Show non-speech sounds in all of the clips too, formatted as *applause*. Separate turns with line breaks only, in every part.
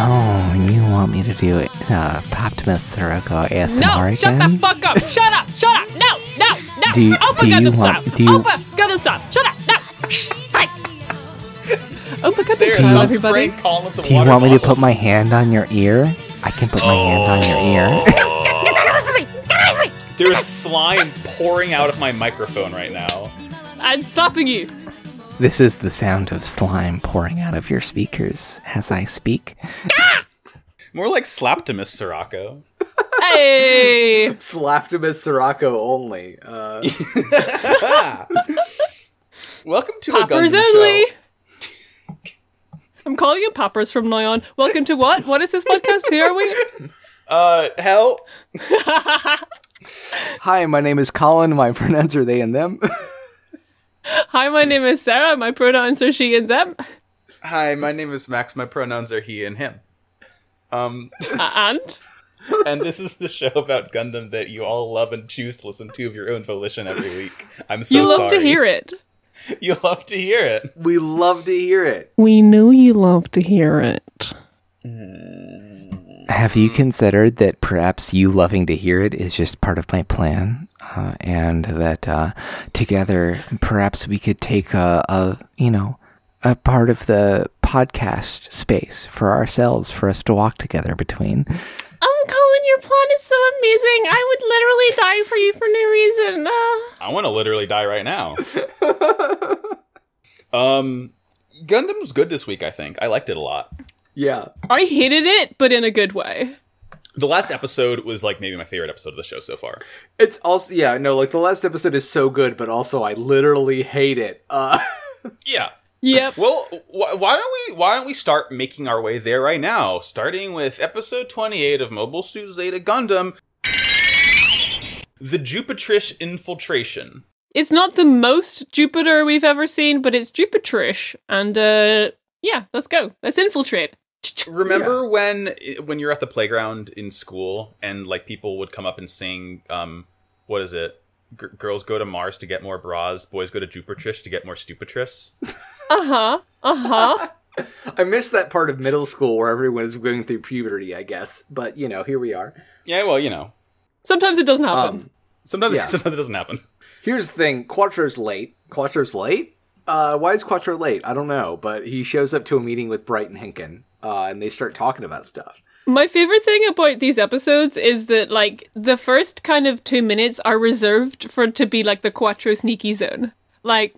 Oh, want me to do uh, Optimus Sirocco ASMR
No,
again?
shut the fuck up. Shut up. Shut up. No, no, no.
Do you-
oh my
do
god,
you
no,
want-
stop.
do you-
oh my god, no, stop. Shut up. No. Shh. Hi. Oh my god,
Sarah,
that's
stop
everybody.
spraying pollen at the
do you
water
want me to
bottle.
put my hand on your ear? I can put my hand on your
Oh.
ear.
There is slime pouring out of my microphone right now.
I'm stopping you.
*laughs* this is the sound of slime pouring out of your speakers as I speak.
More like Slaptimus Sirocco. *laughs*
Hey.
Slapped him as Sirocco only. Uh,
Welcome to
Poppers
a Gundam
only.
show.
*laughs* I'm calling you poppers from now on. Welcome to what? What is this podcast? Who are we?
Uh, hell,
Hi, my name is Colin. My *laughs* pronouns are they and them.
*laughs* Hi, my name is Sarah. My pronouns are she and them.
hi, my name is Max. My pronouns are he and him. Um,
Uh, and
and this is the show about Gundam that you all love and choose to listen to of your own volition every week. I'm so
you love to
sorry.
hear it.
*laughs* You love to hear it.
we love to hear it.
We know you love to hear it.
Have you considered that perhaps you loving to hear it is just part of my plan, uh, and that uh, together perhaps we could take a, a you know a part of the podcast space for ourselves for us to walk together between?
Um, Colin, your plan is so amazing. I would literally die for you for no reason. Uh,
I want to literally die
*laughs*
right now. um, Gundam was good this week. I think I liked it a lot.
Yeah.
I hated it, but in a good way.
The last episode was like maybe my favorite episode of the show so far.
It's also yeah, no, like the last episode is so good, but also I literally hate it. Uh
Yeah.
*laughs* Yep.
Well, wh- why don't we why don't we start making our way there right now, starting with episode 28 of Mobile Suit Zeta Gundam, the Jupitrish infiltration.
It's not the most Jupiter we've ever seen, but it's Jupiterish. And uh, yeah, let's go. Let's infiltrate.
Remember when when you're at the playground in school and like people would come up and sing um what is it? G- girls go to Mars to get more bras, boys go to Jupitrish to get more stupitrish.
Uh huh. Uh *laughs* huh.
I miss that part of middle school where everyone is going through puberty, I guess. But you know, here we are.
Yeah, well, you know.
Sometimes it doesn't happen.
Um
Sometimes *laughs*
Yeah.
sometimes it doesn't happen.
here's the thing, Quattro's late. Quattro's late? Uh why is Quattro late? I don't know, but he shows up to a meeting with Bright and Hinkin, uh, and they start talking about stuff.
My favorite thing about these episodes is that like the first kind of two minutes are reserved for to be like the Quattro sneaky zone.
*laughs*
Like,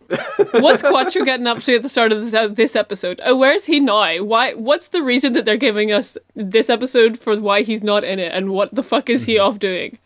what's Quattro getting up to at the start of this, uh, this episode? Oh, where's he now? Why? What's the reason that they're giving us this episode for why he's not in it, and what the fuck is
Mm-hmm.
he off doing?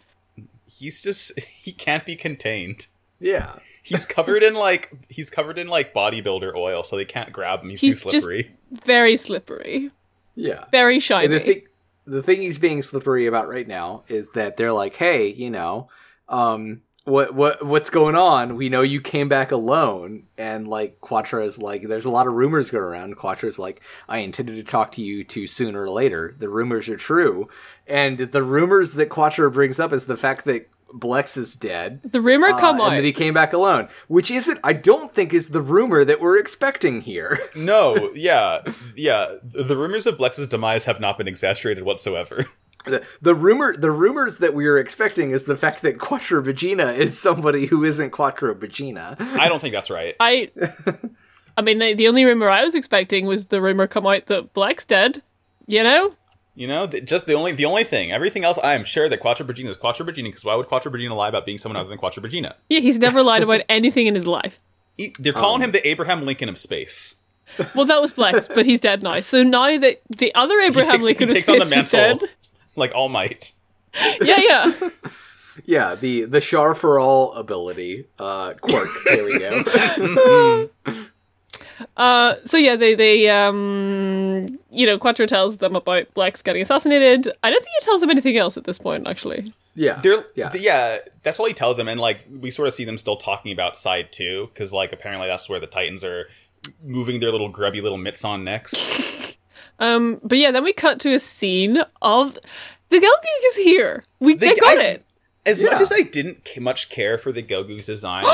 He's just *laughs* he can't be contained.
Yeah.
He's covered in like he's covered in like bodybuilder oil, so they can't grab him. He's,
He's
too
just-
slippery.
Very slippery,
Yeah.
very shiny.
And the thing, the thing he's being slippery about right now is that they're like, "Hey, you know, um, what what what's going on? We know you came back alone." And like Quattro's like, "There's a lot of rumors going around." Quattro's like, "I intended to talk to you two sooner or later. The rumors are true." And the rumors that Quattro brings up is the fact that Blex is dead.
the rumor
uh,
come
and
out.
that he came back alone, which isn't, I don't think, is the rumor that we're expecting here.
No, yeah, yeah. The the rumors of Blex's demise have not been exaggerated whatsoever. *laughs*
The, the rumor, the rumors that we are expecting is the fact that Quattro Vagina is somebody who isn't Quattro Vagina.
I don't think that's right.
*laughs*
I, I mean, the, the only rumor I was expecting was the rumor come out that Black's dead. You know,
You know, th- just the only the only thing. Everything else, I am sure that Quattro Brigina is Quattro Brigina because why would Quattro Brigina lie about being someone other than Quattro Brigina?
Yeah, he's never lied
*laughs*
about anything in his life.
He- They're calling him the Abraham Lincoln of space.
Well, that was Blex, but he's dead now. So now that the other
He
Abraham
takes, he
Lincoln
takes
of
on the
space is
mantle
dead.
like All Might.
Yeah, yeah.
Yeah, the the Shar for all ability uh, quirk. There we *laughs* go.
Uh, so yeah, they they um, you know, Quattro tells them about Blex getting assassinated. I don't think he tells them anything else at this point, actually.
Yeah,
They're
yeah.
yeah. yeah, that's all he tells them, and like we sort of see them still talking about side two because like apparently that's where the Titans are moving their little grubby little mitts on next.
Um, but yeah, then we cut to a scene of the Gelgeek is here. We they,
They-
got
I-
it.
As much
Yeah.
as I didn't ca- much care for the Gogu's design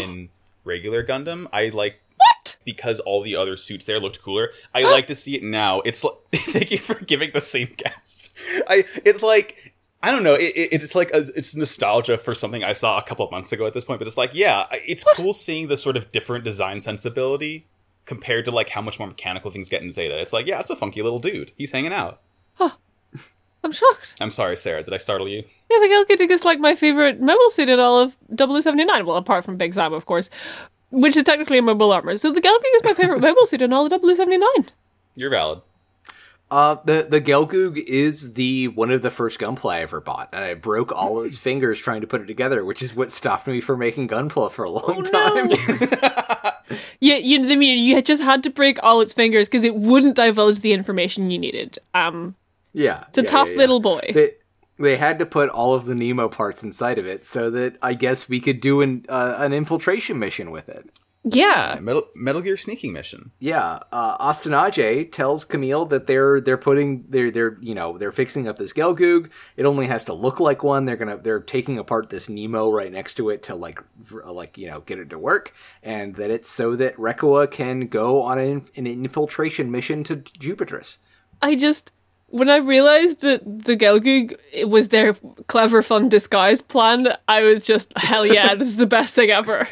in regular Gundam, I like
What?
because all the other suits there looked cooler. I like to see it now. It's like, *laughs* thank you for giving the same gasp. I it's like I don't know. It, it, it's like a, it's nostalgia for something I saw a couple months ago at this point. But it's like yeah, I- it's cool seeing the sort of different design sensibility compared to like how much more mechanical things get in Zeta. It's like yeah, it's a funky little dude. He's hanging out.
I'm shocked.
I'm sorry, Sarah. Did I startle you?
Yeah, the Gelkitic is like my favorite mobile suit in all of 0079. Well, apart from Big Zaba, of course, which is technically a mobile armor. So the Gelkitic is my
*laughs*
favorite mobile suit in all of 0079.
You're valid.
Uh, the the Gelgoog is the one of the first gunpla I ever bought, and I broke all of its fingers trying to put it together, which is what stopped me from making gunpla for a long time.
Yeah, you know, I mean, you had just had to break all its fingers because it wouldn't divulge the information you needed. Um,
*laughs* yeah,
it's a tough little boy.
They, they had to put all of the Nemo parts inside of it so that I guess we could do an uh, an infiltration mission with it.
yeah.
Metal Metal Gear sneaking mission.
Yeah, uh, Astanaje tells Camille that they're they're putting they're they're you know they're fixing up this Gelgoog. It only has to look like one. They're gonna they're taking apart this Nemo right next to it to like v- uh, like you know get it to work, and that it's so that Rekua can go on an, an infiltration mission to Jupiterus.
I just when I realized that the Gelgug was their clever, fun disguise plan, I was just hell
*laughs*
yeah, this is the best thing ever.
*laughs*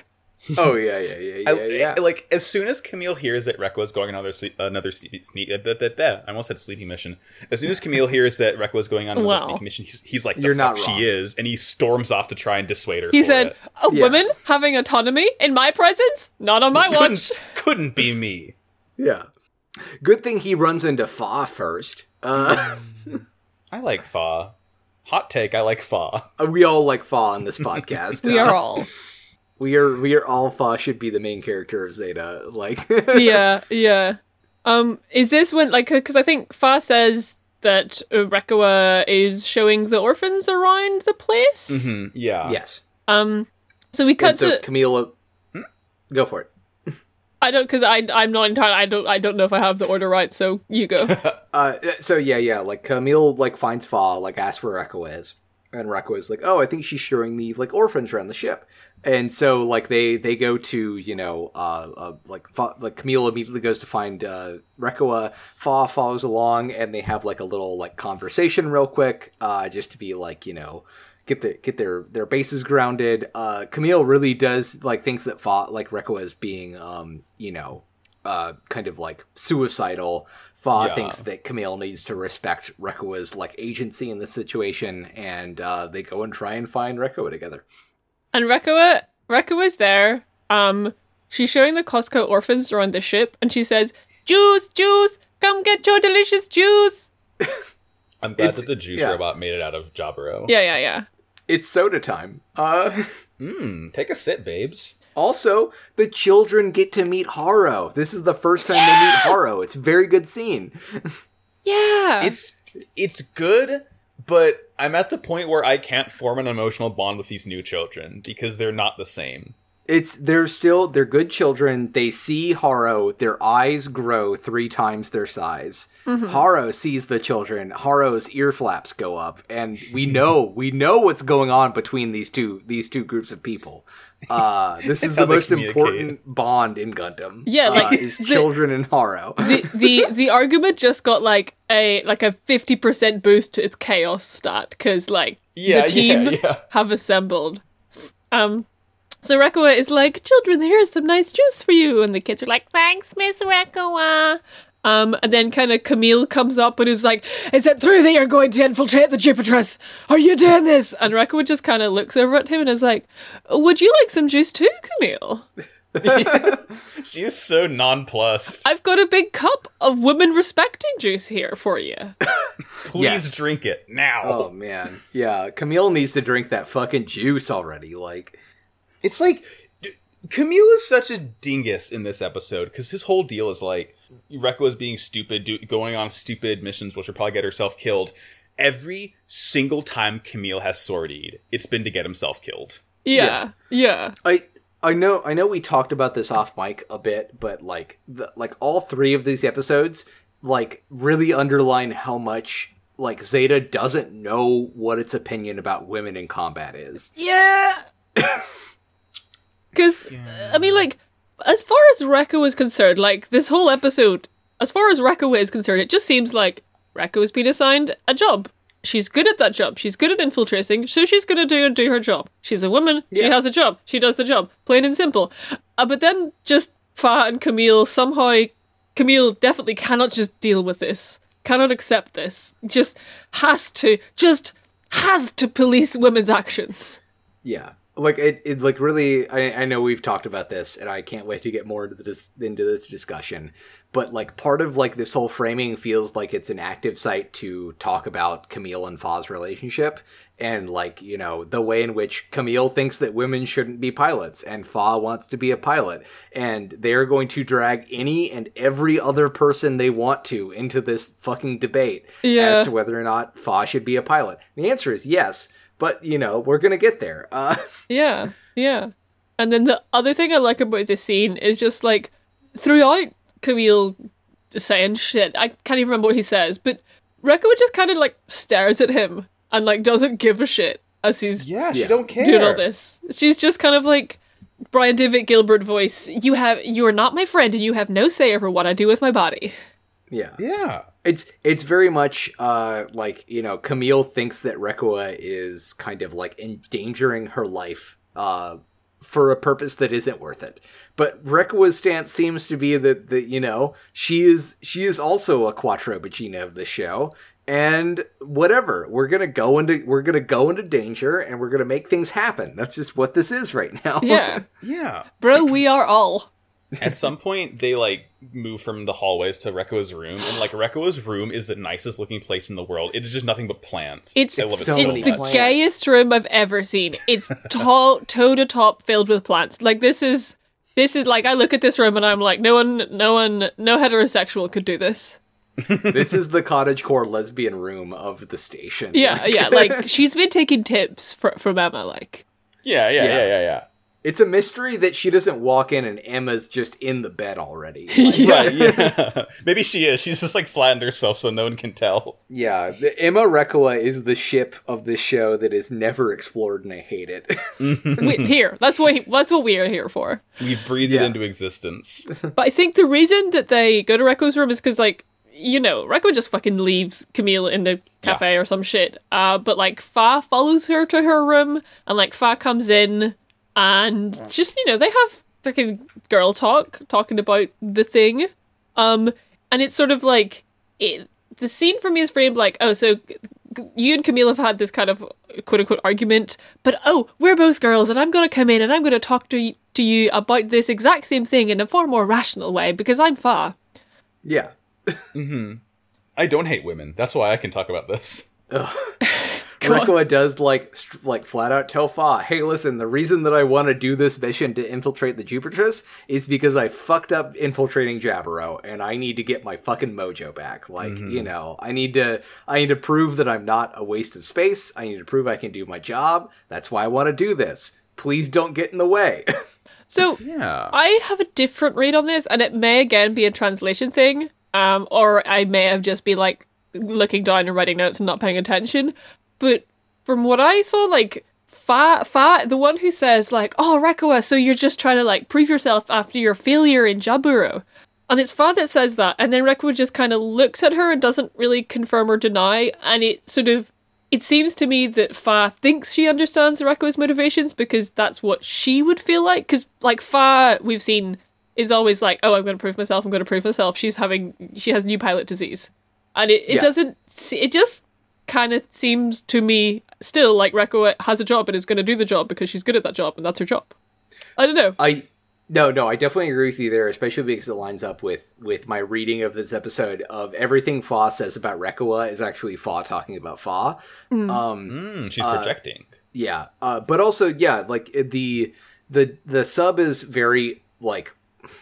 Oh yeah yeah yeah
I, I- like as soon as Camille hears that Rekwa's going on another sleep, another sneak, sneak uh, that, that, that, I almost said sleepy mission. As soon as Camille hears that Rekwa's going on another
Wow.
sneaky mission, he's, he's like, the
You're
fuck
not wrong.
she is," and he storms off to try and dissuade her.
He
for
said,
it.
"A
Yeah.
woman having autonomy in my presence, not on
*laughs*
my watch."
"Couldn't couldn't be me."
yeah. Good thing he runs into Fa first. Uh, *laughs*
I like Fa. Hot take. I like Fa.
we all like Fa on *laughs* this podcast. Uh,
We are all,
we are we are all Fa should be the main character of Zeta. Like
*laughs* yeah, yeah. Um, is this when like because I think Fa says that uh, Rekawa is showing the orphans around the place.
Mm-hmm.
Mhm, *laughs* Yeah.
yes. Hmm?
Um, so we
Uh, And
cut
so
to
Camila, go for it.
I don't because I I'm not entirely I don't I don't know if I have the order right. So you *laughs* go.
Uh, so yeah, yeah, like Camille like finds Fa, like asks where Rekko is, and Rekko is like, oh, I think she's showing the like orphans around the ship, and so like they they go to you know uh, uh like Fa, like Camille immediately goes to find uh Rekko, Fa follows along, and they have like a little like conversation real quick, uh just to be like you know get the get their their bases grounded. Uh, Camille really does like thinks that Fa like Rekko is being um you know uh kind of like suicidal. Fa
Yeah.
thinks that Camille needs to respect Rekua's like agency in this situation, and uh, they go and try and find Rekua together.
And Rekua Rekua's there. Um, she's showing the Costco orphans around the ship, and she says, "Juice, juice, come get your delicious juice."
I'm glad
It's-
that the juice
yeah.
robot made it out of Jabro.
Yeah, yeah, yeah.
It's soda time. Uh,
Mm, take a sip, babes.
also, the children get to meet Haro. This is the first time they meet Haro. It's a very good scene.
Yeah.
it's it's good but i'm at the point where i can't form an emotional bond with these new children because they're not the same
It's they're still they're good children. They see Haro, their eyes grow three times their size.
Mm-hmm.
Haro sees the children. Haro's ear flaps go up, and we know we know what's going on between these two these two groups of people. Uh, this is
how
the
they
most
communicate.
important bond in Gundam.
Yeah,
uh,
like, *laughs*
is
the-
children and Haro.
the, the the argument just got like a like a fifty percent boost to its chaos stat because like
Yeah,
the team
*laughs* yeah, yeah.
have assembled. Um, so Rekawa is like, "Children, here's some nice juice for you," and the kids are like, "Thanks, Miss Rekawa." Um, and then kind of Camille comes up and is like, "Is it true that you're going to infiltrate the Jupiteress? Are you doing this?" And Rekawa just kind of looks over at him and is like, "Would you like some juice too, Camille?
she's so nonplussed
I've got a big cup of women respecting juice here for you."
please
Yes.
drink it now
Oh man, yeah. Camille needs to drink that fucking juice already. Like,
it's like d- camille is such a dingus in this episode because his whole deal is like Rekko is being stupid do- going on stupid missions which will probably get herself killed every single time camille has sworded it's been to get himself killed
Yeah, yeah.
I I know I know we talked about this off mic a bit, but like the, like all three of these episodes like really underline how much like Zeta doesn't know what its opinion about
*coughs*
women in combat is.
Yeah. Because, I mean, like, as far as Racco is concerned, like this whole episode, as far as Racco is concerned, it just seems like Racco has been assigned a job. She's good at that job. She's good at infiltrating, so she's gonna do do her job. She's a woman. She
Yeah.
has a job. She does the job. Plain and simple. Uh, but then just Fa and Camille somehow, Camille definitely cannot just deal with this. Cannot accept this. Just has to. Just has to police women's actions.
Yeah. Like it, it like really I, I know we've talked about this and I can't wait to get more into this into this discussion. But like part of like this whole framing feels like it's an active site to talk about Camille and Fa's relationship and like, you know, the way in which Camille thinks that women shouldn't be pilots and Fa wants to be a pilot and they're going to drag any and every other person they want to into this fucking debate
Yeah.
as to whether or not Fa should be a pilot. And the answer is yes. But you know we're gonna get there. *laughs* Uh,
Yeah, yeah. And then the other thing I like about this scene is just like throughout Camille saying shit, I can't even remember what he says, but Rekko just kind of like stares at him and like doesn't give a shit as he's
Yeah, she
Yeah.
don't care.
doing all this. She's just kind of like Brian David Gilbert voice. You have you are not my friend, and you have no say over what I do with my body. *laughs*
Yeah.
Yeah.
It's it's very much uh like, you know, Camille thinks that Rekua is kind of like endangering her life uh for a purpose that isn't worth it. But Rekua's stance seems to be that that, you know, she is she is also a quattro bacina of the show. And whatever, we're gonna go into we're gonna go into danger and we're gonna make things happen. That's just what this is right now.
Yeah,
Yeah.
bro, we are all.
At some point, they like move from the hallways to Rekua's room, and like Rekua's room is the nicest looking place in the world. It is just nothing but plants.
It's-
I love
so
it so
it's the
much.
plants.
gayest room I've ever seen.
*laughs*
It's tall, toe to top, filled with plants. Like this is this is like I look at this room and I'm like, no one, no one, no heterosexual could do this.
this is the cottagecore lesbian room of the station.
Oh
Yeah, yeah. Like she's been taking tips fr- from Emma. Like
yeah, yeah, yeah,
Yeah.
yeah, yeah.
It's a mystery that she doesn't walk in and Emma's just in the bed already. Like,
yeah. Right, yeah. *laughs* Maybe she is. She's just like flattened herself so no one can tell.
yeah, the Emma Rekua is the ship of this show that is never explored, and I hate it. *laughs*
we, here, that's what he, that's what we are here for.
We've breathed it
Yeah.
into existence.
But I think the reason that they go to Rekko's room is because, like, you know, Rekko just fucking leaves Camille in the cafe or some shit. Uh, but like, Fa follows her to her room, and like, Fa comes in, and just you know, they have fucking girl talk, talking about the thing. Um, and it's sort of like it. The scene for me is framed like, oh, so g- g- you and Camille have had this kind of quote unquote argument, but oh, we're both girls, and I'm gonna come in and I'm gonna talk to y- to you about this exact same thing in a far more rational way because I'm far.
yeah.
Mm-hmm. I don't hate women. That's why I can talk about this.
God.
Rekua does like st- like flat out tell Fa, "Hey, listen, the reason that I want to do this mission to infiltrate the Jupiters is because I fucked up infiltrating Jabaro, and I need to get my fucking mojo back. Like, you know, I need to I need to prove that I'm not a waste of space. I need to prove I can do my job. That's why I want to do this. Please don't get in the way." *laughs*
So
Yeah.
I have a different read on this, and it may again be a translation thing, um, or I may have just been like looking down and writing notes and not paying attention. But from what I saw, like Fa Fa, the one who says like, "Oh, Rakawa, so you're just trying to like prove yourself after your failure in Jaburo," and it's Fa that says that, and then Rakawa just kind of looks at her and doesn't really confirm or deny, and it sort of. It seems to me that Fa thinks she understands Rakua's motivations because that's what she would feel like. Because like Fa, we've seen is always like, "Oh, I'm going to prove myself. I'm going to prove myself." She's having she has new pilot disease, and it, it
Yeah.
doesn't. se- It just kind of seems to me still like Rakua has a job and is going to do the job because she's good at that job and that's her job. I don't know.
I no, no, I definitely agree with you there, especially because it lines up with with my reading of this episode of everything Fa says about Rekua is actually Fa talking about Fa. Um,
Mm, she's
Uh,
projecting.
yeah, uh, but also yeah, like it- the the the sub is very like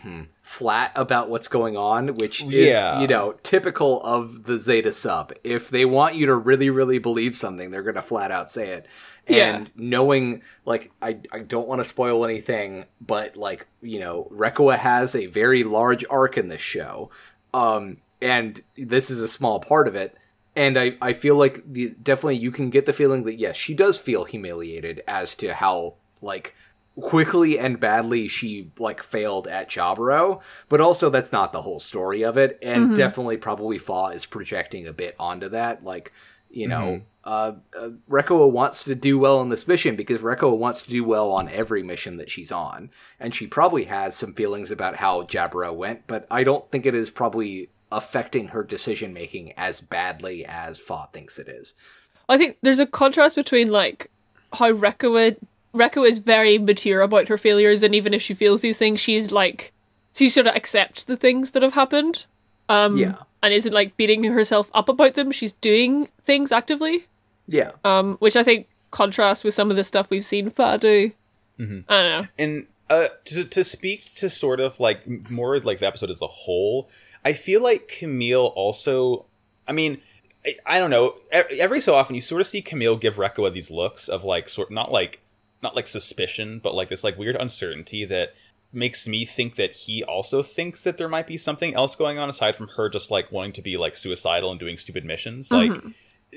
hmm, flat about what's going on, which is
Yeah.
you know typical of the Zeta sub. If they want you to really really believe something, they're going to flat out say it.
Yeah.
And knowing like I I don't want to spoil anything, but like you know Rekua has a very large arc in this show, um, and this is a small part of it and I, I feel like the definitely you can get the feeling that yes she does feel humiliated as to how like quickly and badly she like failed at Jabro, but also that's not the whole story of it, and definitely probably Fa is projecting a bit onto that. Like, you know, uh, uh, Rekoa wants to do well on this mission because Rekoa wants to do well on every mission that she's on, and she probably has some feelings about how Jabro went, but I don't think it is probably affecting her decision making as badly as Fa thinks it is.
I think there's a contrast between like how Rekua Rekua is very mature about her failures, and even if she feels these things, she's like she sort of accepts the things that have happened. Um,
Yeah.
and isn't like beating herself up about them. She's doing things actively,
Yeah.
um, which I think contrasts with some of the stuff we've seen Fa do.
Mhm.
I don't know.
and uh, to to speak to sort of like m- more like the episode as a whole, I feel like Camille also. I mean, I, I don't know. E- Every so often, you sort of see Camille give Rekua these looks of like sort not like not like suspicion, but like this like weird uncertainty that makes me think that he also thinks that there might be something else going on aside from her just like wanting to be like suicidal and doing stupid missions. Like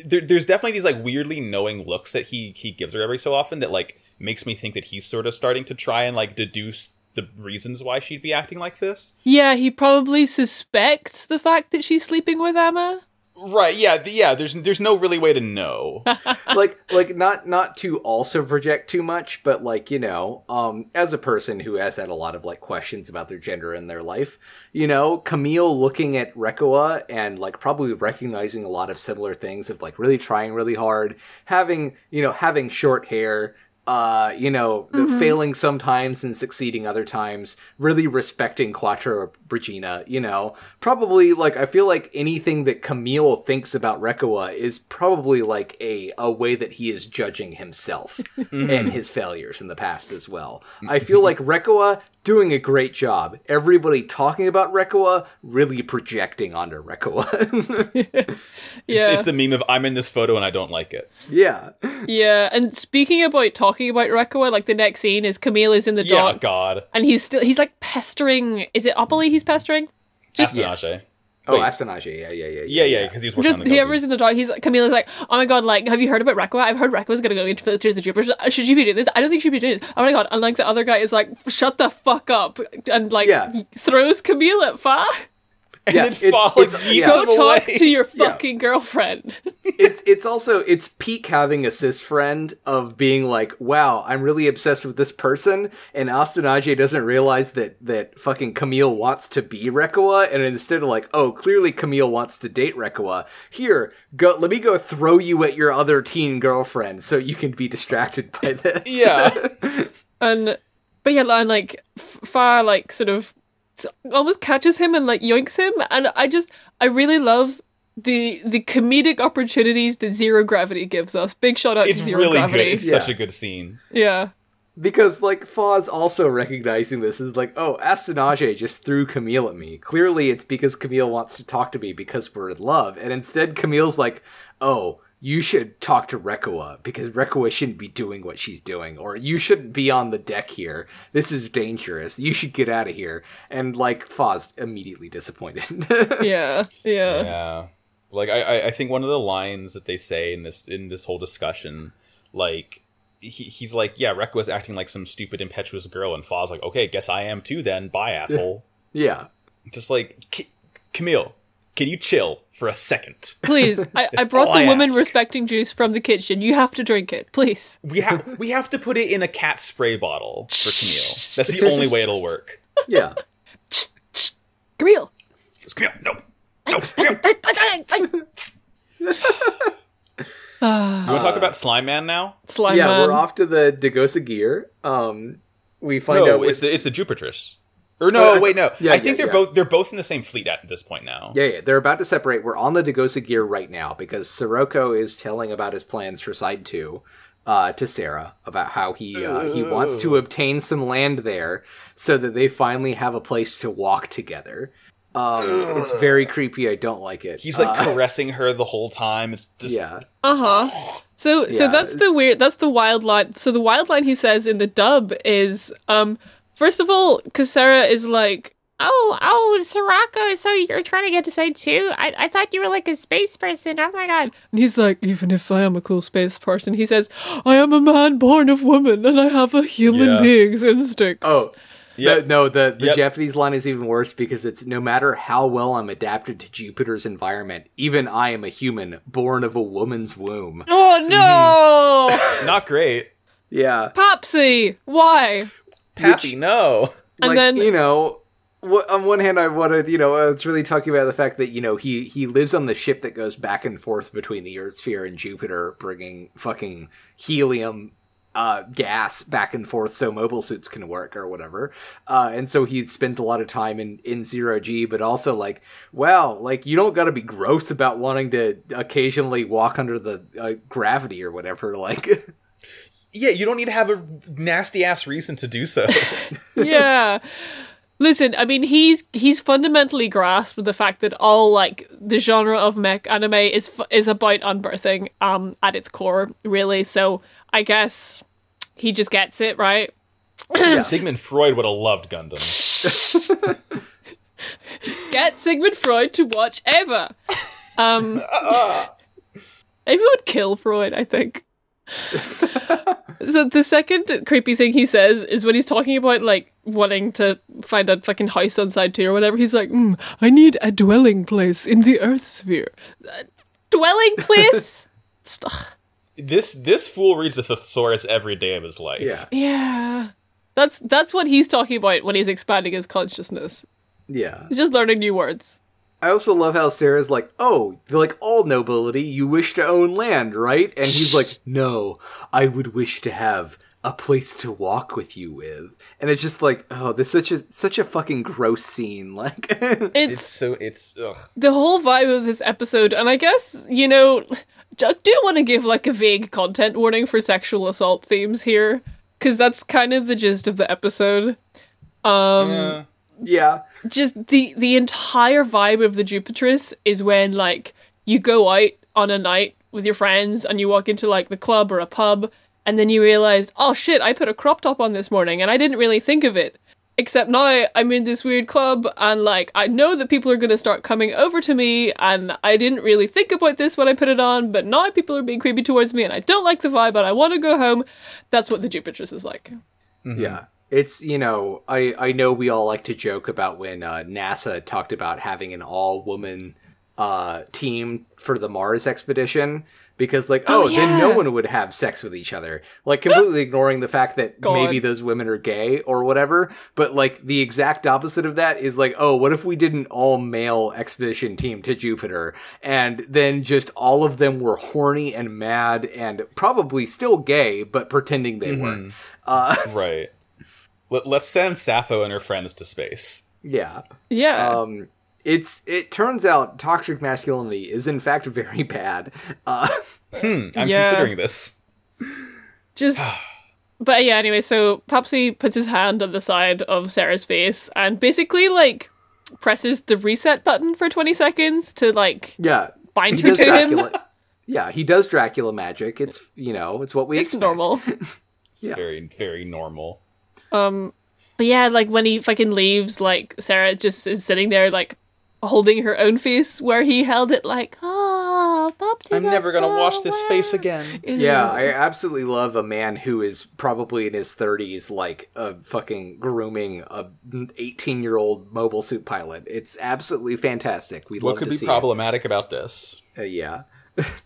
there, there's definitely these like weirdly knowing looks that he he gives her every so often that like makes me think that he's sort of starting to try and like deduce the reasons why she'd be acting like this.
Yeah, he probably suspects the fact that she's sleeping with Emma.
Right? Yeah. th- yeah. There's there's no really way
*laughs*
to know.
*laughs* like like not not to also project too much but like you know um as a person who has had a lot of like questions about their gender in their life you know camille looking at Rekua and like probably recognizing a lot of similar things of like really trying really hard having you know having short hair uh you know the failing sometimes and succeeding other times really respecting quattro regina you know probably like i feel like anything that camille thinks about Rekua is probably like a a way that he is judging himself and his failures in the past as well i feel like Rekua doing a great job everybody talking about Rekua really projecting onto Rekua
Yeah,
It's, it's the meme of I'm in this photo and I don't like it.
*laughs* yeah
yeah. And speaking about talking about Rekua, like the next scene is Camille is in the
Yeah.
dock
God.
and he's still he's like pestering. Is it Opoly he's pestering? Just-
Asinage.
oh
Wait.
astanage yeah yeah yeah
Yeah. Yeah. Because he's working
Just
on the
whoever's
whoever's-
in the dock, he's Camila's like, oh my god, like, have you heard about Rekwa? I've heard Rekwa's gonna go into the Tears of Jupiter. Should you be doing this? I don't think she should be doing this. Oh my god! And like the other guy is like, shut the fuck up, and like
Yeah.
throws Camille at Fa.
and
Yeah,
then
it's-
Fall
it's-
yeets
yeah.
him
Go talk
away.
to your fucking girlfriend.
it's it's also it's peak having a cis friend of being like, wow, I'm really obsessed with this person, and Austin Ajay doesn't realize that that fucking Camille wants to be Rekua, and instead of like, oh, clearly Camille wants to date Rekua. Here, go. Let me go throw you at your other teen girlfriend so you can be distracted by this. *laughs*
Yeah.
And but yeah, and like F- Fa like sort of s- almost catches him and like yoinks him. And I just I really love the the comedic opportunities that Zero Gravity gives us. Big shout out
*laughs* It's
to Zero
really good.
Gravity.
It's
Yeah.
such a good scene.
Yeah.
Because like Fa's also recognizing this is like, oh, Astonage just threw Camille at me. Clearly it's because Camille wants to talk to me because we're in love. And instead Camille's like, oh, you should talk to Rekua because Rekua shouldn't be doing what she's doing, or you shouldn't be on the deck here. This is dangerous. You should get out of here. And like Fa's immediately disappointed. *laughs*
Yeah. Yeah.
yeah like I, I i think one of the lines that they say in this in this whole discussion like he, he's like yeah Rekka was acting like some stupid impetuous girl and Fa's like okay guess i am too then bye asshole
yeah.
just like "C- camille can you chill for a second *laughs*
Please, I, I
That's
brought
all
the
I
woman
ask.
respecting juice from the kitchen. You have to drink it, please.
we
*laughs*
have we have to put it in a cat spray bottle for camille that's the only way it'll work
Yeah.
Camille.
just camille no no camille
I- I- I- Ah,
you want to
Uh,
talk about slime man now
Slime
yeah,
man.
we're off to the Dagosa gear. Um we
no
find out
it's the
what's-
it's the jupiter's or no
Uh,
wait no
yeah,
i think they're
yeah, yeah.
both they're both in the same fleet at this point now
Yeah, yeah, they're about to separate. We're on the Dagosa gear right now because Sirocco is telling about his plans for side two uh, to Sarah about how he uh, he wants
Oh.
to obtain some land there so that they finally have a place to walk together. Um, it's very creepy. I don't like it.
He's like
Uh, *laughs*
caressing her the whole time. It's just
yeah,
Uh huh. So, so
Yeah.
that's the weird. That's the wild line. So the wild line he says in the dub is, um, first of all, because Sarah is like,
Oh, oh, Soraka, so you're trying to get to side two? I, I thought you were like a space person. Oh my god.
And he's like, even if I am a cool space person, he says, I am a man born of woman and I have a human
Yeah.
being's instincts.
Oh,
Yeah.
the- no, the, the
Yep.
Japanese line is even worse because it's no matter how well I'm adapted to Jupiter's environment, even I am a human born of a woman's womb.
Oh
Mm-hmm.
no!
Not great.
Yeah.
Popsy! Why?
Pappy, no.
And
like,
then-
you know, wh- on one hand, I want to, you know, uh, it's really talking about the fact that you know he he lives on the ship that goes back and forth between the Earth sphere and Jupiter, bringing fucking helium. Uh, gas back and forth so mobile suits can work or whatever uh, and so he spends a lot of time in in zero g but also like wow like you don't got to be gross about wanting to occasionally walk under the uh, gravity or whatever like *laughs*
Yeah, you don't need to have a nasty ass reason to do *laughs* so.
yeah. Listen, I mean, he's he's fundamentally grasped the fact that all like the genre of mech anime is f- is about unbirthing, um, at its core, really. So I guess he just gets it, right?
Sigmund Freud would have loved Gundam.
Get Sigmund Freud to watch Eva. Um, Eva would kill Freud, I think. so the second creepy thing he says is when he's talking about like wanting to find a fucking house on side two or whatever. He's like, mm, "I need a dwelling place in the Earth sphere." Uh, dwelling place? Ugh,
This this fool reads a thesaurus every day of his life.
yeah
yeah, that's that's what he's talking about when he's expanding his consciousness.
yeah
He's just learning new words.
I also love how Sarah's like, "Oh, like all nobility, you wish to own land, right?" And he's like, "No, I would wish to have a place to walk with you with." And it's just like, "Oh, this is such a such a fucking gross scene." Like, *laughs*
It's so it's ugh.
the whole vibe of this episode, and I guess, you know, I do want to give like a vague content warning for sexual assault themes here, because that's kind of the gist of the episode. Um,
Yeah.
yeah,
just the the entire vibe of the Jupiteress is when like you go out on a night with your friends and you walk into like the club or a pub and then you realize, oh shit, I put a crop top on this morning and I didn't really think of it. Except now I'm in this weird club and like I know that people are gonna start coming over to me and I didn't really think about this when I put it on, but now people are being creepy towards me and I don't like the vibe and I wanna go home. That's what the Jupiteress is like.
yeah. It's you know, I I know we all like to joke about when uh, NASA talked about having an all woman uh team for the Mars expedition because like oh,
Oh,
then no
yeah.
one would have sex with each other like
*gasps*
completely ignoring the fact that
God.
maybe those women are gay or whatever but like the exact opposite of that is like oh what if we did an all male expedition team to Jupiter and then just all of them were horny and mad and probably still gay but pretending
Mm-hmm.
they weren't uh *laughs*
Right. Let, let's send Sappho and her friends to space.
yeah
Yeah.
um it's it turns out toxic masculinity is in fact *laughs* very bad uh
Hmm, I'm
Yeah.
considering this.
Just. but yeah, anyway, so Popsy puts his hand on the side of Sarah's face and basically, like, presses the reset button for 20 seconds to, like,
yeah
bind
he
her
does
to him.
dracula yeah he does dracula magic it's you know it's what we
It's
expect.
normal.
It's
Yeah.
very very normal.
Um, but yeah, like, when he fucking leaves, like, Sarah just is sitting there, like, holding her own face where he held it, like, oh, Pop did that so well."
again.
You know?
yeah i absolutely love a man who is probably in his 30s like a fucking grooming a 18 year old mobile suit pilot it's absolutely fantastic we
What
love
could
to
be
see it.
problematic about this?
Uh, yeah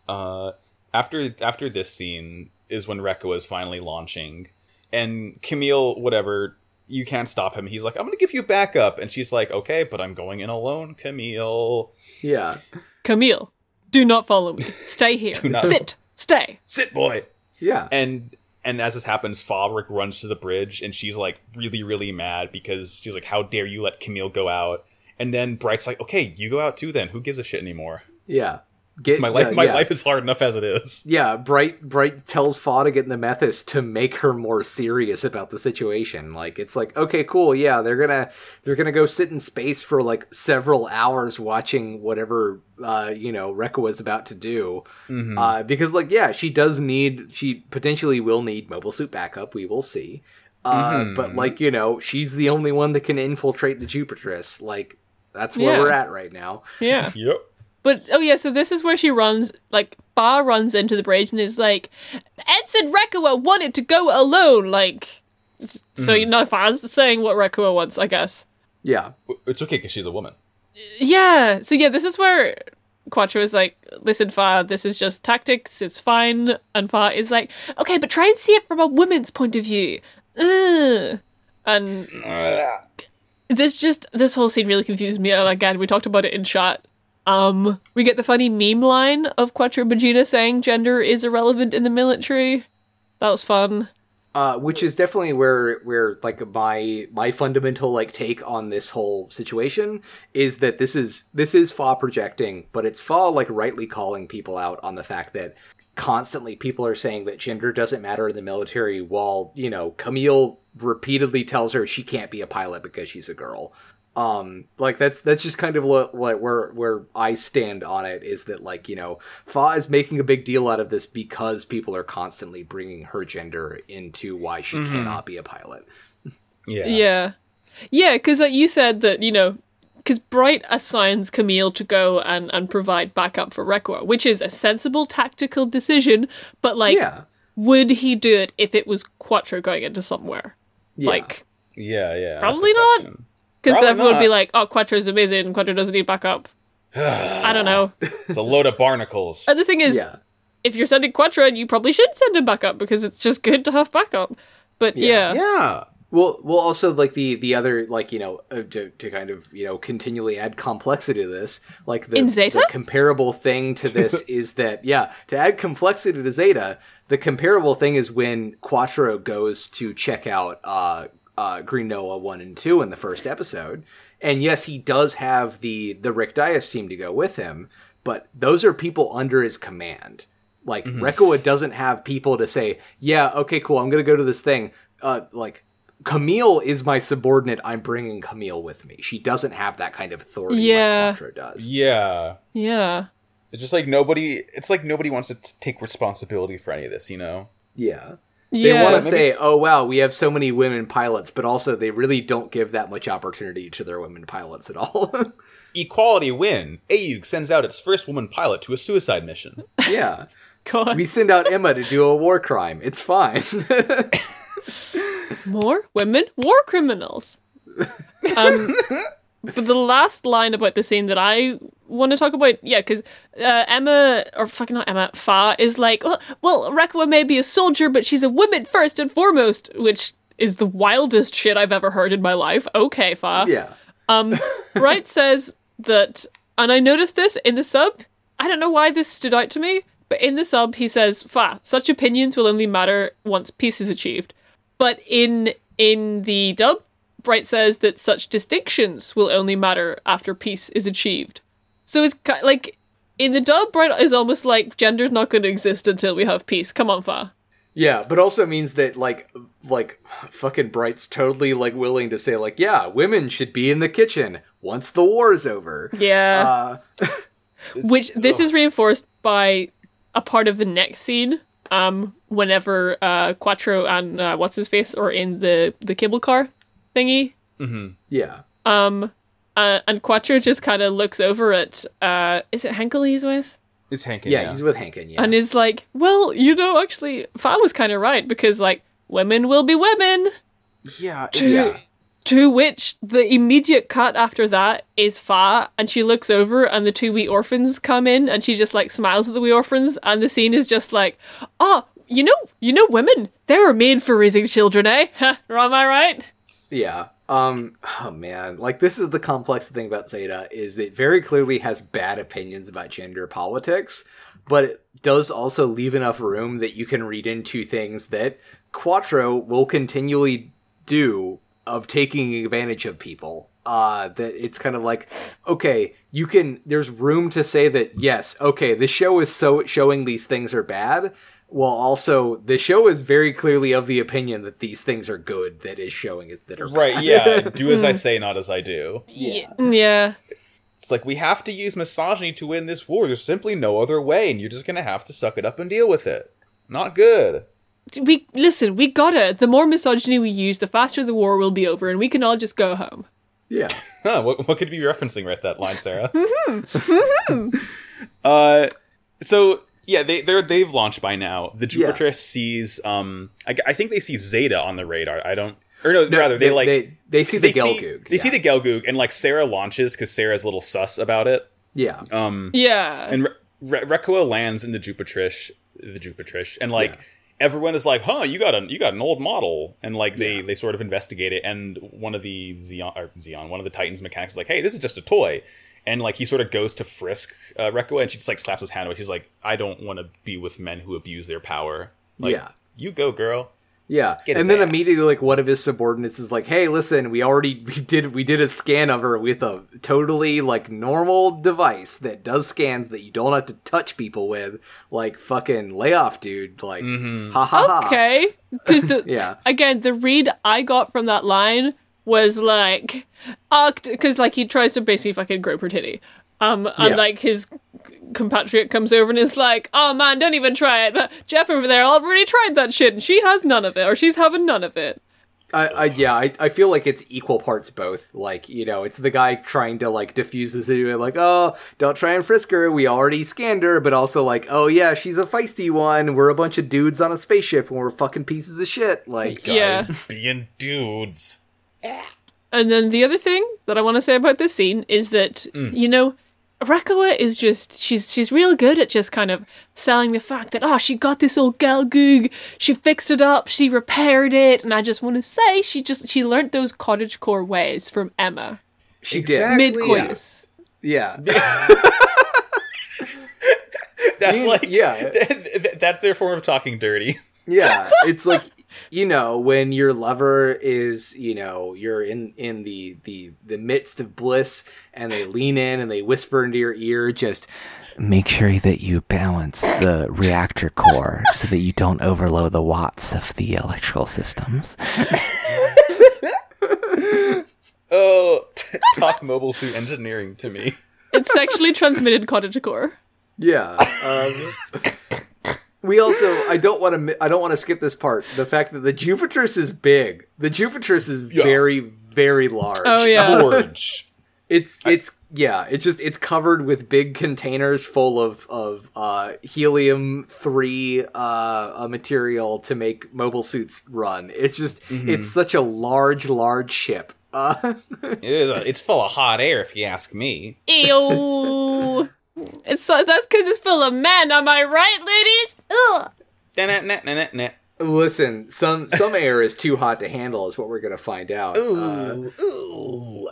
Uh, after after this scene is when Rekko is finally launching, and Camille, whatever, you can't stop him. He's like, "I'm going to give you backup," and she's like, "Okay, but I'm going in alone, Camille."
yeah
Camille, do not follow
*laughs*
me. Stay here.
not-
Sit. Stay.
Sit, boy.
yeah
And and as this happens, Favrick runs to the bridge, and she's like really really mad because she's like, "How dare you let Camille go out?" And then Bright's like, "Okay, you go out too. Then who gives a shit anymore?
yeah get
My life
uh,
my
yeah.
life is hard enough as it is."
Yeah, Bright Bright tells Faw to get in the Methus to make her more serious about the situation. Like it's like, okay, cool, yeah, they're gonna they're gonna go sit in space for like several hours watching whatever uh, you know, Rekka was about to do.
Mhm.
Mm-hmm. Uh, because like yeah, she does need she potentially will need mobile suit backup, we will see. Uh,
Mhm.
But like you know, she's the only one that can infiltrate the Jupitress. Like that's where
Yeah.
we're at right now.
Yeah.
Yep.
But oh yeah, so this is where she runs like Bar runs into the bridge and is like, Ensign Rekua wanted to go alone, like so you know Far's saying what Rekua wants, I guess.
Yeah,
W- It's okay because she's a woman.
Yeah. So yeah, this is where Quattro is like, listen, Far, this is just tactics, it's fine. And Far is like, okay, but try and see it from a woman's point of view. Ugh. And this just this whole scene really confused me and again we talked about it in shot um we get the funny meme line of quattro Magina saying gender is irrelevant in the military that was fun
uh, which is definitely where where like my my fundamental like take on this whole situation is that this is this is Fa projecting, but it's Fa like rightly calling people out on the fact that constantly people are saying that gender doesn't matter in the military, while you know Camille repeatedly tells her she can't be a pilot because she's a girl. Um, like that's that's just kind of lo- like where where I stand on it is that like you know Fa is making a big deal out of this because people are constantly bringing her gender into why she cannot be a pilot.
Yeah.
yeah yeah because like you said that you know because bright assigns camille to go and and provide backup for requa which is a sensible tactical decision but like
yeah,
would he do it if it was quattro going into somewhere
yeah.
like
Yeah. yeah that's
Probably
the
not.
question.
because
Probably
everyone would be
not.
like oh quattro's amazing quattro doesn't need backup i don't know
*sighs* It's a load of barnacles.
And the thing is,
yeah.
if you're sending Quattro, you probably should send him back up because it's just good to have backup. But *laughs* yeah,
Yeah.
yeah.
Well, well, also like the the other like you know uh, to, to kind of you know continually add complexity to this, like the,
In Zeta?
the comparable thing to this is that yeah, to add complexity to Zeta, the comparable thing is when Quattro goes to check out uh, uh, Green Noah one and two in the first episode, and yes, he does have the the Rick Dias team to go with him, but those are people under his command. Like
Mhm.
Rekua doesn't have people to say, yeah, okay, cool, I'm gonna go to this thing. Uh, like Camille is my subordinate. I'm bringing Camille with me. She doesn't have that kind of authority
Yeah.
like Quattro does.
Yeah.
yeah,
It's just like nobody. It's like nobody wants to t- take responsibility for any of this. You know.
Yeah. They
yeah.
want to
maybe-
say, "Oh wow, we have so many women pilots," but also they really don't give that much opportunity to their women pilots at all. *laughs*
Equality win. AUG sends out its first woman pilot to a suicide mission.
yeah.
God,
We send out Emma to do a war crime. It's fine. *laughs*
more women war criminals.
*laughs*
Um, but the last line about the scene that I want to talk about, yeah, because uh, Emma or fucking not Emma Fa is like, well, well, Rekwa may be a soldier, but she's a woman first and foremost, which is the wildest shit I've ever heard in my life. Okay, Fa.
yeah.
Wright says that, and I noticed this in the sub. I don't know why this stood out to me, but in the sub he says, "Fa, such opinions will only matter once peace is achieved." But in in the dub, Bright says that such distinctions will only matter after peace is achieved. So it's ki- like in the dub, Bright is almost like gender's not going to exist until we have peace. Come on, Fa.
Yeah, but also means that like like fucking Bright's totally like willing to say like, "Yeah, women should be in the kitchen once the war is over."
Yeah.
Uh,
which this is reinforced by a part of the next scene um whenever uh quattro and uh, what's his face are in the the cable car thingy
Mm-hmm.
yeah.
um uh, and quattro just kind of looks over at uh is it henkel he's with
It's Hank.
yeah, he's with Hankin. Yeah.
and is like well you know actually fa was kind of right because like women will be women
yeah.
to to which the immediate cut after that is Fa, and she looks over, and the two wee orphans come in, and she just like smiles at the wee orphans, and the scene is just like, oh, you know, you know, women, they were made for raising children, eh? *laughs* Huh, Am I right?
Yeah. Um oh man, like this is the complex thing about Zeta is it very clearly has bad opinions about gender politics, but it does also leave enough room that you can read into things that Quattro will continually do of taking advantage of people. Uh that it's kind of like okay, you can there's room to say that yes, okay, the show is so showing these things are bad, well, also, the show is very clearly of the opinion that these things are good that is showing it that are
Right.
bad. *laughs*
Yeah. do as I say, not as I do.
Yeah. Mm, Yeah.
It's like we have to use misogyny to win this war. There's simply no other way, and you're just gonna have to suck it up and deal with it. Not good.
we listen. We gotta. The more misogyny we use, the faster the war will be over, and we can all just go home.
Yeah.
Huh, what, what could you be referencing right that line,
*laughs*
Sarah?
Mm-hmm.
*laughs* uh, so yeah, they they're, they've launched by now. The
Yeah.
Jupiter sees um, I, g- I think they see Zeta on the radar. I don't, or no, rather they, like
they, they see
they
the Gelgoog.
see they see the Gelgoog, and like Sarah launches because Sarah's a little sus about it.
yeah.
Um,
Yeah.
and Re- Re- Rekoa lands in the Jupitrish, the Jupitrish, and like
Yeah.
everyone is like, "Huh, you got an you got an old model," and like they they sort of investigate it, and one of the Xeon or Xeon, one of the Titans mechanics is like, "Hey, this is just a toy." And like he sort of goes to frisk uh, Rekoa, and she just like slaps his hand away. She's like, "I don't want to be with men who abuse their power." Like,
Yeah.
you go, girl.
Yeah,
Get his
and then
ass.
immediately, like one of his subordinates is like, "Hey, listen, we already *laughs* we did we did a scan of her with a totally like normal device that does scans that you don't have to touch people with. Like fucking lay off, dude. Like
Mhm.
ha ha ha.
okay. Because the
*laughs* Yeah.
again, the read I got from that line was like, because like he tries to basically fucking grope her titty. Um, and
Yeah.
like his c- compatriot comes over and is like, "Oh man, don't even try it." Jeff over there already tried that shit, and she has none of it, or she's having none of it.
I, I yeah, I, I feel like it's equal parts both. Like you know, it's the guy trying to like diffuse the situation, like, "Oh, don't try and frisk her. We already scanned her," but also like, "Oh yeah, she's a feisty one. We're a bunch of dudes on a spaceship and we're fucking pieces of shit." Like
Yeah.
being dudes.
And then the other thing that I want to say about this scene is that you know, Rakawa is just she's she's real good at just kind of selling the fact that oh she got this old gal goog, she fixed it up, she repaired it, and I just want to say she just she learned those cottagecore ways from Emma
she
Exactly.
mid
did.
coitus.
Yeah.
That's
You-
like *laughs*
yeah.
th- th- that's their form of talking dirty.
*laughs* yeah it's like you know when your lover is you know you're in in the the the midst of bliss and they lean in and they whisper into your ear just
Make sure that you balance the reactor core so that you don't overload the watts of the electrical systems.
Oh, t- *laughs* talk mobile suit engineering to me.
It's sexually transmitted cottagecore.
yeah um we also i don't want to i don't want to skip this part the fact that the jupiterus is big the jupiterus is
Yeah.
very very large
Oh yeah,
George.
It's it's yeah, it's just it's covered with big containers full of of uh helium 3 uh, uh material to make mobile suits run. It's just
Mm-hmm.
it's such a large large ship. Uh *laughs*
Ugh, it's full of hot air, if you ask me.
ew. It's so, that's because it's full of men. Am I right, ladies? Ugh.
Da-na-na-na-na-na.
listen, some some air is too hot to handle is what we're going to find out. Uh,
Ooh, ooh.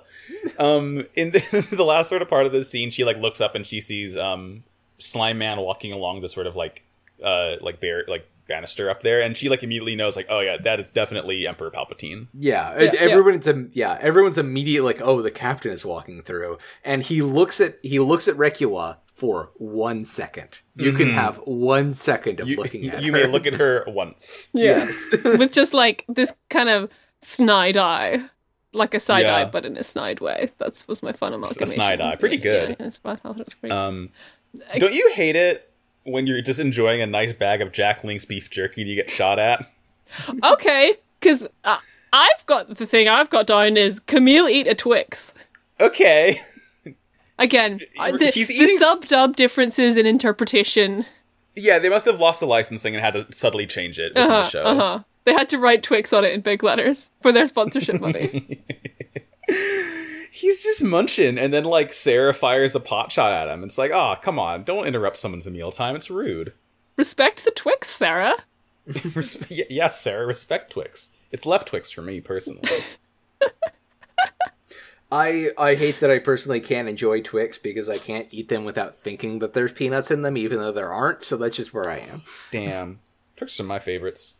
Um, in the, *laughs* the last sort of part of this scene, she like looks up and she sees um slime man walking along the sort of like uh like bear like banister up there, and she like immediately knows like oh yeah that is definitely Emperor Palpatine.
Yeah,
Yeah,
and
yeah.
everyone's im- yeah, everyone's immediately like, "Oh, the captain is walking through," and he looks at he looks at Recua for one second. You can
Mhm.
Mm-hmm.
have one second of
You,
looking at
*laughs* you
her.
may
*laughs*
look at her
*laughs*
once.
yes,
with just like this kind of snide eye, like a side eye,
Yeah.
but in a snide way. That's was my fun
S- a
amalgamation.
snide eye. Pretty good.
Yeah, it's- I thought it was pretty-
Um, don't you hate it when you're just enjoying a nice bag of Jack Link's beef jerky and you get shot at?
okay, because uh, I've got the thing I've got down is Camille eat a Twix.
Okay.
Again, I- the,
He's
the
eating s-
sub dub differences in interpretation.
Yeah, they must have lost the licensing and had to subtly change it within
Uh-huh,
the show.
uh-huh. They had to write Twix on it in big letters for their sponsorship
*laughs*
money.
He's just munching, and then like Sarah fires a pot shot at him. It's like, oh, come on, don't interrupt someone's mealtime. It's rude. *laughs*
Respect the Twix, Sarah.
Res- y- yes, Sarah, respect Twix. It's left Twix for me
*laughs*
personally.
I I hate that I personally can't enjoy Twix because I can't eat them without thinking that there's peanuts in them, even though there aren't. So that's just where I am.
Damn, Twix are my favorites.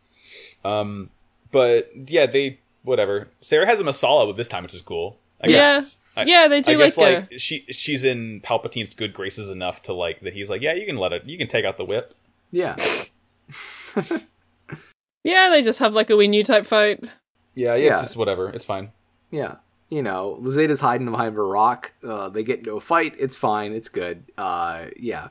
Um, but yeah, they whatever. Sarah has a masala with this time, which is cool. I
Yeah.
guess. I-
yeah, they do
I guess
like,
like, she she's in Palpatine's good graces enough to like that he's like, yeah, you can let it, you can take out the whip.
Yeah,
a yeah, they just have like a Wii U type fight.
Yeah,
yeah.
It's just whatever. It's fine.
yeah. You know, Zeta's hiding behind a rock. Uh, they get into a fight. It's fine. It's good. Uh, yeah.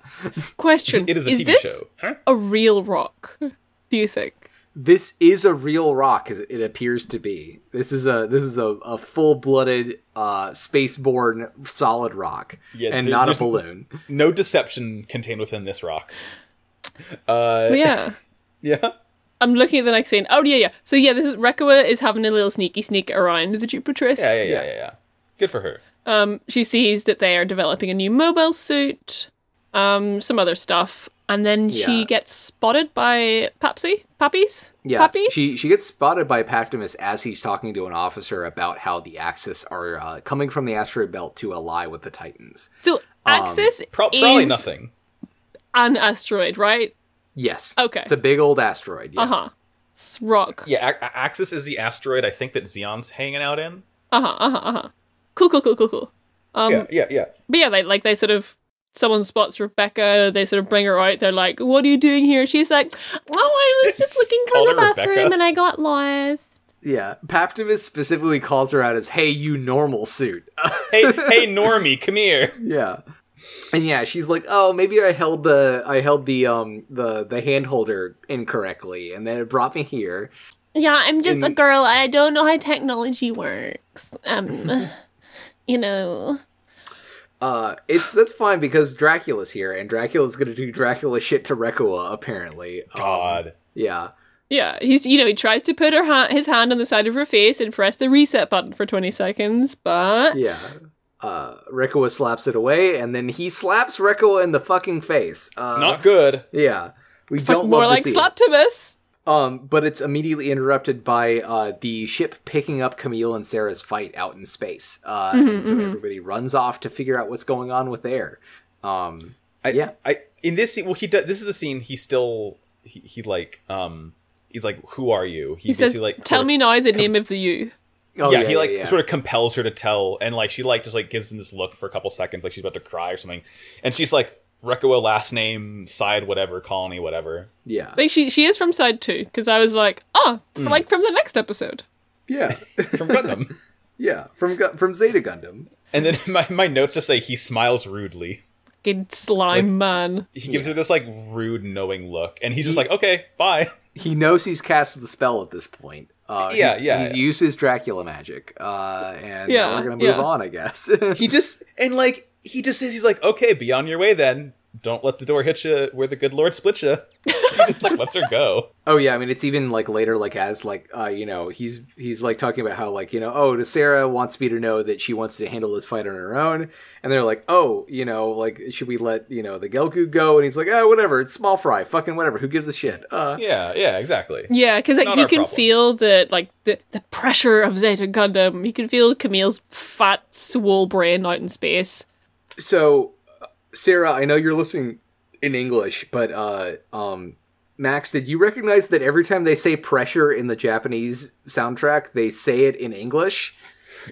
Question:
*laughs* It is a TV
this
show. Huh?
a real rock? *laughs* Do you think?
this is a real rock as it appears to be this is a this is a, a full-blooded uh spaceborne solid rock
Yeah,
and
there's-
not a
there's-
balloon
No deception contained within this rock. Uh,
But yeah.
yeah.
I'm looking at the next scene. Oh yeah, yeah. So yeah, this is Rekawa is having a little sneaky sneak around the Jupitress.
Yeah, yeah, yeah, yeah, yeah. Good for her.
Um, she sees that they are developing a new mobile suit, um, some other stuff, and then
Yeah.
she gets spotted by Papsy, Pappies,
Yeah,
Pappy.
she she gets spotted by Pactimus as he's talking to an officer about how the Axis are uh, coming from the asteroid belt to ally with the Titans.
so Axis
Pro-
is
probably nothing.
an asteroid, right?
Yes.
Okay.
It's a big old asteroid. Yeah.
Uh huh. It's rock.
Yeah, A- A- Axis is the asteroid I think that Xeon's hanging out in.
Uh huh. Uh huh. Uh huh. Cool. Cool. Cool. Cool. Cool. Um,
yeah, yeah.
but yeah, they like they sort of someone spots Rebecca, they sort of bring her out, they're like, What are you doing here? She's like,
Oh, I was just
Just
looking
call
for the
her Rebecca.
bathroom and I got lost.
Yeah. Paptimus specifically calls her out as "Hey, you normal suit."
Hey, hey, Normie, come here.
yeah. And yeah, she's like, "Oh, maybe I held the I held the um the the hand holder incorrectly, and then it brought me here."
Yeah, I'm just a
And-
girl. I don't know how technology works.
*laughs*
Um, you know.
Uh, it's that's fine because Dracula's here, and Dracula's gonna do Dracula shit to Rekua apparently. Um,
God.
yeah.
Yeah, he's you know, he tries to put her hand his hand on the side of her face and press the reset button for twenty seconds, but
Yeah. Uh, Rekawa slaps it away, and then he slaps Rekawa in the fucking face. Uh,
Not good.
yeah. We
fuck,
don't
more
love
like
to see
Slaptimus.
it. Um, but it's immediately interrupted by uh, the ship picking up Camille and Sarah's fight out in space. Uh,
Mm-hmm,
and so everybody runs off to figure out what's going on with there. Um,
I,
Yeah.
I in this scene, well, he does. This is the scene. He still he, he like um he's like, who are you?
He says
basically, like
Tell
sort of-
me now the name of the you.
oh,
yeah, he like
yeah.
sort of compels her to tell, and like she like just like gives him this look for a couple seconds, like she's about to cry or something, and she's like Rekawa last name side whatever colony whatever.
yeah.
Like she she is from side two, because I was like, Oh, like from the next episode.
Yeah.
from *laughs* Gundam.
yeah. From, Gu- from Zeta Gundam.
And then my, my notes just say he smiles rudely.
Fucking slime man.
He gives her this like rude, knowing look, and he's just like, okay, bye.
he knows he's cast the spell at this point. Uh,
Yeah,
he's-
yeah,
He's
yeah.
used his Dracula magic, uh, and
Yeah,
now we're gonna move
yeah.
on, I guess. *laughs*
He just and like he just says he's like, okay, be on your way then. Don't let the door hit you where the good Lord split *laughs* you. She just like lets her go.
oh yeah, I mean it's even like later, like as like uh, you know he's he's like talking about how like you know oh Sarah wants me to know that she wants to handle this fight on her own, and they're like oh you know like should we let you know the Gelku go? And he's like oh whatever, it's small fry, fucking whatever, who gives a shit? Uh,
Yeah, yeah, exactly.
Yeah, because like
Not
he
our
can
problem.
feel the like the, the pressure of Zeta Gundam. He can feel Camille's fat, swole brain out in space.
so uh, Sarah, I know you're listening in English, but uh, um, Max, did you recognize that every time they say pressure in the Japanese soundtrack, they say it in English?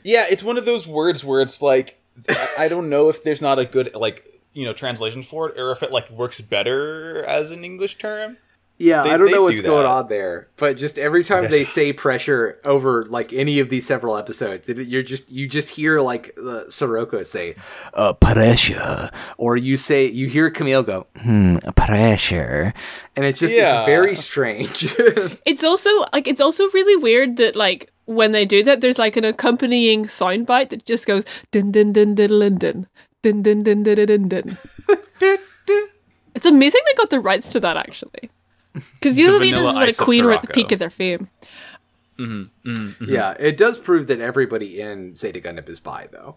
Yeah, it's one of those words where it's like I- I don't know if there's not a good like you know translation for it, or if it like works better as an English term.
Yeah,
They-
I don't
they
know what's
do
going
that.
on there, but just every time
Yes.
they say pressure over like any of these several episodes, it, you're just you just hear like uh, Sirocco say uh, pressure, or you say you hear Camille go
Hmm, pressure.
and it's just
Yeah. Mm-hmm.
it's very
*laughs*
strange. *laughs*
It's also like it's also really weird that like when they do that, there's like an accompanying soundbite that just goes din din din diddlin din din din din din din din.
*laughs*
It's amazing they got the rights to that actually, because usually this
Vanilla
is what a
Ice of
queen were at the
Sirocco.
peak of their fame.
yeah, it does prove that everybody in Zeta Gundam is bi though.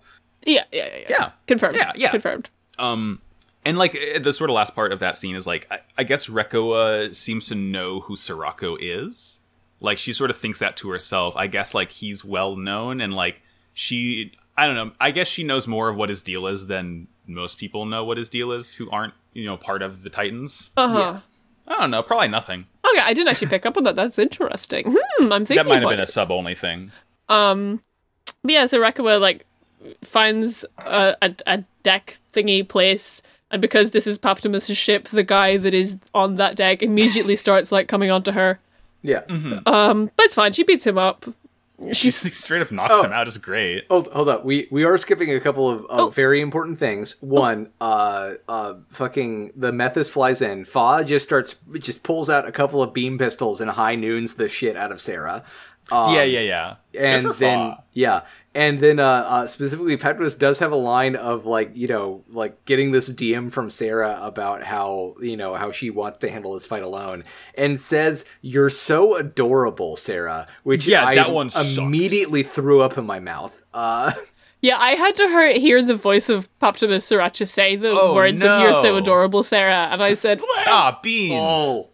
Yeah, yeah, yeah, yeah.
Yeah.
Confirmed.
Yeah, yeah.
Confirmed.
Um, and like eh, the sort of last part of that scene is like I, I guess Rekoa seems to know who Sorako is. Like she sort of thinks that to herself. I guess like he's well known and like she I don't know. I guess she knows more of what his deal is than most people know what his deal is who aren't you know part of the Titans.
Uh huh.
I don't know. Probably nothing.
Okay, I didn't actually pick up on that. That's interesting. Hmm, I'm thinking
that might have
about
been
it.
a sub only thing.
Um, but yeah, so Rakawa like finds a, a a deck thingy place, and because this is Paptimus's ship, the guy that is on that
*laughs*
deck immediately starts like coming onto her.
Yeah.
Um, but it's fine. She beats him up.
She straight up knocks
Oh.
him out. It's great.
Hold, hold up. We we are skipping a couple of, of
Oh.
very important things.
Oh.
One, uh, uh, fucking the Methus flies in. Fa just starts just pulls out a couple of beam pistols and high noons the shit out of Sarah. Um,
yeah, yeah, yeah. Good
and
for
then
Fa.
yeah and then uh, uh specifically Petros does have a line of like you know like getting this dm from sarah about how you know how she wants to handle this fight alone and says you're so adorable sarah which
Yeah,
I
that one sucked.
immediately threw up in my mouth uh
Yeah, I had to hear, hear the voice of Poptimus Sriracha say the
Oh,
words of "You're so
no.
adorable, Sarah," and I said,
ah beans.
*laughs* oh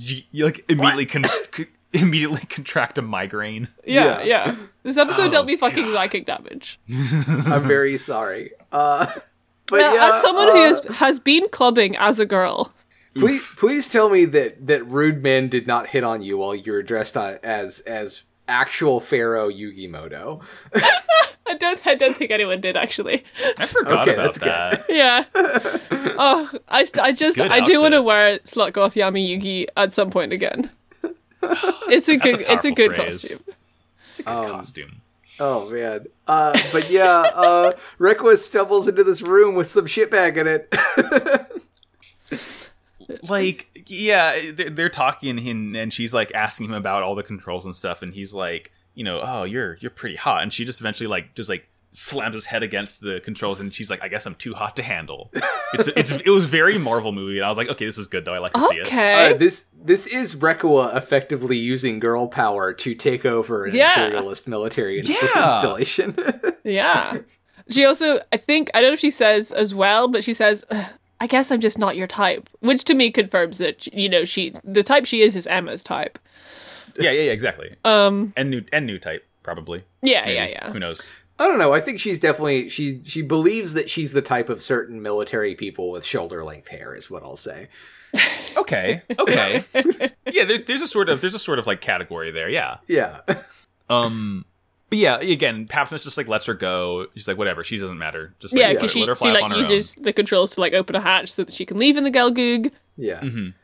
You, you, like immediately con- *laughs* c- immediately contract a migraine.
"Yeah, yeah."
yeah.
This episode
Oh,
dealt me fucking psychic damage.
*laughs* i'm very sorry uh *laughs* but
now,
yeah,
as someone who
uh,
has, has been clubbing as a girl,
Please, please tell me that that rude men did not hit on you while you were dressed on, as as actual pharaoh yugimoto
I don't, I don't think anyone did actually.
I forgot
Okay,
about
that's good.
that.
*laughs*
Yeah. oh, I, st- I just,
good
I do want to
outfit.
wear Slot Goth Yami Yugi at some point
*sighs*
again. It's a good,
That's
it's
a
a
powerful
good
phrase.
costume.
It's a good
Um,
costume.
Oh man. Uh, but yeah,
*laughs*
uh, Requus stumbles into this room with some shitbag in it.
Like, yeah, they're, they're talking, and, and she's like asking him about all the controls and stuff, and he's like, you know, oh, you're you're pretty hot, and she just eventually like just like slams his head against the controls, and she's like, I guess I'm too hot to handle. It's it's it was very Marvel movie, and I was like, okay, this is good though. I like to see it.
uh,
Okay.
this this is Requa effectively using girl power to take over an
Yeah.
imperialist military inst-
Yeah.
installation. *laughs*
yeah. She also, I think, I don't know if she says as well, but she says, "Ugh, I guess I'm just not your type, which to me confirms that, you know, she, the type she is is Emma's type.
Yeah, yeah, yeah, exactly.
Um,
and new and new type probably.
yeah,
Maybe.
yeah, yeah.
Who knows?
I don't know. I think she's definitely she she believes that she's the type of certain military people with shoulder length hair is what I'll say.
*laughs* Okay, okay. *laughs* yeah, there, there's a sort of there's a sort of like category there. Yeah.
Yeah. *laughs*
Um. But yeah, again, Papsmith just like lets her go. She's like, whatever. She doesn't matter. Just like,
Yeah,
let,
because
her- let her
she, she
fly off on
like
her
uses the controls to like open a hatch so that she can leave in the Gelgoog.
yeah.
own. Mhm.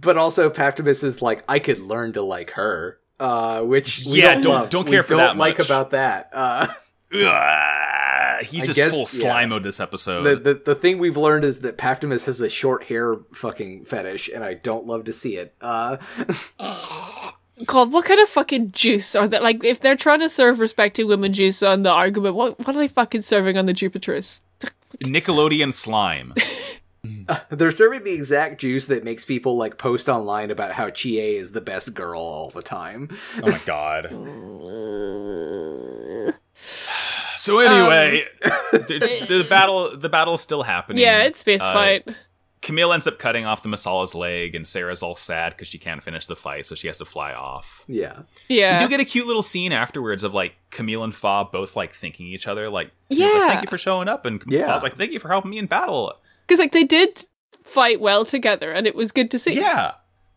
But also Paptimus is like, I could learn to like her. Uh, which we
Yeah,
don't,
don't-
love.
don't
We
care for
don't
that
like
much.
about that. Uh,
Mm-hmm. Ugh, he's
I
just
guess-
full
yeah.
slime mode this episode.
the, the the thing we've learned is that Paptimus has a short hair fucking fetish, and I don't love to see it. Uh, *laughs*
God, what kind of fucking juice are that? Like, if they're trying to serve respect to women juice on the argument, what what are they fucking serving on the Jupiterus?
Nickelodeon slime.
they're serving the exact juice that makes people like post online about how Chie is the best girl all the time.
Oh my
*laughs*
god. So anyway, the, the battle the battle is still
Um,
happening.
Yeah, it's space
Uh,
fight.
Camille ends up cutting off the Masala's leg, and Sarah's all sad because she can't finish the fight, so she has to fly off.
Yeah,
Yeah,
We do get a cute little scene afterwards of like Camille and Fa both like thanking each other, like, Camille's
Yeah.
like thank you for showing up, and
Yeah.
Fa's like thank you for helping me in battle.
because like they did fight well together, and it was good to see.
Yeah,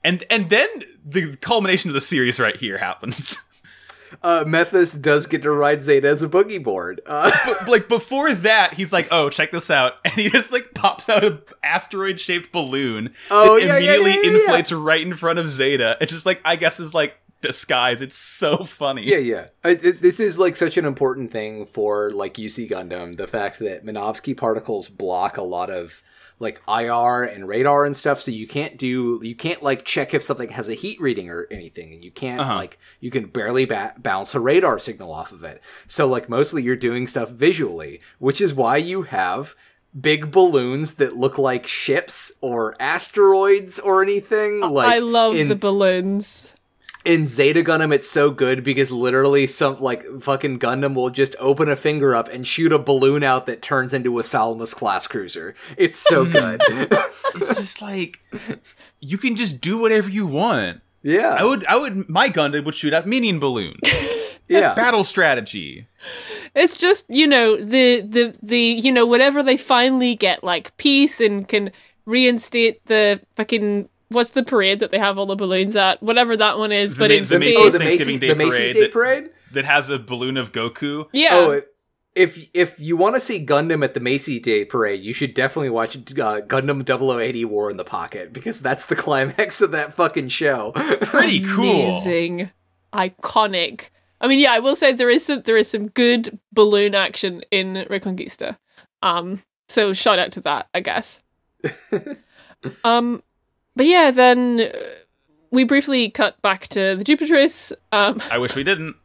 and and then the culmination of the series right here happens. *laughs*
uh, Methus does get to ride Zeta as a boogie board. Uh,
like before that, he's like, "Oh, check this out," *laughs* and he just like pops out an asteroid-shaped balloon
Oh,
that
yeah, yeah,
immediately
yeah, yeah, yeah.
inflates right in front of Zeta. It's just like I guess is like disguise. It's so funny.
*laughs* yeah, yeah. I, th- this is like such an important thing for like UC Gundam. The fact that Minovsky particles block a lot of like IR and radar and stuff, so you can't do you can't like check if something has a heat reading or anything, and you can't
Uh-huh.
like you can barely ba- bounce a radar signal off of it. So like mostly you're doing stuff visually, which is why you have big balloons that look like ships or asteroids or anything. Like
I love
in-
the balloons.
in Zeta Gundam, it's so good because literally some like fucking Gundam will just open a finger up and shoot a balloon out that turns into a Salamis class cruiser. It's
*laughs*
so good. *laughs*
It's just like you can just do whatever you want. I
yeah,
would, I would, my Gundam would shoot out minion balloons.
yeah,
Battle strategy.
It's just you know the the the you know whenever they finally get like peace and can reinstate the fucking what's the parade that they have all the balloons at whatever that one is,
The
but
ma-
it's big.
the Macy's
oh, the
Thanksgiving
Macy's,
Day
the Macy's
parade
Day
that-
Parade.
That has a balloon of Goku.
yeah.
Oh, if- if if you want to see Gundam at the Macy's Day Parade, you should definitely watch uh, Gundam 0080 War in the Pocket because that's the *laughs* climax of that fucking show. *laughs*
Pretty cool.
amazing, iconic. I mean, yeah, I will say there is some there is some good balloon action in Reconquista. Um, so shout out to that, I
*laughs*
guess. um, but yeah, then uh, we briefly cut back to the Jupiteris. Um,
I wish we didn't.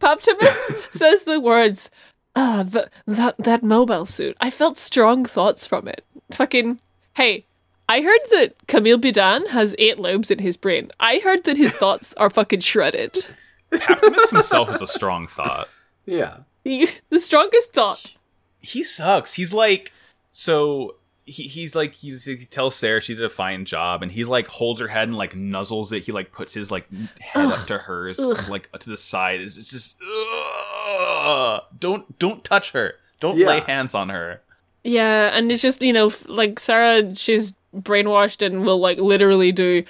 Paptimus says the words, "Ah, the, that that mobile suit. I felt strong thoughts from it. Fucking hey." I heard that Camille Boudin has eight lobes in his brain. I heard that his thoughts are fucking shredded. *laughs*
Optimus himself is a strong thought.
Yeah.
You- the strongest thought.
He sucks. He's like so. He, he's like he's, he tells Sarah she did a fine job, and he's like holds her head and like nuzzles it. He like puts his like head up to hers, like to the side. It's, it's just ugh. don't don't touch her. Don't lay
Yeah.
hands on her.
Yeah, and it's just, you know, f- like Sarah, she's brainwashed and will like literally do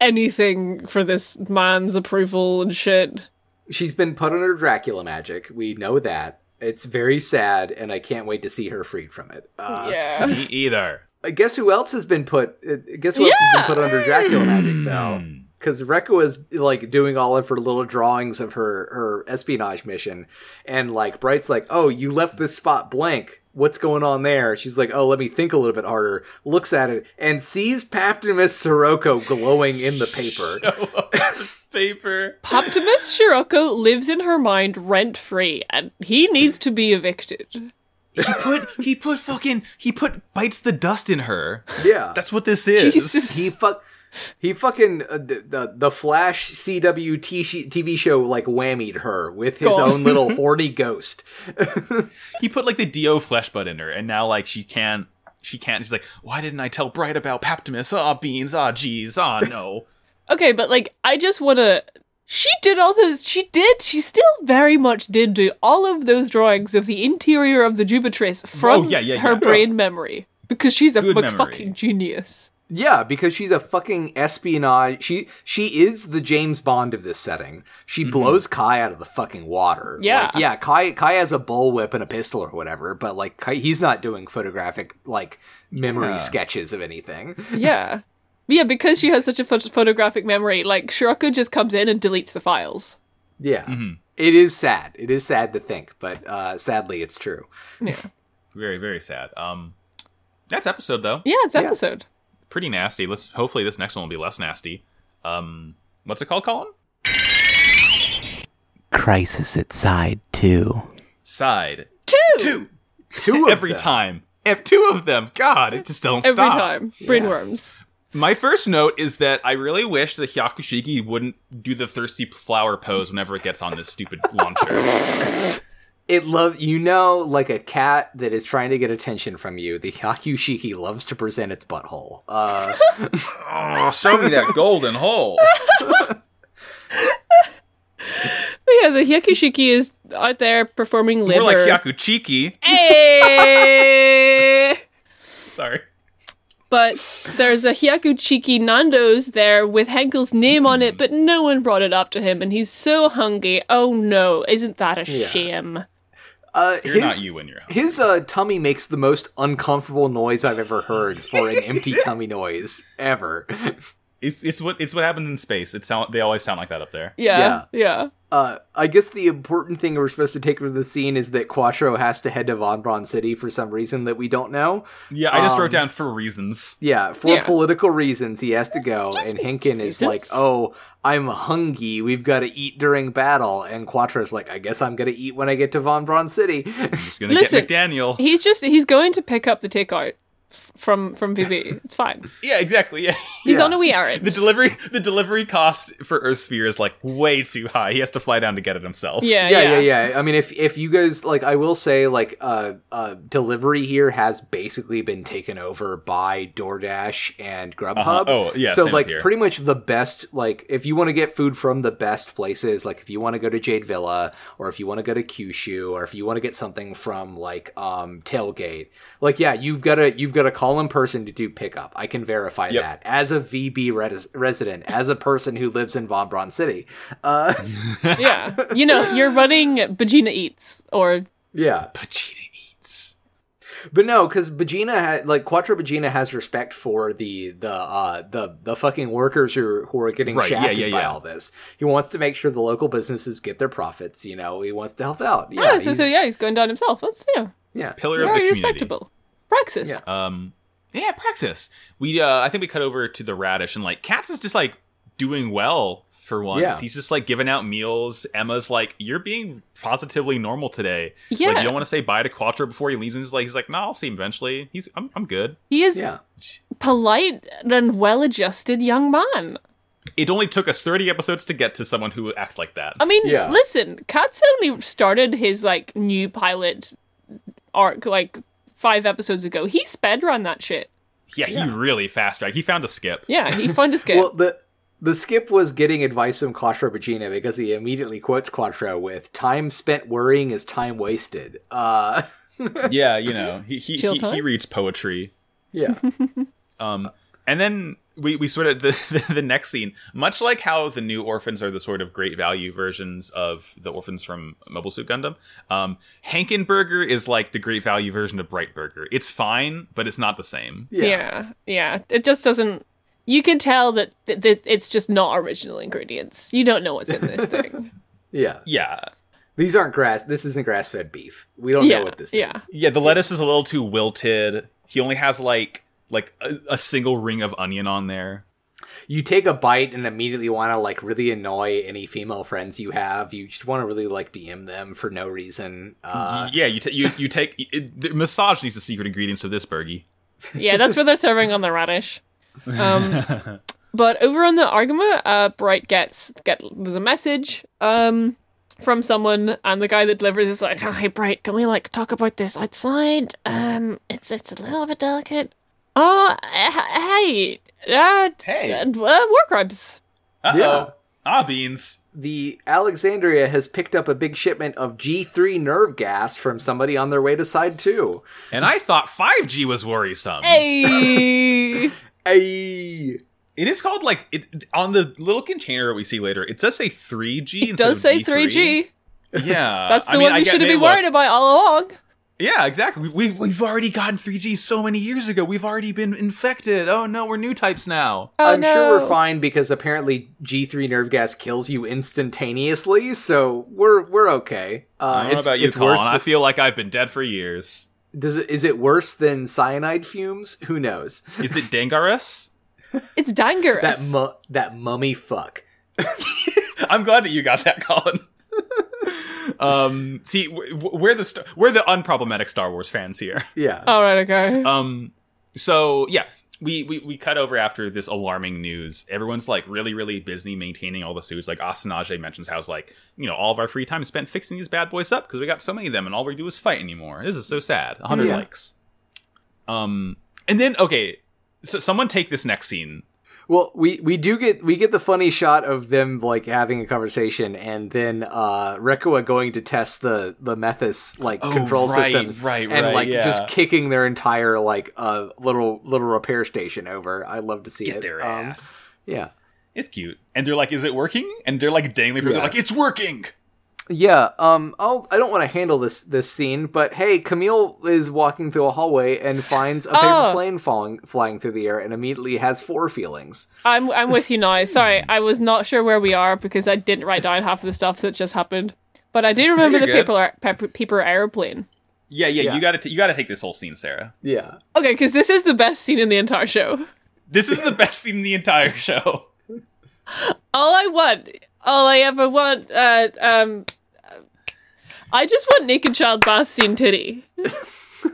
anything for this man's approval and shit.
She's been put under Dracula magic. We know that. It's very sad, and I can't wait to see her freed from it. Uh,
yeah.
Me either.
I guess who else has been put? uh, Guess who else has been put under Dracula magic though?
Mm.
Because Rekka was like doing all of her little drawings of her her espionage mission, and like Bright's like, "Oh, you left this spot blank. What's going on there?" She's like, "Oh, let me think a little bit harder." Looks at it and sees Paptimus Sirocco glowing in the paper.
*laughs* Paper.
Optimus Shiroko lives in her mind rent free and he needs to be evicted.
He put he put fucking he put bites the dust in her.
Yeah,
That's what this is.
Jesus.
he fuck he fucking uh, the, the the Flash CW t- sh- TV show like whammied her with his
God.
own little horny ghost.
He put like the Do flesh butt in her, and now like she can't. She can't. She's like, why didn't I tell Bright about Paptimus? Ah, beans. Ah, geez. Ah, no.
Okay, but like, I just want to. She did all those. She did. She still very much did do all of those drawings of the interior of the Jupitris from
Oh, yeah, yeah,
her
yeah.
brain memory because she's a
Good
fuck-
memory.
fucking genius.
Yeah, because she's a fucking espionage. She she is the James Bond of this setting. She blows Kai out of the fucking water.
Yeah.
like, yeah. Kai Kai has a bullwhip and a pistol or whatever, but like Kai, he's not doing photographic like memory sketches of anything.
Yeah, yeah, because she has such a phot- photographic memory. Like Shiroko just comes in and deletes the files.
Yeah, It is sad. It is sad to think, but uh, sadly, it's true.
Yeah,
*laughs* Very, very sad. Um, that's episode though.
yeah, it's episode.
Pretty nasty. Let's hopefully this next one will be less nasty. Um, what's it called, Colin?
Crisis at side two.
Side
Two,
two. *laughs*
Two of
Every
them.
time. F two of them. God, it just don't
every
stop.
time. Brainworms.
My first note is that I really wish that Hyakushiki wouldn't do the thirsty flower pose whenever it gets on this *laughs* stupid launcher.
It love you know, like a cat that is trying to get attention from you. The Hakushiki loves to present its butthole. Uh,
oh, show me that golden hole.
But yeah, the Hyakushiki is out there performing labor.
More like Hyakuchiki.
Hey!
Sorry.
Eh! but there's a Hyakuchiki Nando's there with Henkel's name on it, but no one brought it up to him, and he's so hungry. Oh no, isn't that a shame?
uh,
You're
his,
not you when you're home.
His uh, tummy makes the most uncomfortable noise I've ever heard for an empty tummy noise ever.
It's, it's what it's what happens in space. It sound they always sound like that up there.
Yeah, yeah.
Uh, I guess the important thing we're supposed to take from the scene is that Quattro has to head to Von Braun City for some reason that we don't know.
Yeah, I just
Um,
wrote down for reasons.
Yeah, for
Yeah.
political reasons, he has to go.
Just
and Hinkin is like,
reasons.
"Oh, I'm hungry. We've got to eat during battle." And Quattro's like, "I guess I'm gonna eat when I get to Von Braun City."
I'm just gonna
Listen.
get McDaniel.
He's just he's going to pick up the takeout s- from from VB. It's fine.
yeah, exactly. Yeah. *laughs*
He's
Yeah.
on a wee errand.
The delivery the delivery cost for Earth Sphere is like way too high. He has to fly down to get it himself.
yeah,
yeah,
yeah,
yeah, yeah, I mean, if if you guys like, I will say like, uh, uh, delivery here has basically been taken over by DoorDash and Grubhub.
Uh-huh. Oh, yeah,
So
same
like,
here.
pretty much the best. Like, if you want to get food from the best places, like if you want to go to Jade Villa or if you want to go to Kyushu or if you want to get something from like um Tailgate, like yeah, you've got to you've got to call in person to do pickup. I can verify
Yep.
that as a VB res- resident, as a person who lives in Von Braun City. Uh, *laughs*
yeah. You know, you're running Vegina Eats or
yeah.
Vegeta eats.
But no, because Bagina had like Quattro Bagina has respect for the the uh the the fucking workers who are, who are getting
Right, yeah,
shafted
yeah,
by
yeah.
all this. He wants to make sure the local businesses get their profits. You know, he wants to help out. Yeah,
oh, so, so
he's-
yeah, he's going down himself. That's yeah,
yeah.
Pillar of the
very
community.
respectable. Praxis.
Yeah.
Um, yeah, Praxis. We uh, I think we cut over to the radish and like Katz is just like doing well for once.
Yeah.
He's just like giving out meals. Emma's like, you're being positively normal today. Like
Yeah.
you don't want to say bye to Quattro before he leaves. And he's like, he's like, no, I'll see him eventually. He's I'm I'm good.
He is
Yeah.
polite and well-adjusted young man.
It only took us 30 episodes to get to someone who would act like that.
I mean,
Yeah.
listen, Katz only started his like new pilot arc like five episodes ago. He sped ran that shit.
yeah, he really fast tracked. He found a skip.
Yeah,
*laughs*
he found his game.
Well, the the skip was getting advice from Quattro Bagina because he immediately quotes Quattro with "Time spent worrying is time wasted." Uh, *laughs*
yeah, you know, he he,
Chill
he, he
time?
reads poetry.
*laughs*
yeah.
Um, and then we, we sort of *laughs* the, the the next scene, much like how the new orphans are the sort of great value versions of the orphans from Mobile Suit Gundam. Um, Hankenberger is like the great value version of Brightburger. It's fine, but it's not the same.
yeah. yeah, It just doesn't. You can tell that, that, that it's just not original ingredients. You don't know what's in this thing.
Yeah.
Yeah,
These aren't grass. This isn't grass fed beef. We don't
Yeah,
know what this
yeah.
is.
yeah. The lettuce is a little too wilted. He only has like like a, a single ring of onion on there.
You take a bite and immediately want to like really annoy any female friends you have. You just want to really like DM them for no reason. Uh,
yeah, you ta- you you take *laughs* it, the misogyny is the secret ingredients of this burgie.
yeah, that's what they're serving on the radish. Um, but over on the Argama, uh, Bright gets get there's a message um, from someone, and the guy that delivers is like, "Oh, "Hey, Bright, can we like talk about this outside? Um, it's it's a little bit delicate." Oh, h- hey, uh, t-
Hey.
uh, war crimes.
Uh-oh.
Yeah.
Ah, beans.
the Alexandria has picked up a big shipment of G3 nerve gas from somebody on their way to side two.
And I thought 5G was worrisome.
Hey,
Ayy.
It is called like it on the little container we see later. It does say 3G.
it
instead
does
of
say
G3.
3G. *laughs*
Yeah,
That's the
Uh, I mean,
one
I
we
get
should have
maybe,
been
look-
worried about all along.
Yeah, exactly. We, we have already gotten 3G so many years ago. We've already been infected. Oh no, we're new types now.
Oh,
I'm sure we're
no.
fine because apparently G3 nerve gas kills you instantaneously, so we're we're okay. Uh,
I don't know
it's,
about you,
it's
Colin.
worse
I
than-
feel like I've been dead for years.
does it, is it worse than cyanide fumes? Who knows?
Is it Dangarus?
It's dangerous.
That mu- that mummy fuck.
*laughs* I'm glad that you got that, *laughs* Colin. um, see, w- w- we're the st- we're the unproblematic Star Wars fans here.
Yeah.
all right, okay.
um so yeah we, we we cut over after this alarming news everyone's like really really busy maintaining all the suits like asanaje mentions how's like you know all of our free time is spent fixing these bad boys up because we got so many of them and all we do is fight anymore this is so sad 100
Yeah.
likes um and then okay so someone take this next scene
Well, we we do get we get the funny shot of them like having a conversation, and then uh Rekua going to test the the Methus like
Oh,
control
right,
systems,
right,
and
right,
like
yeah.
just kicking their entire like uh little little repair station over. I love to see
get
it.
their
Um,
ass
Yeah,
it's cute and they're like is it working and they're like dangling for
Yeah.
they're like it's working
yeah. Um, I'll, I don't want to handle this this scene, but hey, Camille is walking through a hallway and finds a paper
Oh.
plane falling flying through the air, and immediately has four feelings.
I'm I'm with you now. Sorry, I was not sure where we are because I didn't write down half of the stuff that just happened. But I do remember
you're
the
good.
paper, paper paper airplane.
yeah yeah,
Yeah.
you gotta t- you gotta take this whole scene sarah
Yeah. *laughs*
Okay, because this is the best scene in the entire show.
this is the best scene in the entire show
All I want, all I ever want, uh, um, I just want naked child bath scene titty.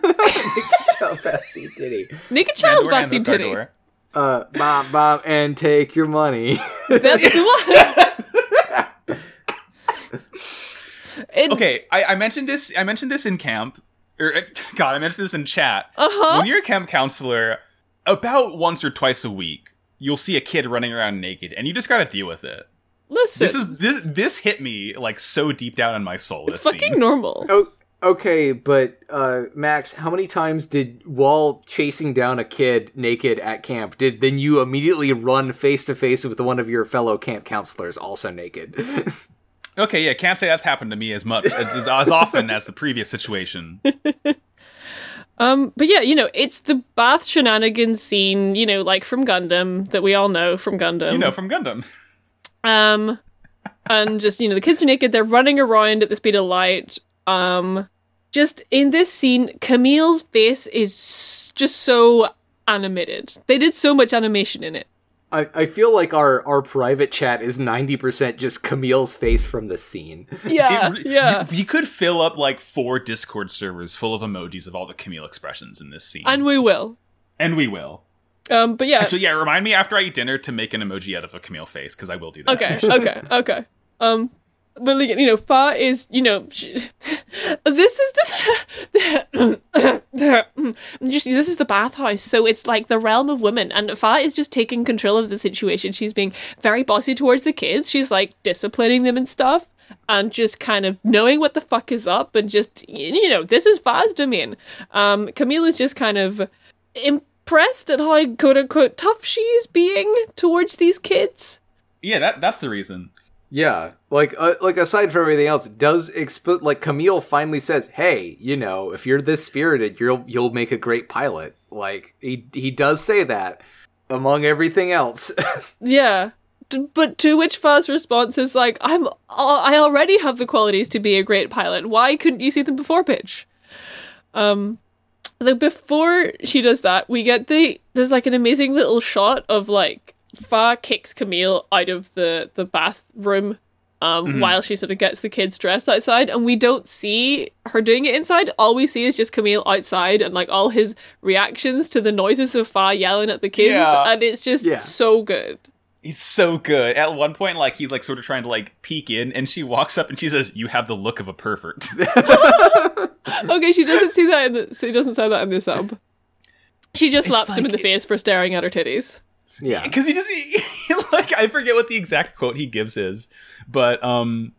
Oh, Bessie, did he?
Naked child
Mandor
bath
and
scene
Mandor.
titty. *laughs*
Uh, bomb, bomb, and take your money. *laughs*
That's the
*laughs*
one. It-
okay I, I mentioned this i mentioned this in camp or eh, *laughs* god i mentioned this in chat
Uh-huh.
when you're a camp counselor about once or twice a week you'll see a kid running around naked and you just gotta deal with it
Listen,
this is this this hit me like so deep down in my soul this
fucking
scene.
normal.
Oh, okay, but uh, Max, how many times did while chasing down a kid naked at camp, did then you immediately run face to face with one of your fellow camp counselors also naked? *laughs*
okay yeah
*laughs*
can't say that's happened to me as much as, as, as often as the previous situation
Um, but yeah, you know, it's the bath shenanigans scene, you know, like from Gundam that we all know from Gundam.
you know, from Gundam.
Um, and just you know, the kids are naked. They're running around at the speed of light. Um, just in this scene, Camille's face is s- just so animated. They did so much animation in it.
I, I feel like our, our private chat is 90% just Camille's face from the scene.
Yeah,
It re-
yeah.
You, you could fill up like four Discord servers full of emojis of all the Camille expressions in this scene,
And we will.
and we will.
Um, but yeah.
Actually, yeah. Remind me after I eat dinner to make an emoji out of a Camille face because I will do that.
Okay, okay, okay. Um, but like, you know, Fa is you know, she, *laughs* this is *coughs* this. you see, this is the bathhouse, so it's like the realm of women, and Fa is just taking control of the situation. She's being very bossy towards the kids. She's like disciplining them and stuff. And just kind of knowing what the fuck is up, and just y- you know, this is Fa's domain. Um, Camille is just kind of impressed at how quote unquote tough she is being towards these kids.
*laughs* Yeah, that that's the reason.
Yeah, like uh, like aside from everything else, does expo- like Camille finally says, "Hey, you know, if you're this spirited, you'll you'll make a great pilot." Like he he does say that among everything else. *laughs*
Yeah. D- But to which Fuzz response is like, I'm, I already have the qualities to be a great pilot. Why couldn't you see them before pitch? Um, like before she does that, we get the there's like an amazing little shot of like Fa kicks Camille out of the the bathroom, um,
Mhm.
while she sort of gets the kids dressed outside, and we don't see her doing it inside. All we see is just Camille outside and like all his reactions to the noises of Fa yelling at the kids,
Yeah.
and it's just
Yeah.
so good.
It's so good. At one point, like he's like sort of trying to like peek in, and she walks up and she says, "You have the look of a pervert." *laughs*
okay, she doesn't see that. In the, she doesn't say that in the sub. She just
It's
slaps him in
like-
the face for staring at her titties.
yeah,
because he just he, *laughs* he, like I forget what the exact quote he gives is, but um,